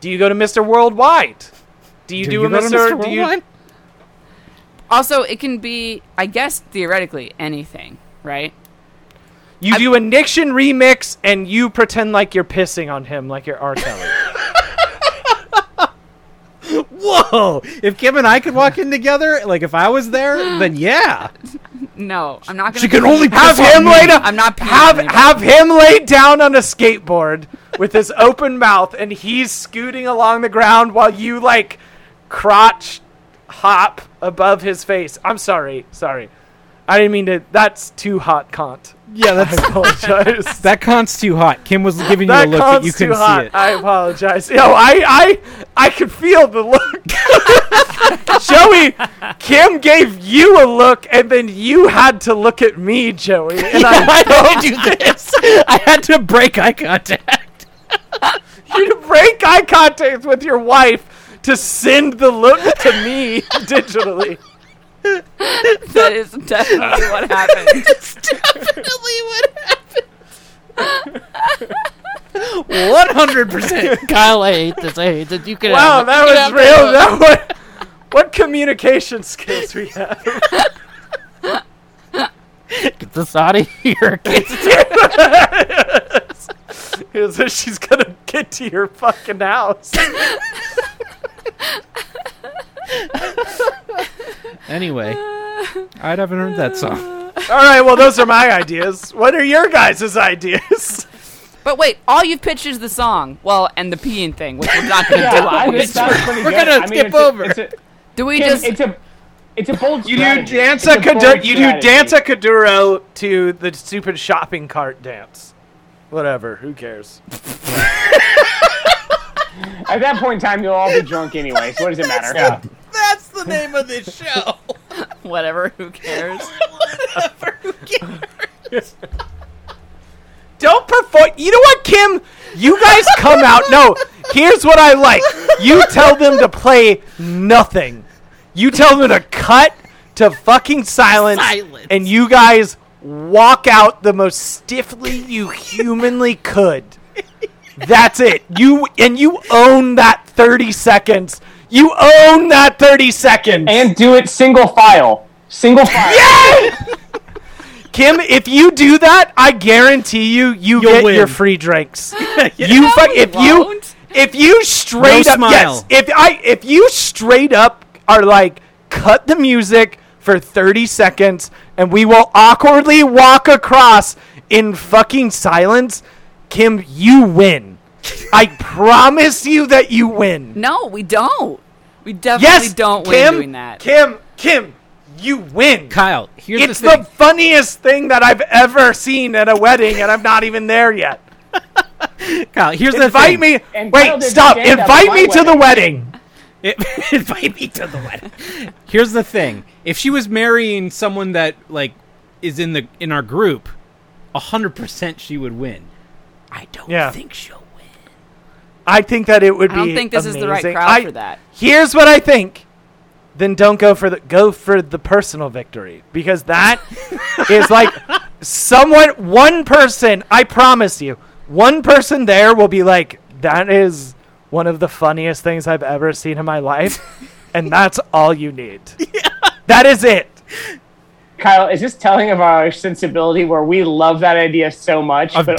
Speaker 3: Do you go to Mr. Worldwide? Do you do, a
Speaker 4: go to
Speaker 3: Mr.
Speaker 4: Mr.
Speaker 3: Do you,
Speaker 4: Worldwide?
Speaker 5: Also, it can be, I guess, theoretically anything, right?
Speaker 3: You do a Nixon remix and you pretend like you're pissing on him like you're R. Kelly.
Speaker 4: Whoa! If Kim and I could walk in together, like if I was there, then yeah.
Speaker 5: No, I'm not gonna.
Speaker 4: She can only
Speaker 3: have
Speaker 4: piss on
Speaker 3: him
Speaker 4: me.
Speaker 3: laid up.
Speaker 5: I'm not peeing
Speaker 3: Have
Speaker 5: anybody.
Speaker 3: have him laid down on a skateboard with his open mouth and he's scooting along the ground while you like crotch hop above his face. I'm sorry, sorry. I didn't mean to. That's too hot, Kant.
Speaker 4: Yeah, that's
Speaker 3: I apologize.
Speaker 4: that cont's too hot. Kim was giving you a
Speaker 3: that
Speaker 4: look that
Speaker 3: Kant's
Speaker 4: you
Speaker 3: too
Speaker 4: couldn't see
Speaker 3: hot.
Speaker 4: it.
Speaker 3: I apologize. Yo, I I I could feel the look. Joey, Kim gave you a look, and then you had to look at me, Joey. And I
Speaker 4: Why did I do this? I had to break eye contact.
Speaker 3: you to break eye contact with your wife to send the look to me digitally.
Speaker 5: That is definitely what happened.
Speaker 4: definitely what happened. One hundred percent.
Speaker 6: Kyle, I hate this. I hate this. You can
Speaker 3: Wow,
Speaker 6: have it.
Speaker 3: that
Speaker 6: You can
Speaker 3: was
Speaker 6: have
Speaker 3: real. That was, what communication skills we have.
Speaker 6: Get this out of here. Get
Speaker 3: Is that she's gonna get to your fucking house?
Speaker 4: Anyway, I'd haven't heard that song.
Speaker 3: All right, well, those are my ideas. What are your guys' ideas?
Speaker 5: But wait, all you've pitched is the song. Well, and the peeing thing, which we're not going to do.
Speaker 7: I mean, it sounds pretty
Speaker 4: we're
Speaker 7: good.
Speaker 4: gonna
Speaker 7: I mean,
Speaker 4: skip
Speaker 7: it's a-
Speaker 4: over.
Speaker 7: it's a-
Speaker 5: Do we
Speaker 7: Tim,
Speaker 5: just?
Speaker 7: it's a it's a bold
Speaker 3: You do
Speaker 7: strategy. It's
Speaker 3: danza
Speaker 7: a bold
Speaker 3: Cadu- you do
Speaker 7: strategy.
Speaker 3: danza Caduro to the stupid shopping cart dance. Whatever, who cares?
Speaker 7: At that point in time, you'll all be drunk anyway. So what does it matter? Yeah.
Speaker 4: That's the name of this show.
Speaker 5: Whatever. Who cares?
Speaker 3: Don't perform. You know what, Kim? You guys come out. No, here's what I like. You tell them to play nothing. You tell them to cut to fucking silence,
Speaker 6: Silence.
Speaker 3: and you guys walk out the most stiffly you humanly could. That's it. You and you own that 30 seconds. You own that 30 seconds.
Speaker 7: And do it single file. Single file.
Speaker 3: Kim, if you do that, I guarantee you, you get
Speaker 4: win.
Speaker 3: your free drinks. You fuck if you
Speaker 5: won't.
Speaker 3: if you straight
Speaker 4: No
Speaker 3: up yes,
Speaker 4: smile.
Speaker 3: if I if you straight up are like cut the music for 30 seconds and we will awkwardly walk across in fucking silence, Kim, you win. I promise you that you win.
Speaker 5: No, we don't. We definitely
Speaker 3: Yes,
Speaker 5: don't
Speaker 3: Kim,
Speaker 5: win doing that.
Speaker 3: Kim, Kim, you win.
Speaker 4: Kyle, here's
Speaker 3: It's
Speaker 4: the thing.
Speaker 3: the funniest thing that I've ever seen at a wedding, and I'm not even there yet.
Speaker 4: Kyle, here's the
Speaker 3: Invite
Speaker 4: thing.
Speaker 3: me.
Speaker 7: And Kyle
Speaker 3: Wait,
Speaker 7: did
Speaker 3: stop.
Speaker 7: stand-up
Speaker 3: Invite
Speaker 7: at
Speaker 3: me
Speaker 7: my
Speaker 3: to the wedding.
Speaker 4: It, invite me to the wedding. Here's the thing: if she was marrying someone that like is in the in our group, hundred percent she would win. I don't
Speaker 3: Yeah.
Speaker 4: think she'll win.
Speaker 3: I think that it would
Speaker 5: I
Speaker 3: be.
Speaker 5: don't think this is the right
Speaker 3: amazing.
Speaker 5: crowd
Speaker 3: I-
Speaker 5: for that.
Speaker 3: Here's what I think. Then don't go for the go for the personal victory because that is like someone one person. I promise you, one person there will be like, "That is one of the funniest things I've ever seen in my life," and that's all you need. That is it.
Speaker 7: Kyle, is this telling of our sensibility where we love that idea so much,
Speaker 4: Of
Speaker 7: but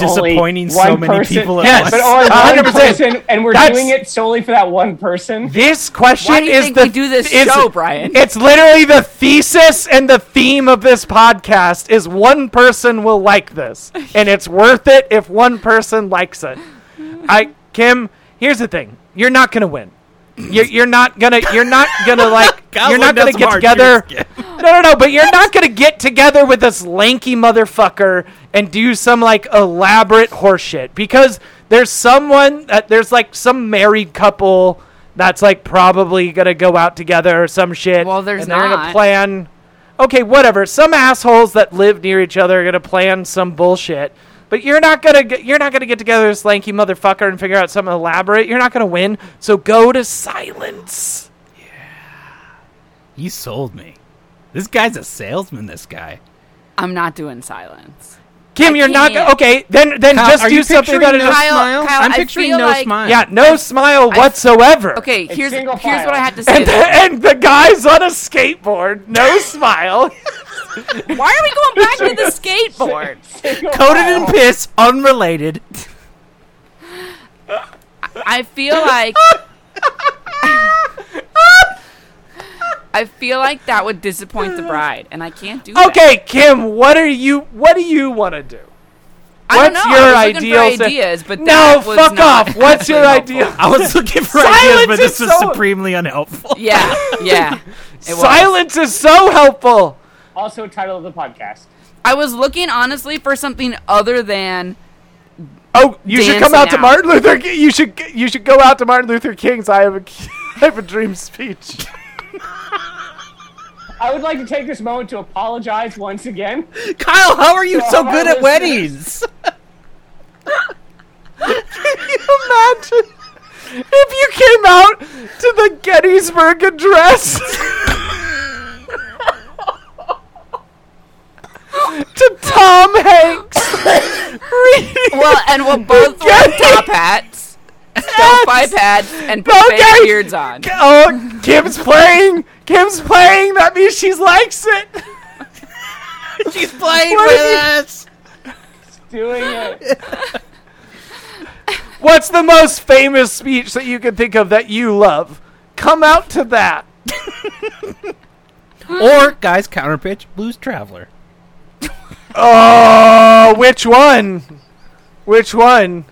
Speaker 7: only
Speaker 4: disappointing so
Speaker 7: one
Speaker 4: many
Speaker 7: person,
Speaker 4: people at
Speaker 3: Yes. Uh,
Speaker 7: But only one
Speaker 3: 100%.
Speaker 7: person, and we're
Speaker 3: That's-
Speaker 7: doing it solely for that one person.
Speaker 3: This question
Speaker 5: Why do you
Speaker 3: is
Speaker 5: think
Speaker 3: the
Speaker 5: we do this
Speaker 3: is-
Speaker 5: show, Brian?
Speaker 3: It's literally the thesis and the theme of this podcast is one person will like this, and it's worth it if one person likes it. I Kim, here's the thing: you're not gonna win. You're, you're not gonna you're not gonna like you're not gonna get together. No, no, no. But you're not gonna get together with this lanky motherfucker and do some like elaborate horseshit because there's someone that there's like some married couple that's like probably gonna go out together or some shit.
Speaker 5: Well, there's
Speaker 3: and they're gonna
Speaker 5: not.
Speaker 3: plan. Okay, whatever. Some assholes that live near each other are gonna plan some bullshit. But you're not gonna get, you're not gonna get together with this lanky motherfucker and figure out something elaborate. You're not gonna win. So go to silence.
Speaker 4: You sold me. This guy's a salesman. This guy.
Speaker 5: I'm not doing silence.
Speaker 3: Kim,
Speaker 5: I
Speaker 3: you're not
Speaker 5: can't.
Speaker 3: go- okay. Then then
Speaker 4: Kyle,
Speaker 3: just
Speaker 4: Uh, are
Speaker 3: do
Speaker 4: you
Speaker 3: something that
Speaker 4: picturing
Speaker 3: is
Speaker 4: no
Speaker 3: just-
Speaker 5: Kyle,
Speaker 4: smile?
Speaker 5: Kyle,
Speaker 4: I'm
Speaker 5: I
Speaker 4: picturing
Speaker 5: feel
Speaker 4: no
Speaker 5: like-
Speaker 4: smile.
Speaker 3: yeah, no smile whatsoever.
Speaker 5: Okay, here's
Speaker 7: single
Speaker 5: here's what I
Speaker 7: file.
Speaker 5: had to say.
Speaker 3: And
Speaker 5: to
Speaker 3: the,
Speaker 5: that.
Speaker 3: and the guy's on a skateboard, no smile,
Speaker 5: Why are we going back to the skateboard?
Speaker 4: Coated
Speaker 5: Oh.
Speaker 4: in piss, unrelated.
Speaker 5: I feel like I feel like that would disappoint the bride, and I can't do that.
Speaker 3: Okay, Kim, what are you? What do you want to do?
Speaker 5: I don't
Speaker 3: what's
Speaker 5: know.
Speaker 3: your
Speaker 5: I was looking for
Speaker 3: ideal sa-
Speaker 5: ideas, but
Speaker 3: No,
Speaker 5: that was
Speaker 3: fuck
Speaker 5: not
Speaker 3: off. What's your
Speaker 5: actually
Speaker 3: idea?
Speaker 5: helpful.
Speaker 4: I was looking for
Speaker 3: Silence
Speaker 4: ideas, but
Speaker 3: is
Speaker 4: this was
Speaker 3: so-
Speaker 4: supremely unhelpful.
Speaker 5: Yeah, yeah. It was.
Speaker 3: Silence is so helpful.
Speaker 7: Also, title of the podcast.
Speaker 5: I was looking honestly for something other than
Speaker 3: Oh, you should come
Speaker 5: Dancing
Speaker 3: out to
Speaker 5: out.
Speaker 3: Martin Luther. Ki- You should you should go out to Martin Luther King's "I Have a I Have a Dream" speech.
Speaker 7: I would like to take this moment to apologize once again.
Speaker 4: Kyle, how are you so
Speaker 7: all
Speaker 4: good
Speaker 7: our
Speaker 4: at weddings?
Speaker 3: Imagine if you came out to the Gettysburg Address to Tom Hanks reading
Speaker 5: Well, and we'll both wear top hats,
Speaker 3: yes!
Speaker 5: five hats, and put
Speaker 3: No,
Speaker 5: fake
Speaker 3: guys!
Speaker 5: beards on.
Speaker 3: Oh, Kim's playing. Kim's playing. That means she likes it.
Speaker 4: She's playing
Speaker 3: What
Speaker 4: with
Speaker 3: is he-
Speaker 4: us.
Speaker 7: Doing it.
Speaker 3: What's the most famous speech that you can think of that you love? Come out to that.
Speaker 4: Or guys, counterpitch, blues traveler.
Speaker 3: Oh, which one? Which one?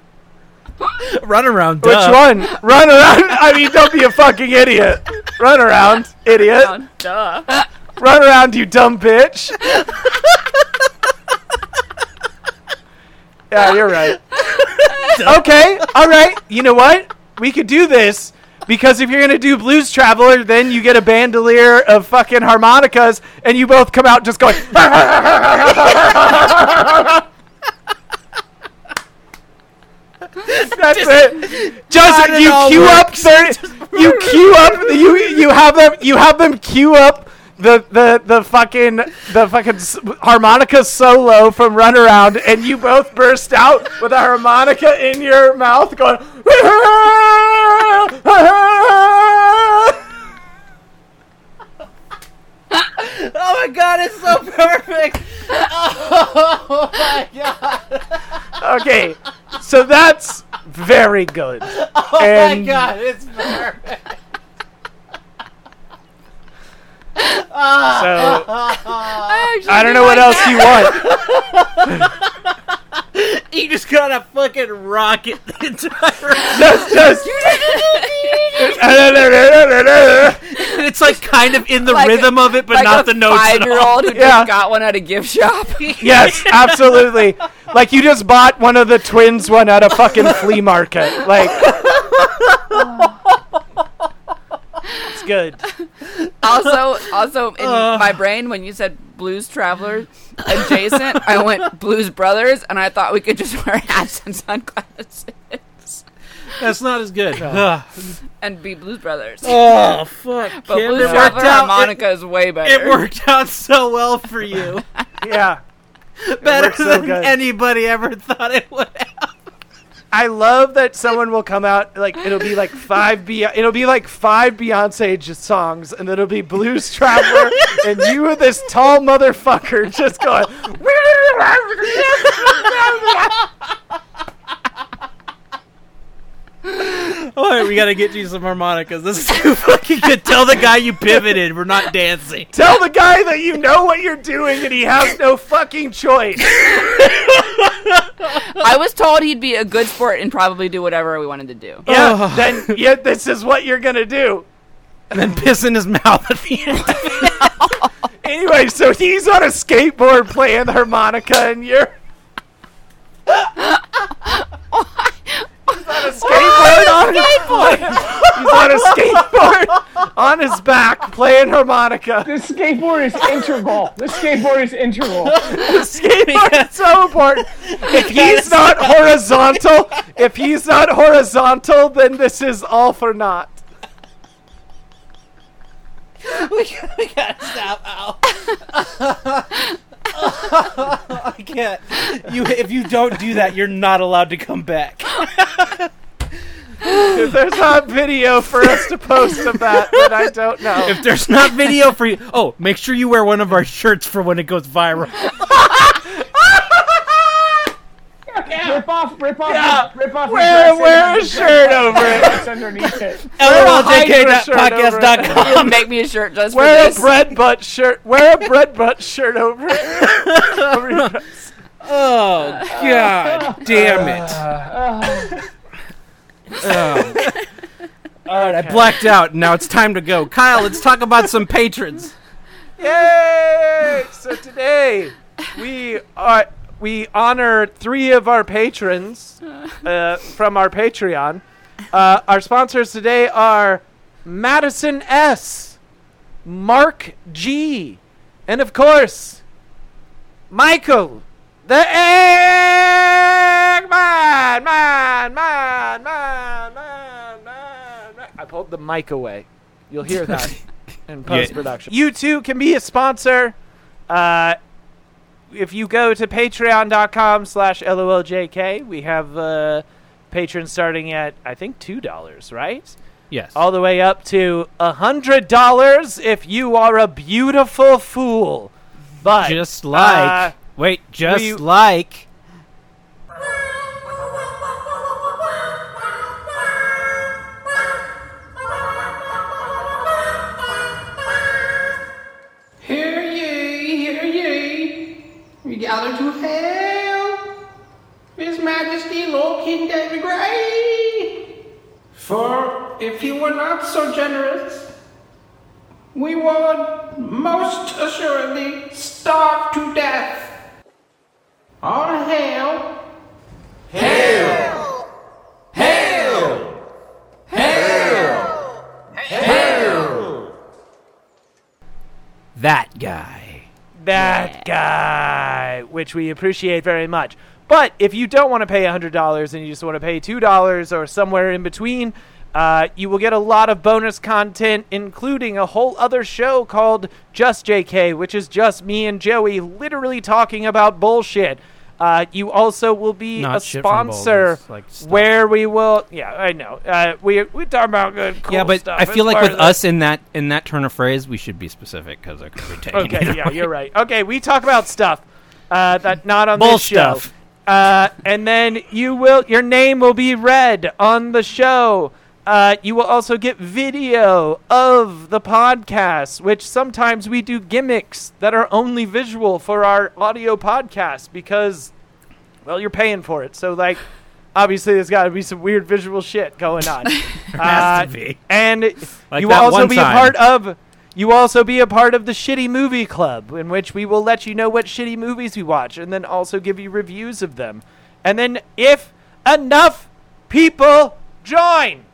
Speaker 4: Run around.
Speaker 3: Which one? Run around. I mean, don't be a fucking idiot. Run around, idiot. Run around, you dumb bitch. yeah, you're right. okay, all right. You know what? We could do this because if you're gonna do Blues Traveler, then you get a bandolier of fucking harmonicas, and you both come out just going. That's it. Just
Speaker 4: it
Speaker 3: you
Speaker 4: all
Speaker 3: queue up
Speaker 4: works.
Speaker 3: thirty. You queue up. You you have them. You have them queue up the the the fucking the fucking s- harmonica solo from Runaround, and you both burst out with a harmonica in your mouth, going.
Speaker 4: Oh my god, it's so perfect. Oh
Speaker 3: okay, so that's very good. Oh and
Speaker 4: it's perfect. Ah.
Speaker 3: so
Speaker 5: I, actually
Speaker 3: I don't know what
Speaker 5: do like
Speaker 3: else
Speaker 5: that.
Speaker 3: you want.
Speaker 4: You just gotta fucking rocket the entire.
Speaker 3: Just just.
Speaker 4: It's like kind of in the
Speaker 5: Like-
Speaker 4: rhythm of it, but
Speaker 5: Like
Speaker 4: not
Speaker 5: a
Speaker 4: the notes at all.
Speaker 5: Five-year-old who
Speaker 3: Yeah.
Speaker 5: just got one at a gift shop.
Speaker 3: Yes, absolutely. like you just bought one of the twins one at a fucking flea market. Like It's good.
Speaker 5: also, also in my brain when you said Blues Traveler adjacent, I went Blues Brothers, and I thought we could just wear hats and sunglasses
Speaker 4: That's not as good. Ugh.
Speaker 5: and be Blues Brothers.
Speaker 4: Oh fuck!
Speaker 5: but
Speaker 4: Kim,
Speaker 5: Blues
Speaker 4: it worked
Speaker 5: Traveler
Speaker 4: out. It,
Speaker 5: harmonica is way
Speaker 4: it
Speaker 5: better.
Speaker 4: worked out so well for you.
Speaker 3: Yeah.
Speaker 4: Better
Speaker 3: worked so
Speaker 4: than
Speaker 3: good.
Speaker 4: anybody ever thought it would.
Speaker 3: I love that someone will come out like it'll be like five be it'll be like five Beyonce j- songs and then it'll be Blues Traveler and you and this tall motherfucker just going
Speaker 4: All right, we gotta get you some harmonicas. This is too fucking good. Tell the guy you pivoted. We're not dancing.
Speaker 3: Tell the guy that you know what you're doing and he has no fucking choice.
Speaker 5: I was told he'd be a good sport and probably do whatever we wanted to do.
Speaker 3: Yeah, then yeah, this is what you're gonna do.
Speaker 4: And then piss in his mouth at the end.
Speaker 3: Anyway, so he's on a skateboard playing the harmonica, and you're. he's on a skateboard. on his, he's on a skateboard on his back playing harmonica.
Speaker 7: This skateboard is integral. This skateboard is integral.
Speaker 3: Skateboard is so important. If he's not horizontal, if he's not horizontal, then this is all for naught.
Speaker 4: I can't. You, if you don't do that, you're not allowed to come back.
Speaker 3: If there's not video for us to post of that, then I don't know.
Speaker 4: If there's not video for you, oh, make sure you wear one of our shirts for when it goes viral.
Speaker 7: Rip off, rip off,
Speaker 3: Yeah.
Speaker 7: rip off. the
Speaker 3: Wear-
Speaker 7: dress
Speaker 3: wear
Speaker 7: and
Speaker 3: a
Speaker 7: the
Speaker 3: shirt over it.
Speaker 7: dress underneath it.
Speaker 4: LOLJK.podcast.com.
Speaker 5: He'll make me a shirt just
Speaker 3: Wear
Speaker 5: for
Speaker 3: a
Speaker 5: this.
Speaker 3: bread butt shirt. Wear a bread butt shirt over it. Over your dress.
Speaker 4: Oh god, damn it!
Speaker 3: Oh.
Speaker 4: All right, I blacked out. Now it's time to go. Kyle, let's talk about some patrons.
Speaker 3: Yay! So today we are we honor three of our patrons uh, from our Patreon. Uh, our sponsors today are Madison S, Mark G, and of course Michael. The Eggman! Man, man, man, man, man, man, man. I
Speaker 8: held the mic away. You'll hear that in post production.
Speaker 3: You too can be a sponsor. Uh, if you go to patreon.com slash loljk, we have uh, patrons starting at, I think, $2, right?
Speaker 4: Yes.
Speaker 3: All the way up to $100 if you are a beautiful fool. But
Speaker 4: just like.
Speaker 3: uh,
Speaker 4: wait, just
Speaker 3: you-
Speaker 4: like.
Speaker 9: Hear ye, hear ye. We gather to hail His Majesty Lord King David Gray. For if he were not so generous, we would most assuredly starve to death. All hail.
Speaker 4: That guy.
Speaker 3: that guy, which we appreciate very much. But if you don't want to pay $100 and you just want to pay $2 or somewhere in between, uh, you will get a lot of bonus content, including a whole other show called Just JK, which is just me and Joey literally talking about bullshit. Uh, you also will be
Speaker 4: Not
Speaker 3: a
Speaker 4: shit from
Speaker 3: sponsor
Speaker 4: Bowlers, like stuff.
Speaker 3: where we will. Yeah, I know. Uh, we we talk about good. Cool
Speaker 4: yeah, but
Speaker 3: stuff.
Speaker 4: I
Speaker 3: It's
Speaker 4: feel like
Speaker 3: part
Speaker 4: with
Speaker 3: of the-
Speaker 4: us in that in that turn of phrase, we should be specific because I could be taken.
Speaker 3: Okay,
Speaker 4: either
Speaker 3: yeah,
Speaker 4: way.
Speaker 3: you're right. Okay, we talk about stuff uh, that not on
Speaker 4: Bull
Speaker 3: this show.
Speaker 4: stuff.
Speaker 3: Uh, and then you will your name will be read on the show. Uh, you will also get video of the podcast, which sometimes we do gimmicks that are only visual for our audio podcast because, well, you're paying for it. So like, obviously, there's got to be some weird visual shit going on. uh,
Speaker 4: be.
Speaker 3: and
Speaker 4: Like
Speaker 3: you will
Speaker 4: that
Speaker 3: also
Speaker 4: one
Speaker 3: be
Speaker 4: time.
Speaker 3: a part of you will also be a part of the shitty movie club in which we will let you know what shitty movies we watch and then also give you reviews of them and then if enough people join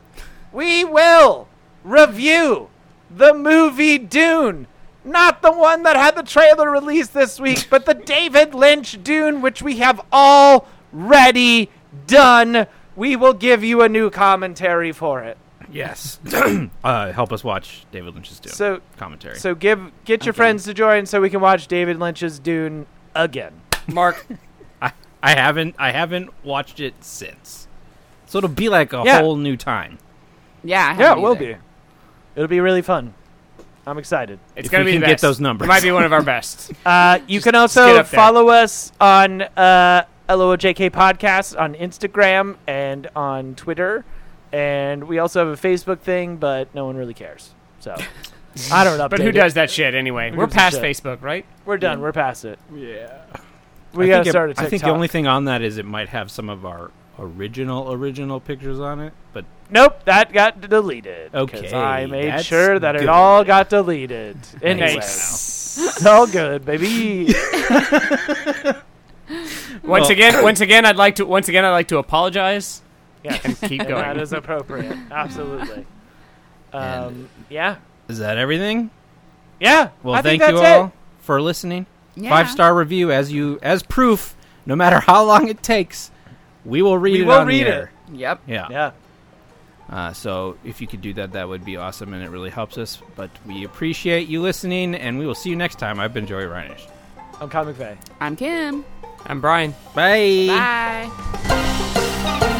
Speaker 3: we will review the movie dune not the one that had the trailer released this week but the david lynch dune which we have already done we will give you a new commentary for it
Speaker 4: Yes. uh, help us watch David Lynch's Dune
Speaker 3: So-
Speaker 4: commentary.
Speaker 3: So give get your friends to join so we can watch David Lynch's Dune again.
Speaker 5: Mark,
Speaker 4: I, I haven't I haven't watched it since. So it'll be like a
Speaker 3: Yeah.
Speaker 4: whole new time.
Speaker 5: yeah, I
Speaker 3: Yeah,
Speaker 5: haven't
Speaker 3: it will
Speaker 5: either.
Speaker 3: be. It'll be really fun. I'm excited.
Speaker 4: It's
Speaker 1: It's
Speaker 4: if
Speaker 1: gonna
Speaker 4: we
Speaker 1: be
Speaker 4: can
Speaker 1: the
Speaker 4: get
Speaker 1: best.
Speaker 4: those numbers.
Speaker 1: It might be one of our best.
Speaker 3: Uh, you can
Speaker 1: get
Speaker 3: also
Speaker 1: up there.
Speaker 3: follow us on uh, LOJK Podcast on Instagram and on Twitter, and we also have a Facebook thing, but no one really cares. So I don't know.
Speaker 1: But who does that shit anyway? We're
Speaker 3: gives a
Speaker 1: past
Speaker 3: shit?
Speaker 1: Facebook, right?
Speaker 3: We're done. We're past it. Yeah.
Speaker 4: I
Speaker 3: We gotta
Speaker 4: think it-
Speaker 3: start a TikTok.
Speaker 4: I think the only thing on that is it might have some of our original original pictures on it, but
Speaker 3: Nope, that got deleted. 'cause
Speaker 4: Okay,
Speaker 3: I made
Speaker 4: that's
Speaker 3: sure that it
Speaker 4: good.
Speaker 3: all got deleted. Anyway, it's all good, baby.
Speaker 1: Once
Speaker 4: Well-
Speaker 1: again, once again, I'd like to once again I'd like to apologize.
Speaker 3: Yes.
Speaker 1: and keep
Speaker 3: And That
Speaker 1: going.
Speaker 3: is appropriate. Absolutely. Um,
Speaker 4: And-
Speaker 3: yeah.
Speaker 4: is that everything?
Speaker 3: Yeah.
Speaker 4: Well,
Speaker 3: I think
Speaker 4: thank you
Speaker 3: that's
Speaker 4: all
Speaker 3: It.
Speaker 4: for listening.
Speaker 5: Yeah.
Speaker 4: Five star review as you as proof. No matter how long it takes, we will read
Speaker 3: We
Speaker 4: it
Speaker 3: will
Speaker 4: on
Speaker 3: read
Speaker 4: the
Speaker 3: it.
Speaker 4: air.
Speaker 5: Yep.
Speaker 4: Yeah.
Speaker 3: Yeah.
Speaker 4: Uh, so if you could do that, that would be awesome, and it really helps us. But we appreciate you listening, and we will see you next time. I've been Joey Reinish.
Speaker 3: I'm Comic Faye.
Speaker 5: I'm Kim.
Speaker 1: I'm Brian.
Speaker 4: Bye.
Speaker 5: Bye.
Speaker 9: Thank